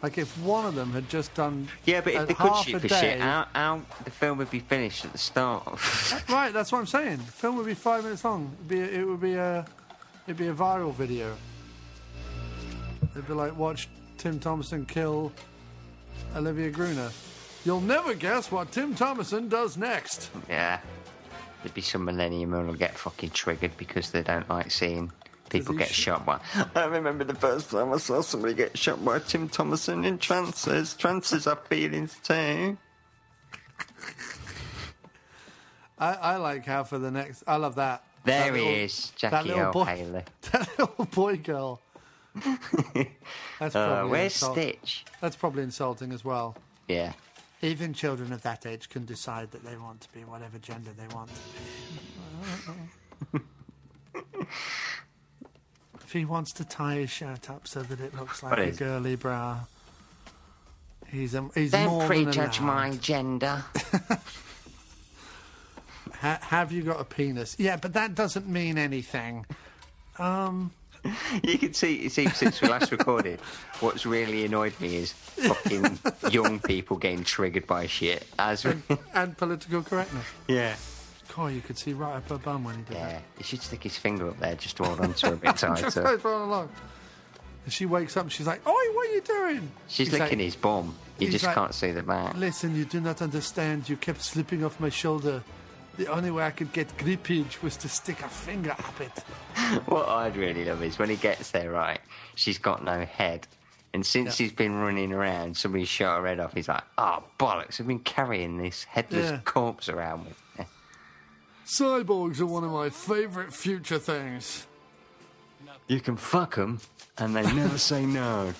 S1: Like, if one of them had just done.
S2: Yeah, but
S1: a
S2: if they could
S1: half
S2: shoot
S1: a
S2: for
S1: day,
S2: shit, how, how the film would be finished at the start of
S1: Right, that's what I'm saying. The film would be five minutes long. It'd be, it would be a, it'd be a viral video. It'd be like watch Tim Thomason kill Olivia Gruner. You'll never guess what Tim Thomason does next.
S2: Yeah. There'd be some millennium who'll get fucking triggered because they don't like seeing people
S19: he
S2: get
S19: sh-
S2: shot by. I remember the first time I saw somebody get shot by Tim Thomason in trances. Trances have feelings too.
S1: I, I like how for the next. I love that.
S2: There
S1: That
S2: he
S1: little-
S2: is,
S1: that
S2: Jackie
S1: little boy,
S2: O'Haley.
S1: that little boy girl. That's
S2: Uh,
S1: probably
S2: where's
S1: insult-
S2: Stitch?
S1: That's probably insulting as well.
S2: Yeah.
S1: Even children of that age can decide that they want to be whatever gender they want. to be. if he wants to tie his shirt up so that it looks like
S2: What
S1: a
S2: is-
S1: girly bra, he's um, he's
S2: Don't
S1: more
S2: prejudge
S1: than allowed.
S2: my gender.
S1: Ha- have you got a penis? Yeah, but that doesn't mean anything. Um,
S2: You can see, you see since we last recorded, what's really annoyed me is fucking young people getting triggered by shit. As we,
S1: and political correctness.
S2: yeah,
S1: God, you could see right up her bum when he did
S2: yeah, he should stick his finger up there just to hold on to her a bit
S1: that. Just
S2: tighter.
S1: goes on along. And she wakes up and she's like, Oi, what are you doing?
S2: She's
S1: He's
S2: licking
S1: like,
S2: his bum. You
S1: he's
S2: just
S1: like-
S2: can't see the back.
S1: Listen, you do not understand. You kept slipping off my shoulder. The only way I could get grippage was to stick a finger up it.
S2: what I'd really love is when he gets there, right? She's got no head. And since he's been running around, somebody shot her head off. He's like, oh, bollocks, I've been carrying this headless
S1: Yeah.
S2: corpse around with me.
S1: Cyborgs are one of my favorite future things.
S2: You can fuck them, and they never say no.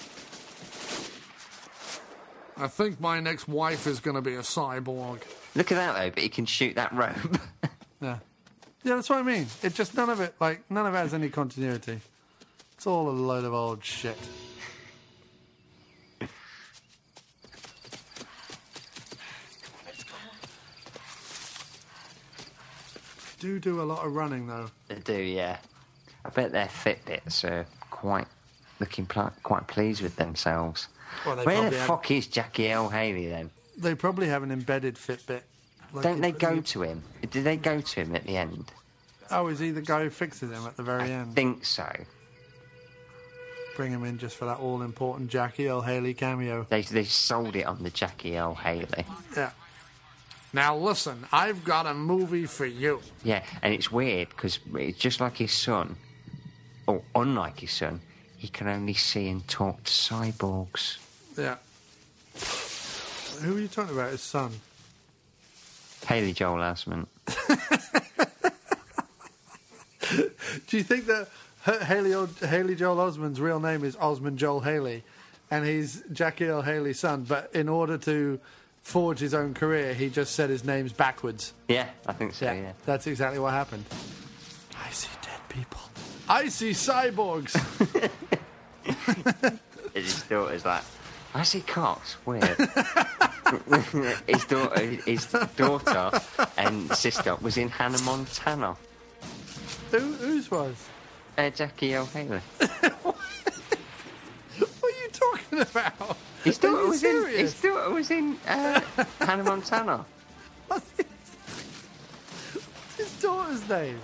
S1: I think my next wife is going to be a cyborg.
S2: Look at that, though, but he can shoot that rope.
S1: Yeah. Yeah, that's what I mean. It just none of it like none of it has any continuity. It's all a load of old shit. do do a lot of running though.
S2: they do, yeah. I bet their Fitbits are quite looking pl- quite pleased with themselves.
S1: Well, they
S2: Where the
S1: probably have-
S2: fuck is Jackie L. Haley then?
S1: They probably have an embedded Fitbit. Like,
S2: Don't they go to him? Did they go to him at the end?
S1: Oh, is he the guy who fixes him at the very end?
S2: Think so.
S1: Bring him in just for that all important Jackie L. Haley cameo.
S2: They they sold it on the Jackie L. Haley.
S1: Yeah. Now listen, I've got a movie for you.
S2: Yeah, and it's weird because it's just like his son, or unlike his son, he can only see and talk to cyborgs.
S1: Yeah. Who are you talking about? His son.
S2: Haley Joel Osment.
S1: Do you think that H- Haley, O- Haley Joel Osmond's real name is Osmond Joel Haley, and he's Jackie L. Haley's son? But in order to forge his own career, he just said his name's backwards.
S2: Yeah, I think so. Yeah.
S1: That's exactly what happened. I see dead people. I see cyborgs.
S2: His daughter's like, I see cocks. Weird. his daughter, his daughter, and sister was in Hannah Montana.
S1: Who, whose was?
S2: Uh, Jackie L. Haley.
S1: What are you talking about?
S2: His
S1: Are
S2: daughter
S1: you
S2: was in.
S1: serious?
S2: His daughter was in uh, Hannah Montana.
S1: His daughter's name.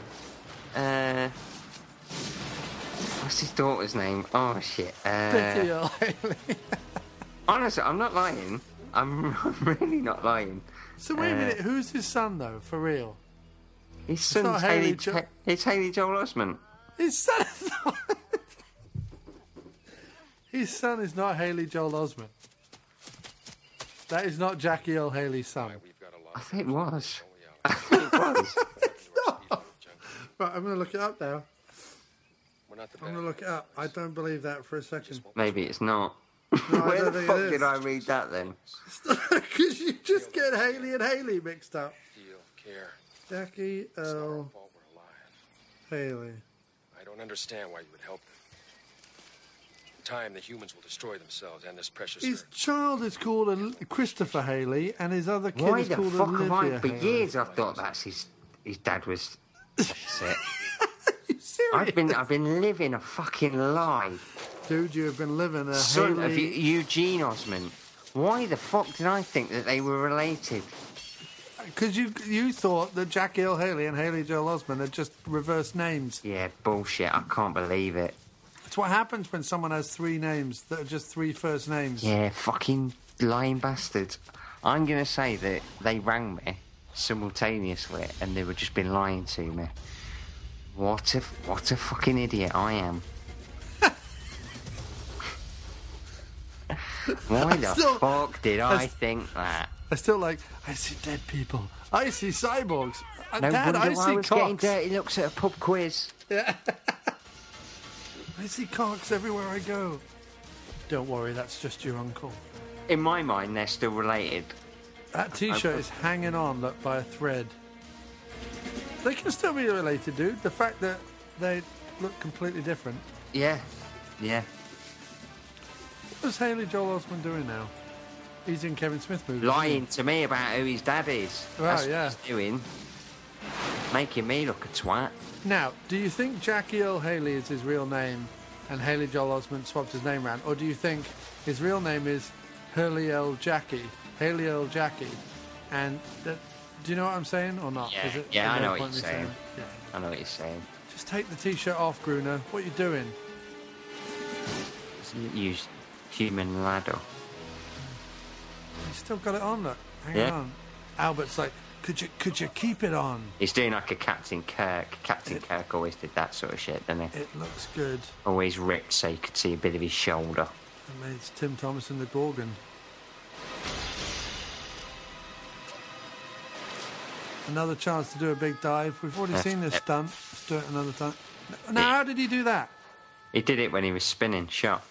S2: Uh, what's his daughter's name? Oh shit.
S1: Betty
S2: Uh,
S1: L. Haley.
S2: honestly, I'm not lying. I'm, I'm really not lying.
S1: So wait a
S2: Uh,
S1: minute. Who's his son though? For real?
S2: His
S1: not
S2: son's
S1: Haley
S2: Haley.
S1: Jo-
S2: Jo- it's Haley Joel Osment.
S1: His son is not. His son is not Haley Joel Osment. That is not Jackie L. Haley's son.
S2: I think it was. I think it was.
S1: Right, I'm going to look it up now.
S13: We're not the
S1: I'm going to look it up. I don't believe that for a second.
S2: Maybe it's not.
S1: No, I
S2: Where
S1: don't
S2: the
S1: think
S2: fuck
S1: it
S2: did
S1: is.
S2: I read that then?
S1: Because you just get Haley and Haley mixed up.
S13: Feel, care.
S1: Jackie L. Haley.
S13: I don't understand why you would help them. In time, the humans will destroy themselves and this precious
S1: His
S13: earth.
S1: child is called Al- Christopher Haley, and his other kid
S2: Why
S1: is
S2: the
S1: called
S2: fuck have I?
S1: Olivia.
S2: For
S1: Haley.
S2: years I thought that's his. His dad was. Shit. I've been I've been living a fucking lie.
S1: Dude, you have been living a
S2: Son of
S1: Haley.
S2: Eu- Eugene Osmond. Why the fuck did I think that they were related?
S1: Because you you thought that Jackie L. Haley and Haley Joel Osment had just reversed names.
S2: Yeah, bullshit. I can't believe it.
S1: It's what happens when someone has three names that are just three first names.
S2: Yeah, fucking lying bastards. I'm gonna say that they rang me simultaneously and they were just been lying to me. What a what a fucking idiot I am. Why the
S1: still-
S2: fuck did
S1: I
S2: I
S1: s-
S2: think that?
S1: I still like. I see dead people. I see cyborgs. Uh,
S2: No
S1: Dad,
S2: wonder
S1: I
S2: why I
S1: see
S2: was getting
S1: cocks.
S2: dirty looks at a pub quiz.
S1: I see cocks everywhere I go. Don't worry, that's just your uncle.
S2: In my mind, they're still related.
S1: That T-shirt is hanging on look, by a thread. They can still be related, dude. The fact that they look completely different.
S2: Yeah, yeah.
S1: What's Haley Joel Osment doing now? He's in Kevin Smith movies. isn't he?
S2: Lying to me about who his dad is.
S1: Wow,
S2: That's
S1: yeah.
S2: what he's doing. Making me look a twat.
S1: Now, do you think Jackie Earl Haley is his real name and Haley Joel Osment swapped his name around? Or do you think his real name is Hurley L. Jackie? Haley L. Jackie? And that, do you know what I'm saying or not?
S2: Yeah,
S1: Is it-
S2: yeah, I
S1: no
S2: know what
S1: point
S2: you're
S1: me
S2: saying.
S1: it. Yeah.
S2: I know what you're saying.
S1: Just take the t shirt off, Gruner. What are you doing?
S2: Doesn't use human ladder.
S1: You still got it on, look. Hang
S2: Yeah.
S1: on. Albert's like, Could you could you keep it on?
S2: He's doing like a Captain Kirk. Captain Kirk always did that sort of shit, didn't he?
S1: It looks good.
S2: Always ripped so you could see a bit of his shoulder.
S1: I mean, it's Tim Thomas and the Gorgon. Another chance to do a big dive. We've already
S2: That's
S1: seen this
S2: it.
S1: stunt. Let's do it another time. Now, how did he do that?
S2: He did it when he was spinning, shot.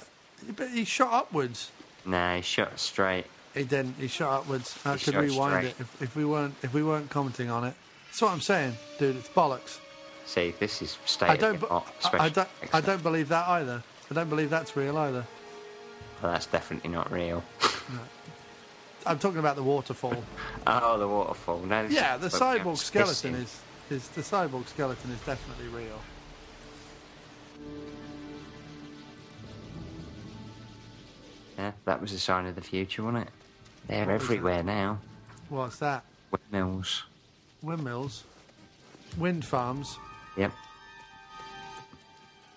S1: But he shot upwards.
S2: Nah, he shot straight.
S1: He didn't. He shot upwards. I
S2: He
S1: could
S2: shot
S1: rewind
S2: straight.
S1: it if, if we weren't if we weren't commenting on it. That's what I'm saying, dude. It's bollocks.
S2: See, this is state
S1: I don't.
S2: of
S1: be-
S2: the art
S1: I, I
S2: special
S1: don't.
S2: effects.
S1: I don't believe that either. I don't believe that's real either.
S2: Well, that's definitely not real.
S1: I'm talking about the waterfall.
S2: Oh, the waterfall. No, this
S1: yeah,
S2: is
S1: the
S2: fucking
S1: cyborg skeleton
S2: pissing.
S1: is, is the cyborg skeleton is definitely real.
S2: Yeah, that was a sign of the future, wasn't it? They're
S1: What was
S2: everywhere now.
S1: What's that?
S2: Windmills.
S1: Windmills, wind farms.
S2: Yep.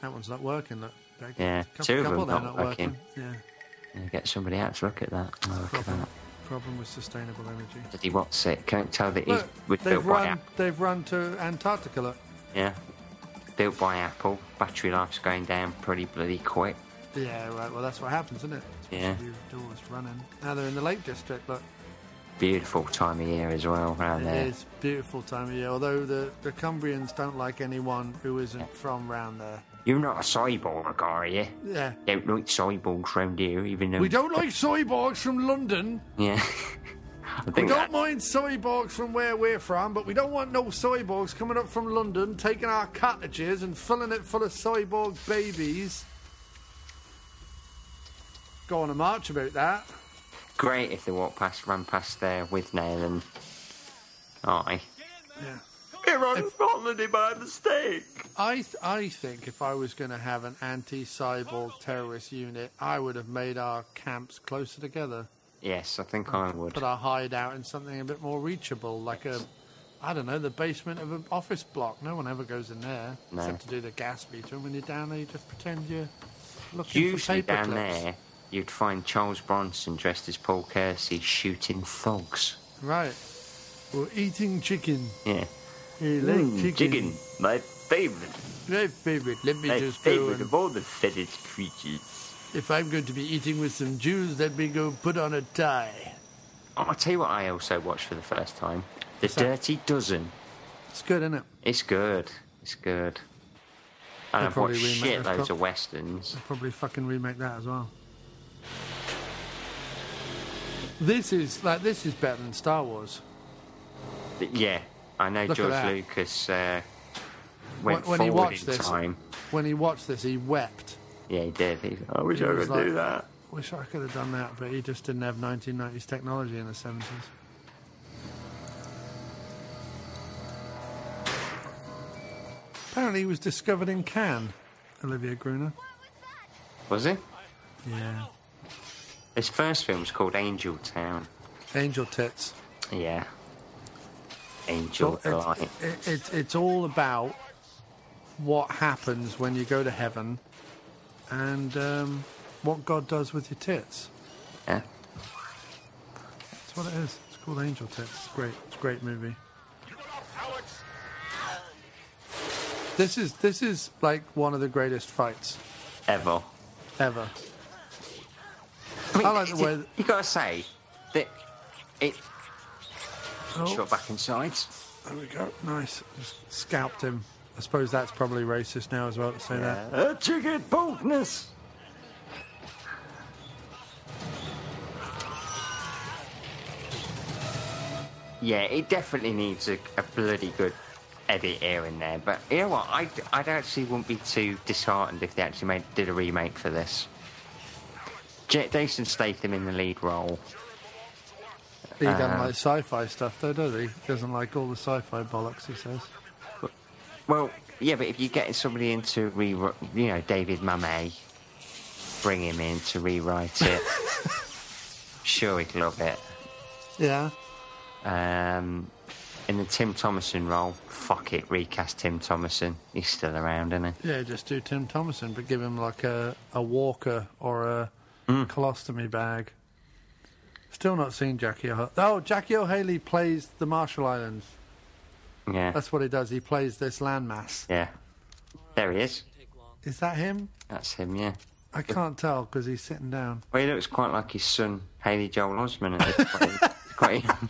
S1: That one's not working. Look, There-
S2: Yeah,
S1: couple-
S2: two of
S1: couple
S2: them
S1: there
S2: not working.
S1: Yeah,
S2: Yeah, Get somebody out to look at that. Oh, look at that.
S1: problem with sustainable energy.
S2: Bloody what's it? Can't tell that he's was
S1: Look,
S2: built
S1: they've
S2: by
S1: run.
S2: Apple.
S1: They've run to Antarctica. Look.
S2: Yeah. Built by Apple. Battery life's going down pretty bloody quick.
S1: Yeah, right. Well, that's what happens, isn't it?
S2: Yeah.
S1: You do all this running. Now they're in the Lake District. Look,
S2: Beautiful time of year as well
S1: It is
S2: around there.
S1: beautiful time of year. Although the the Cumbrians don't like anyone who isn't from round there.
S2: You're not a cyborg, are you?
S1: Yeah.
S2: Don't like cyborgs round here, even though
S1: We don't like cyborgs from London.
S2: Yeah. I
S1: We
S2: think
S1: don't
S2: that,
S1: mind cyborgs from where we're from, but we don't want no cyborgs coming up from London, taking our cottages and filling it full of cyborg babies. Go on a march about that.
S2: great if they walk past, ran past there with Nail and I.
S1: Yeah.
S2: Here on holiday by mistake.
S1: I th- I think if I was going to have an anti-cyborg terrorist unit, I would have made our camps closer together,
S2: Yes, I think I would.
S1: put our hideout in something a bit more reachable, like a, I don't know, the basement of an office block. No one ever goes in there
S2: No.
S1: except to do the gas meter. And when you're down there, you just pretend you're looking
S2: Usually
S1: for paper
S2: down there, you'd find Charles Bronson dressed as Paul Kersey shooting thugs.
S1: Right. We're eating chicken.
S2: Yeah.
S1: Hey, like
S2: Mm,
S1: chicken.
S2: my favourite.
S1: My favorite. Let me
S2: my
S1: just go
S2: favourite
S1: and
S2: of all the feathered creatures.
S1: if I'm going to be eating with some Jews, let me go put on a tie.
S2: Oh, I'll tell you what I also watched for the first time. The
S1: What's that?
S2: Dirty Dozen.
S1: It's good, isn't it?
S2: It's good. It's good. And
S1: They'll
S2: I've watched
S1: probably remake
S2: shitloads
S1: that
S2: loads
S1: pro-
S2: of westerns.
S1: Probably fucking remake that as well. This is like this is better than Star Wars.
S2: But yeah, I know
S1: Look at
S2: George
S1: that.
S2: Lucas uh, went
S1: when he
S2: forward
S1: watched
S2: in
S1: this,
S2: time.
S1: when he watched this, he wept.
S2: Yeah, he did. He, I wish
S1: He
S2: I
S1: was
S2: could do
S1: like,
S2: that.
S1: Wish I could have done that, but he just didn't have 1990s technology in the 70s. Apparently, he was discovered in Cannes, Olivia Gruner.
S2: Was he?
S1: Yeah.
S2: His first film was called Angel Town.
S1: Angel tits.
S2: Yeah. Angel
S1: Well,
S2: Delight.
S1: it's, it, it's it's all about what happens when you go to heaven and um, what God does with your tits.
S2: Yeah.
S1: That's what it is. It's called Angel Tits. It's great. It's a great movie. This is this is like one of the greatest fights
S2: Ever.
S1: ever.
S2: I, mean,
S1: like the way that-
S2: You gotta say that it.
S1: Oh.
S2: Shot back inside.
S1: There we go. Nice. Just scalped him. I suppose that's probably racist now as well to say that.
S2: Uh, chicken boldness. Yeah, it definitely needs a, a bloody good edit here and there. But you know what? I I'd actually wouldn't be too disheartened if they actually made did a remake for this. J- Jason Statham in the lead role.
S1: He doesn't
S2: Um,
S1: like sci-fi stuff though, does he? Doesn't like all the sci-fi bollocks. He says.
S2: Well, yeah, but if you get somebody in to re, you know, David Mamet, bring him in to rewrite it. sure, he'd love it.
S1: Yeah.
S2: Um, in the Tim Thomason role, fuck it, recast Tim Thomason. He's still around, isn't he?
S1: Yeah, just do Tim Thomason, but
S2: Mm.
S1: give him like a, a walker or a colostomy bag. Still not seen Jackie O'Haley. Oh, Jackie O'Haley plays the Marshall Islands.
S2: Yeah.
S1: That's what he does. He plays this landmass.
S2: Yeah. There he is.
S1: Is that him?
S2: That's him, yeah.
S1: I can't tell because he's sitting down.
S2: Well, he looks quite like his son, Haley Joel Osment, at this point. He's quite young.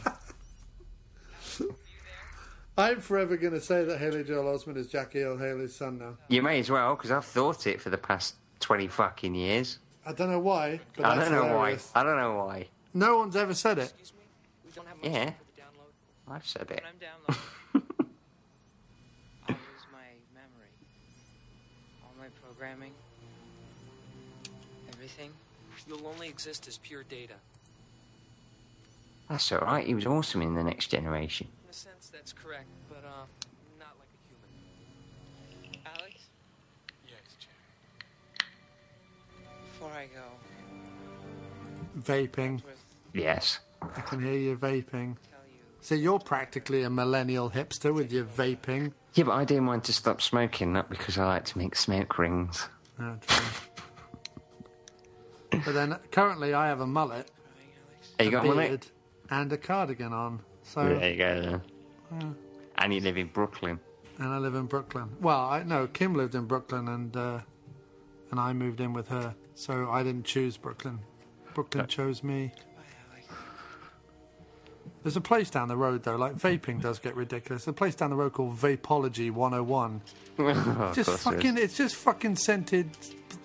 S1: I'm forever going to say that Haley Joel Osment is Jackie O'Haley's son now.
S2: You may as well, because I've thought it for the past 20 fucking years.
S1: I don't know why, but
S2: I
S1: that's
S2: don't know
S1: hilarious.
S2: why. I don't know why.
S1: No one's ever said it.
S2: Yeah. I've said it.
S12: lose my memory, all my programming, everything.
S19: You'll only exist as pure data.
S2: That's all right. He was awesome in The Next Generation.
S19: In a sense, that's correct, but uh, not like a human.
S12: Alex,
S18: Yes, Jim.
S12: before I go,
S1: Vaping.
S2: Yes.
S1: I can hear you vaping. So you're practically a millennial hipster with your vaping.
S2: Yeah, but I do mind to stop smoking, not because I like to make smoke rings.
S1: Oh, dear. but then currently I have a mullet,
S2: Hey, you
S1: a
S2: got one, mate?
S1: beard, Oh. and a cardigan on. So
S2: There you go. Then.
S1: uh,
S2: And you live in Brooklyn.
S1: and I live in Brooklyn. Well, I no, Kim lived in Brooklyn, and uh, and I moved in with her. So I didn't choose Brooklyn. Brooklyn chose me. There's a place down the road though, like vaping does get ridiculous. There's a place down the road called Vapology 101.
S2: Of
S1: just
S2: course there is.
S1: fucking, it's just fucking scented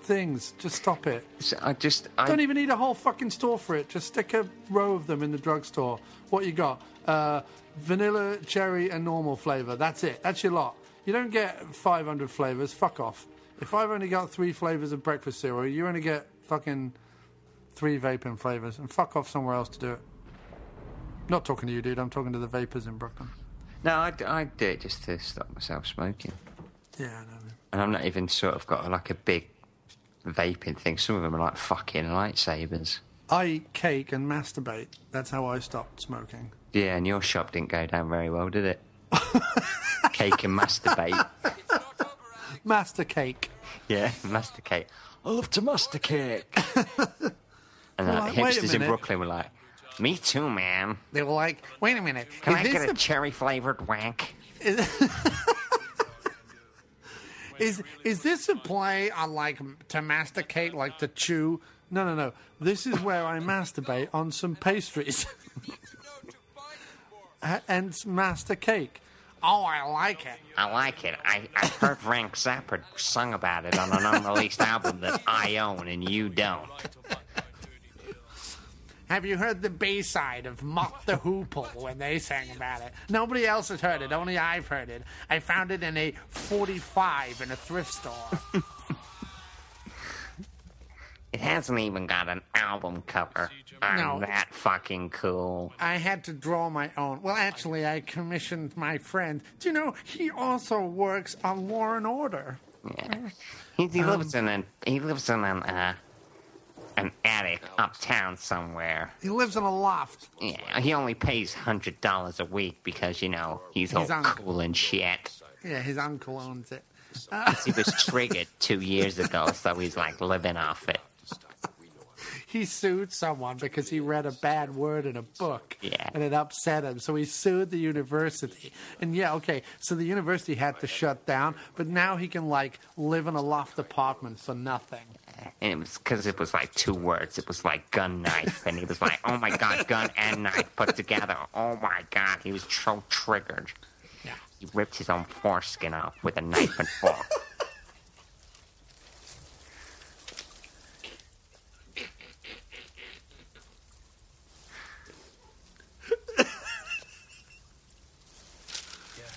S1: things. Just stop it.
S2: So I just, I
S1: Don't even need a whole fucking store for it. Just stick a row of them in the drugstore. What you got? Uh, vanilla, cherry, and normal flavour. That's it. That's your lot. You don't get 500 flavours. Fuck off. If I've only got three flavours of breakfast cereal, you only get fucking three vaping flavours. And fuck off somewhere else to do it. Not talking to you, dude. I'm talking to the vapors in Brooklyn.
S2: no, I, I do it just to stop myself smoking.
S1: Yeah, I know.
S2: And I'm not even sort of got like a big vaping thing. Some of them are like fucking lightsabers.
S1: I eat cake and masturbate. That's how I stopped smoking.
S2: Yeah, and your shop didn't go down very well, did it? Cake and masturbate.
S1: Master cake.
S2: Yeah, masticate. I love to masticate. and
S1: Well,
S2: like,
S1: wait a
S2: hipsters in
S1: minute.
S2: Brooklyn were like, "Me too, man.
S1: They were like, wait a minute.
S2: Can
S1: is
S2: I
S1: this
S2: get a
S1: the-
S2: cherry flavored wank?"
S1: Is is this a play on like to masticate, like to chew? No, no, no. This is where I masturbate on some pastries A- and s- master cake. Oh, I like it.
S2: I like it. I, I heard Frank Zappa sung about it on an unreleased album that I own and you don't.
S1: Have you heard the B side of Mock the Hoople when they sang about it? Nobody else has heard it, only I've heard it. I found it in a 45 in a thrift store.
S2: It hasn't even got an album cover.
S1: No.
S2: I'm that fucking cool.
S1: I had to draw my own. Well, actually, I commissioned my friend. Do you know he also works on Law and Order?
S2: Yeah. He,
S1: Um,
S2: he lives in an he lives in an uh, an attic uptown somewhere.
S1: He lives in a loft.
S2: Yeah, he only pays hundred dollars a week because you know he's,
S1: He's
S2: all
S1: on-
S2: cool and shit.
S1: Yeah, his uncle owns it.
S2: He was triggered two years ago, so he's like living off it.
S1: He sued someone because he read a bad word in a book
S2: Yeah.
S1: and it upset him. So he sued the university. And yeah, okay, so the university had to shut down, but now he can like live in a loft apartment for nothing.
S2: And it was because it was like two words. It was like gun knife, and he was like, "Oh my god, gun and knife put together." Oh my god, he was so triggered. He ripped his own foreskin off with a knife and fork.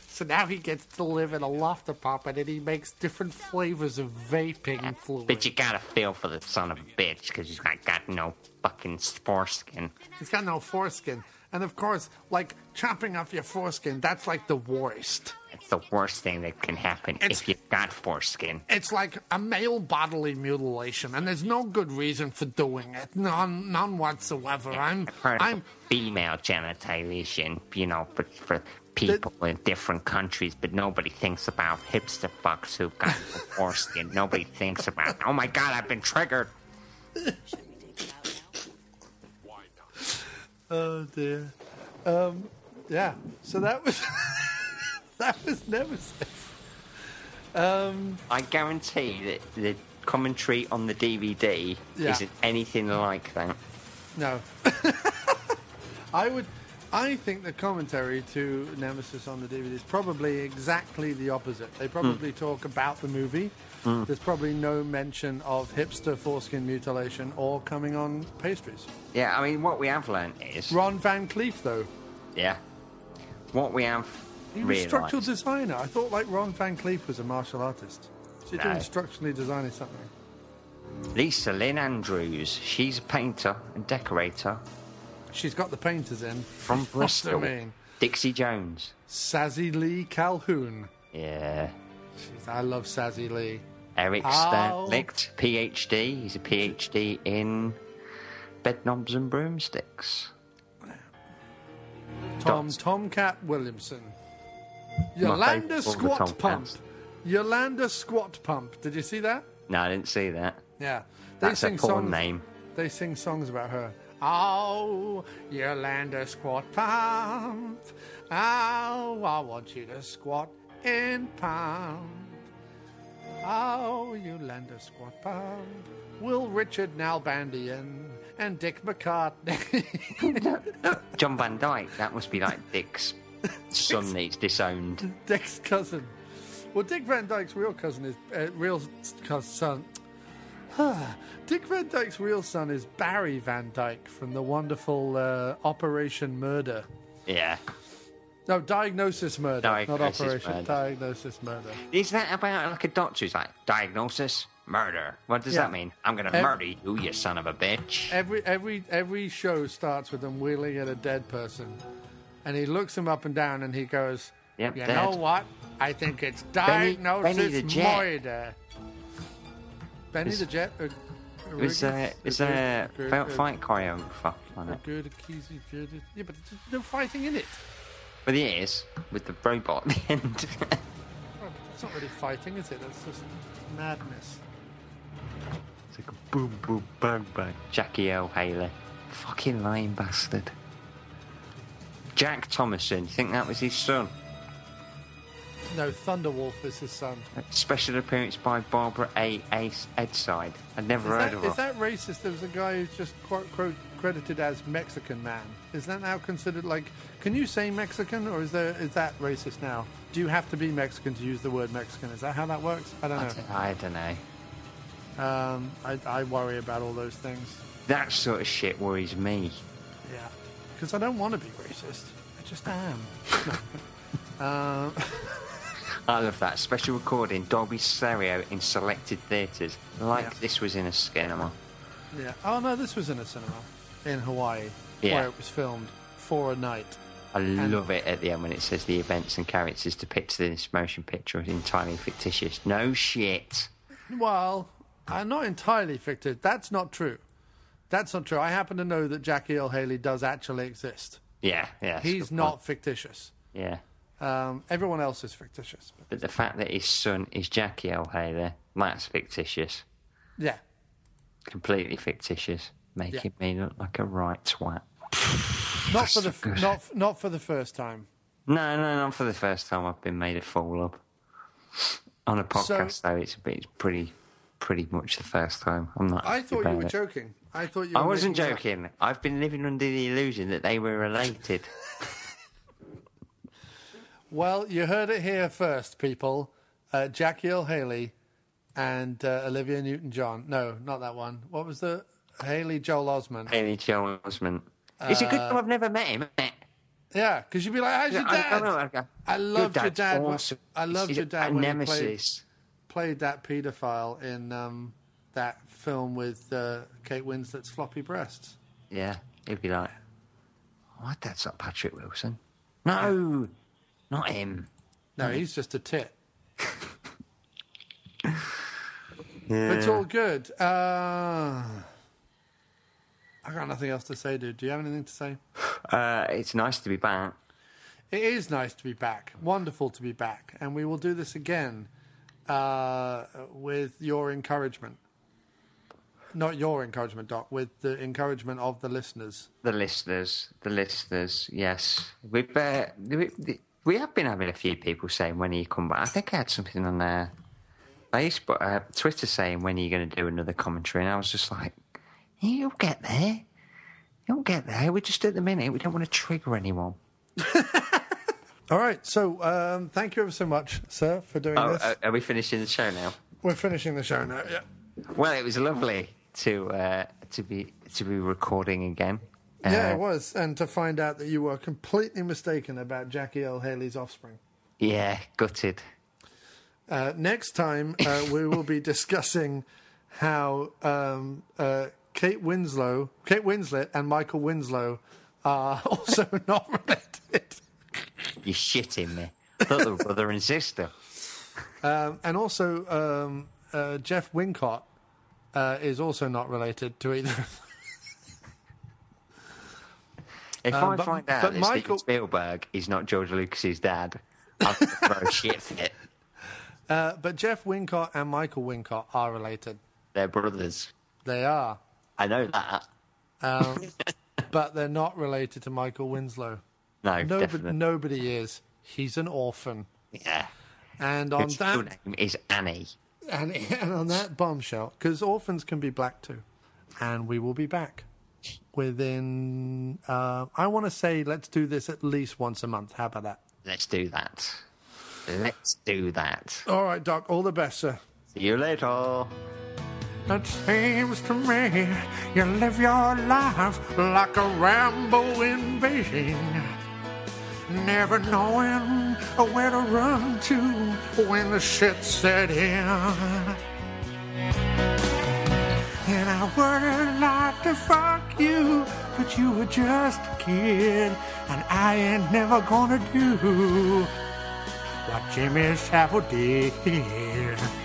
S1: So now he gets to live in a loft apartment and he makes different flavors of vaping fluid.
S2: but you gotta feel for the son of a bitch because he's like got no fucking foreskin.
S1: He's got no foreskin. And of course, like chopping off your foreskin, that's like the worst.
S2: It's the worst thing that can happen if you've got foreskin.
S1: It's like a male bodily mutilation, and there's no good reason for doing it. None, none whatsoever. I'm,
S2: part of
S1: I'm,
S2: female genitalization, you know, for, for people in different countries, but nobody thinks about hipster fucks who've got no foreskin. Nobody thinks about, oh my god, I've been triggered.
S1: Oh dear. Um, yeah. So that was that was Nemesis. Um,
S2: I guarantee that the commentary on the DVD
S1: Yeah.
S2: isn't anything like that.
S1: No. I would. I think the commentary to Nemesis on the DVD is probably exactly the opposite. They probably talk about the movie.
S3: Mm.
S1: There's probably no mention of hipster foreskin mutilation or coming on pastries.
S2: Yeah, I mean, what we have learnt is
S1: Ron Van Cleef, though,
S2: yeah, what we have
S1: he was
S2: realised.
S1: structural designer. I thought like Ron Van Cleef was a martial artist. She's
S2: No.
S1: doing structurally designing something.
S2: Lisa Lynn Andrews, she's a painter and decorator
S1: She's got the painters in
S2: from Bristol.
S1: What do you mean?
S2: Dixie Jones.
S1: Sazzy Lee Calhoun.
S2: Yeah.
S1: Jeez, I love Sazzy Lee.
S2: Eric
S1: Ow.
S2: Stanlicht, PhD. He's a PhD in bed knobs and broomsticks.
S1: Tom Tomcat Williamson.
S2: My
S1: Yolanda
S2: favourite of the
S1: Squat Pump.
S2: Tomcats.
S1: Yolanda Squat Pump. Did you see that?
S2: No, I didn't see that.
S1: Yeah. They
S2: That's a
S1: sing
S2: porn
S1: songs-
S2: name.
S1: They sing songs about her. Oh, Yolanda Squat Pump. Oh, I want you to squat and pump. Oh, Yolanda Squat Pump. Will Richard Nalbandian and Dick McCartney.
S2: John Van Dyke. That must be like Dick's son that he's disowned.
S1: Dick's cousin. Well, Dick Van Dyke's real cousin is uh, real s- cous- son. Dick Van Dyke's real son is Barry Van Dyke from the wonderful uh, Operation Murder.
S2: Yeah.
S1: No, Diagnosis Murder,
S2: Diagnosis
S1: not Operation.
S2: Murder.
S1: Diagnosis Murder.
S2: Is that about like a doctor who's like diagnosis murder? What does
S1: Yeah.
S2: that mean? I'm gonna
S1: Ev-
S2: murder you, you son of a bitch.
S1: Every every every show starts with them wheeling at a dead person, and he looks him up and down, and he goes,
S3: Yep,
S1: "You
S3: dead.
S1: know what? I think it's
S3: Benny-
S1: Diagnosis
S3: Benny the Jet.
S1: Murder." Benny
S2: Is-
S1: the Jet. Uh,
S2: It was uh, it was a
S1: Arrugula-
S2: about fight choreographer on it.
S1: Good, Akizi, good. Yeah, but there's no fighting in it.
S2: But it is with the robot at the end.
S1: Oh, It's not really fighting, is it? That's just madness.
S2: it's like a boom boom bang bang. Jackie L. Haley. Fucking lying bastard. Jack Thomason, you think that was his son?
S1: No, Thunderwolf is his son.
S2: Special appearance by Barbara A. Ace Edside. I'd never
S1: is
S2: heard
S1: that,
S2: of
S1: is
S2: her.
S1: that racist? There was a guy who's just quite cro- credited as Mexican man. Is that now considered like? Can you say Mexican, or is there is that racist now? Do you have to be Mexican to use the word Mexican? Is that how that works? I don't
S2: I
S1: know.
S2: don't, I don't know.
S1: Um, I, I worry about all those things.
S2: That sort of shit worries me.
S1: Yeah, because I don't want to be racist. I just am. No. um,
S2: I love that. Special recording, Dolby Stereo in selected theatres, like
S1: Yeah.
S2: this was in a cinema.
S1: yeah. Oh no, this was in a cinema in Hawaii,
S2: Yeah.
S1: where it was filmed for a night.
S2: I love it at the end when it says the events and characters depicted in this motion picture are entirely fictitious. No shit.
S1: Well, I'm not entirely fictive. That's not true. That's not true. I happen to know that Jackie L. Haley does actually exist.
S2: Yeah, yeah. that's a
S1: He's
S2: good
S1: not
S2: point.
S1: fictitious.
S2: Yeah.
S1: Um, everyone else is fictitious.
S2: But the fact that his son is Jackie O'Haley, that's fictitious.
S1: Yeah.
S2: Completely fictitious. Making me look like a right twat.
S1: Not for the f- not f- not for the first time.
S2: No, no, not for the first time I've been made a fool of. On a
S1: So-
S2: podcast, though, it's, it's pretty pretty much the first time. I'm not.
S1: I
S2: happy
S1: thought you
S2: about
S1: were
S2: it.
S1: joking. I thought you. Were
S2: I wasn't
S1: making it up.
S2: joking. I've been living under the illusion that they were related.
S1: Well, you heard it here first, people. Uh, Jackie L. Haley and uh, Olivia Newton-John. No, not that one. What was the Haley Joel Osment?
S2: Haley Joel Osment. it's a good
S1: Uh,
S2: job I've never met him. Isn't it?
S1: Yeah, because you'd be like, "How's your
S2: Yeah, I
S1: dad?"
S2: don't know, okay.
S1: I
S2: Your
S1: loved your
S2: dad's
S1: dad. when-
S2: awesome.
S1: I loved
S2: He's
S1: your
S2: a
S1: dad when he played,
S2: nemesis.
S1: played that paedophile in um, that film with uh, Kate Winslet's floppy breasts.
S2: Yeah, he'd be like, "What? That's not Patrick Wilson. No, not him."
S1: No, he's just a tit.
S2: Yeah.
S1: But it's all good. Uh, I got nothing else to say, dude. Do you have anything to say?
S2: Uh, it's nice to be back.
S1: It is nice to be back. Wonderful to be back, and we will do this again uh, with your encouragement. Not your encouragement, Doc, with the encouragement of the listeners.
S2: The listeners, the listeners, yes. We've, uh, we, we have been having a few people saying, when are you come back? I think I had something on uh, Facebook, uh, Twitter saying, when are you going to do another commentary? And I was just like, you'll get there. You'll get there. We're just at the minute. We don't want to trigger anyone.
S1: All right. So um, thank you ever so much, sir, for doing
S2: Oh,
S1: this.
S2: are- are we finishing the show now?
S1: We're finishing the show now. Yeah.
S2: Well, it was lovely to uh, to be to be recording again.
S1: Yeah,
S2: Uh,
S1: it was. And to find out that you were completely mistaken about Jackie L. Haley's offspring.
S2: yeah, gutted.
S1: Uh, next time, uh, we will be discussing how um, uh, Kate Winslow, Kate Winslet, and Michael Winslow are also not related.
S2: You're shitting me. I thought they were brother and sister.
S1: Um, and also, um, uh, Jeff Wincott uh, is also not related to either. of them.
S2: If
S1: Um,
S2: I
S1: but-
S2: find out
S1: but
S2: that
S1: Michael-
S2: Steven Spielberg is not George Lucas's dad, I'm going to throw a shit fit.
S1: Uh, but Jeff Wincott and Michael Wincott are related.
S2: They're brothers.
S1: They are.
S2: I know that.
S1: Um, but they're not related to Michael Winslow.
S2: No,
S1: nobody,
S2: definitely.
S1: nobody is. He's an orphan.
S2: Yeah.
S1: And on
S2: His real
S1: that,
S2: name is Annie.
S1: and, and on that bombshell, because orphans can be black too, and we will be back within. Uh, I want to say let's do this at least once a month. How about that?
S2: Let's do that. Let's do that.
S1: All right, Doc. All the best, sir.
S2: See you later.
S3: It seems to me you live your life like a Rambo in Beijing, never knowing where to run to when the shit set in. And I would have liked to fuck you, but you were just a kid, and I ain't never gonna do what Jimmy Savile did.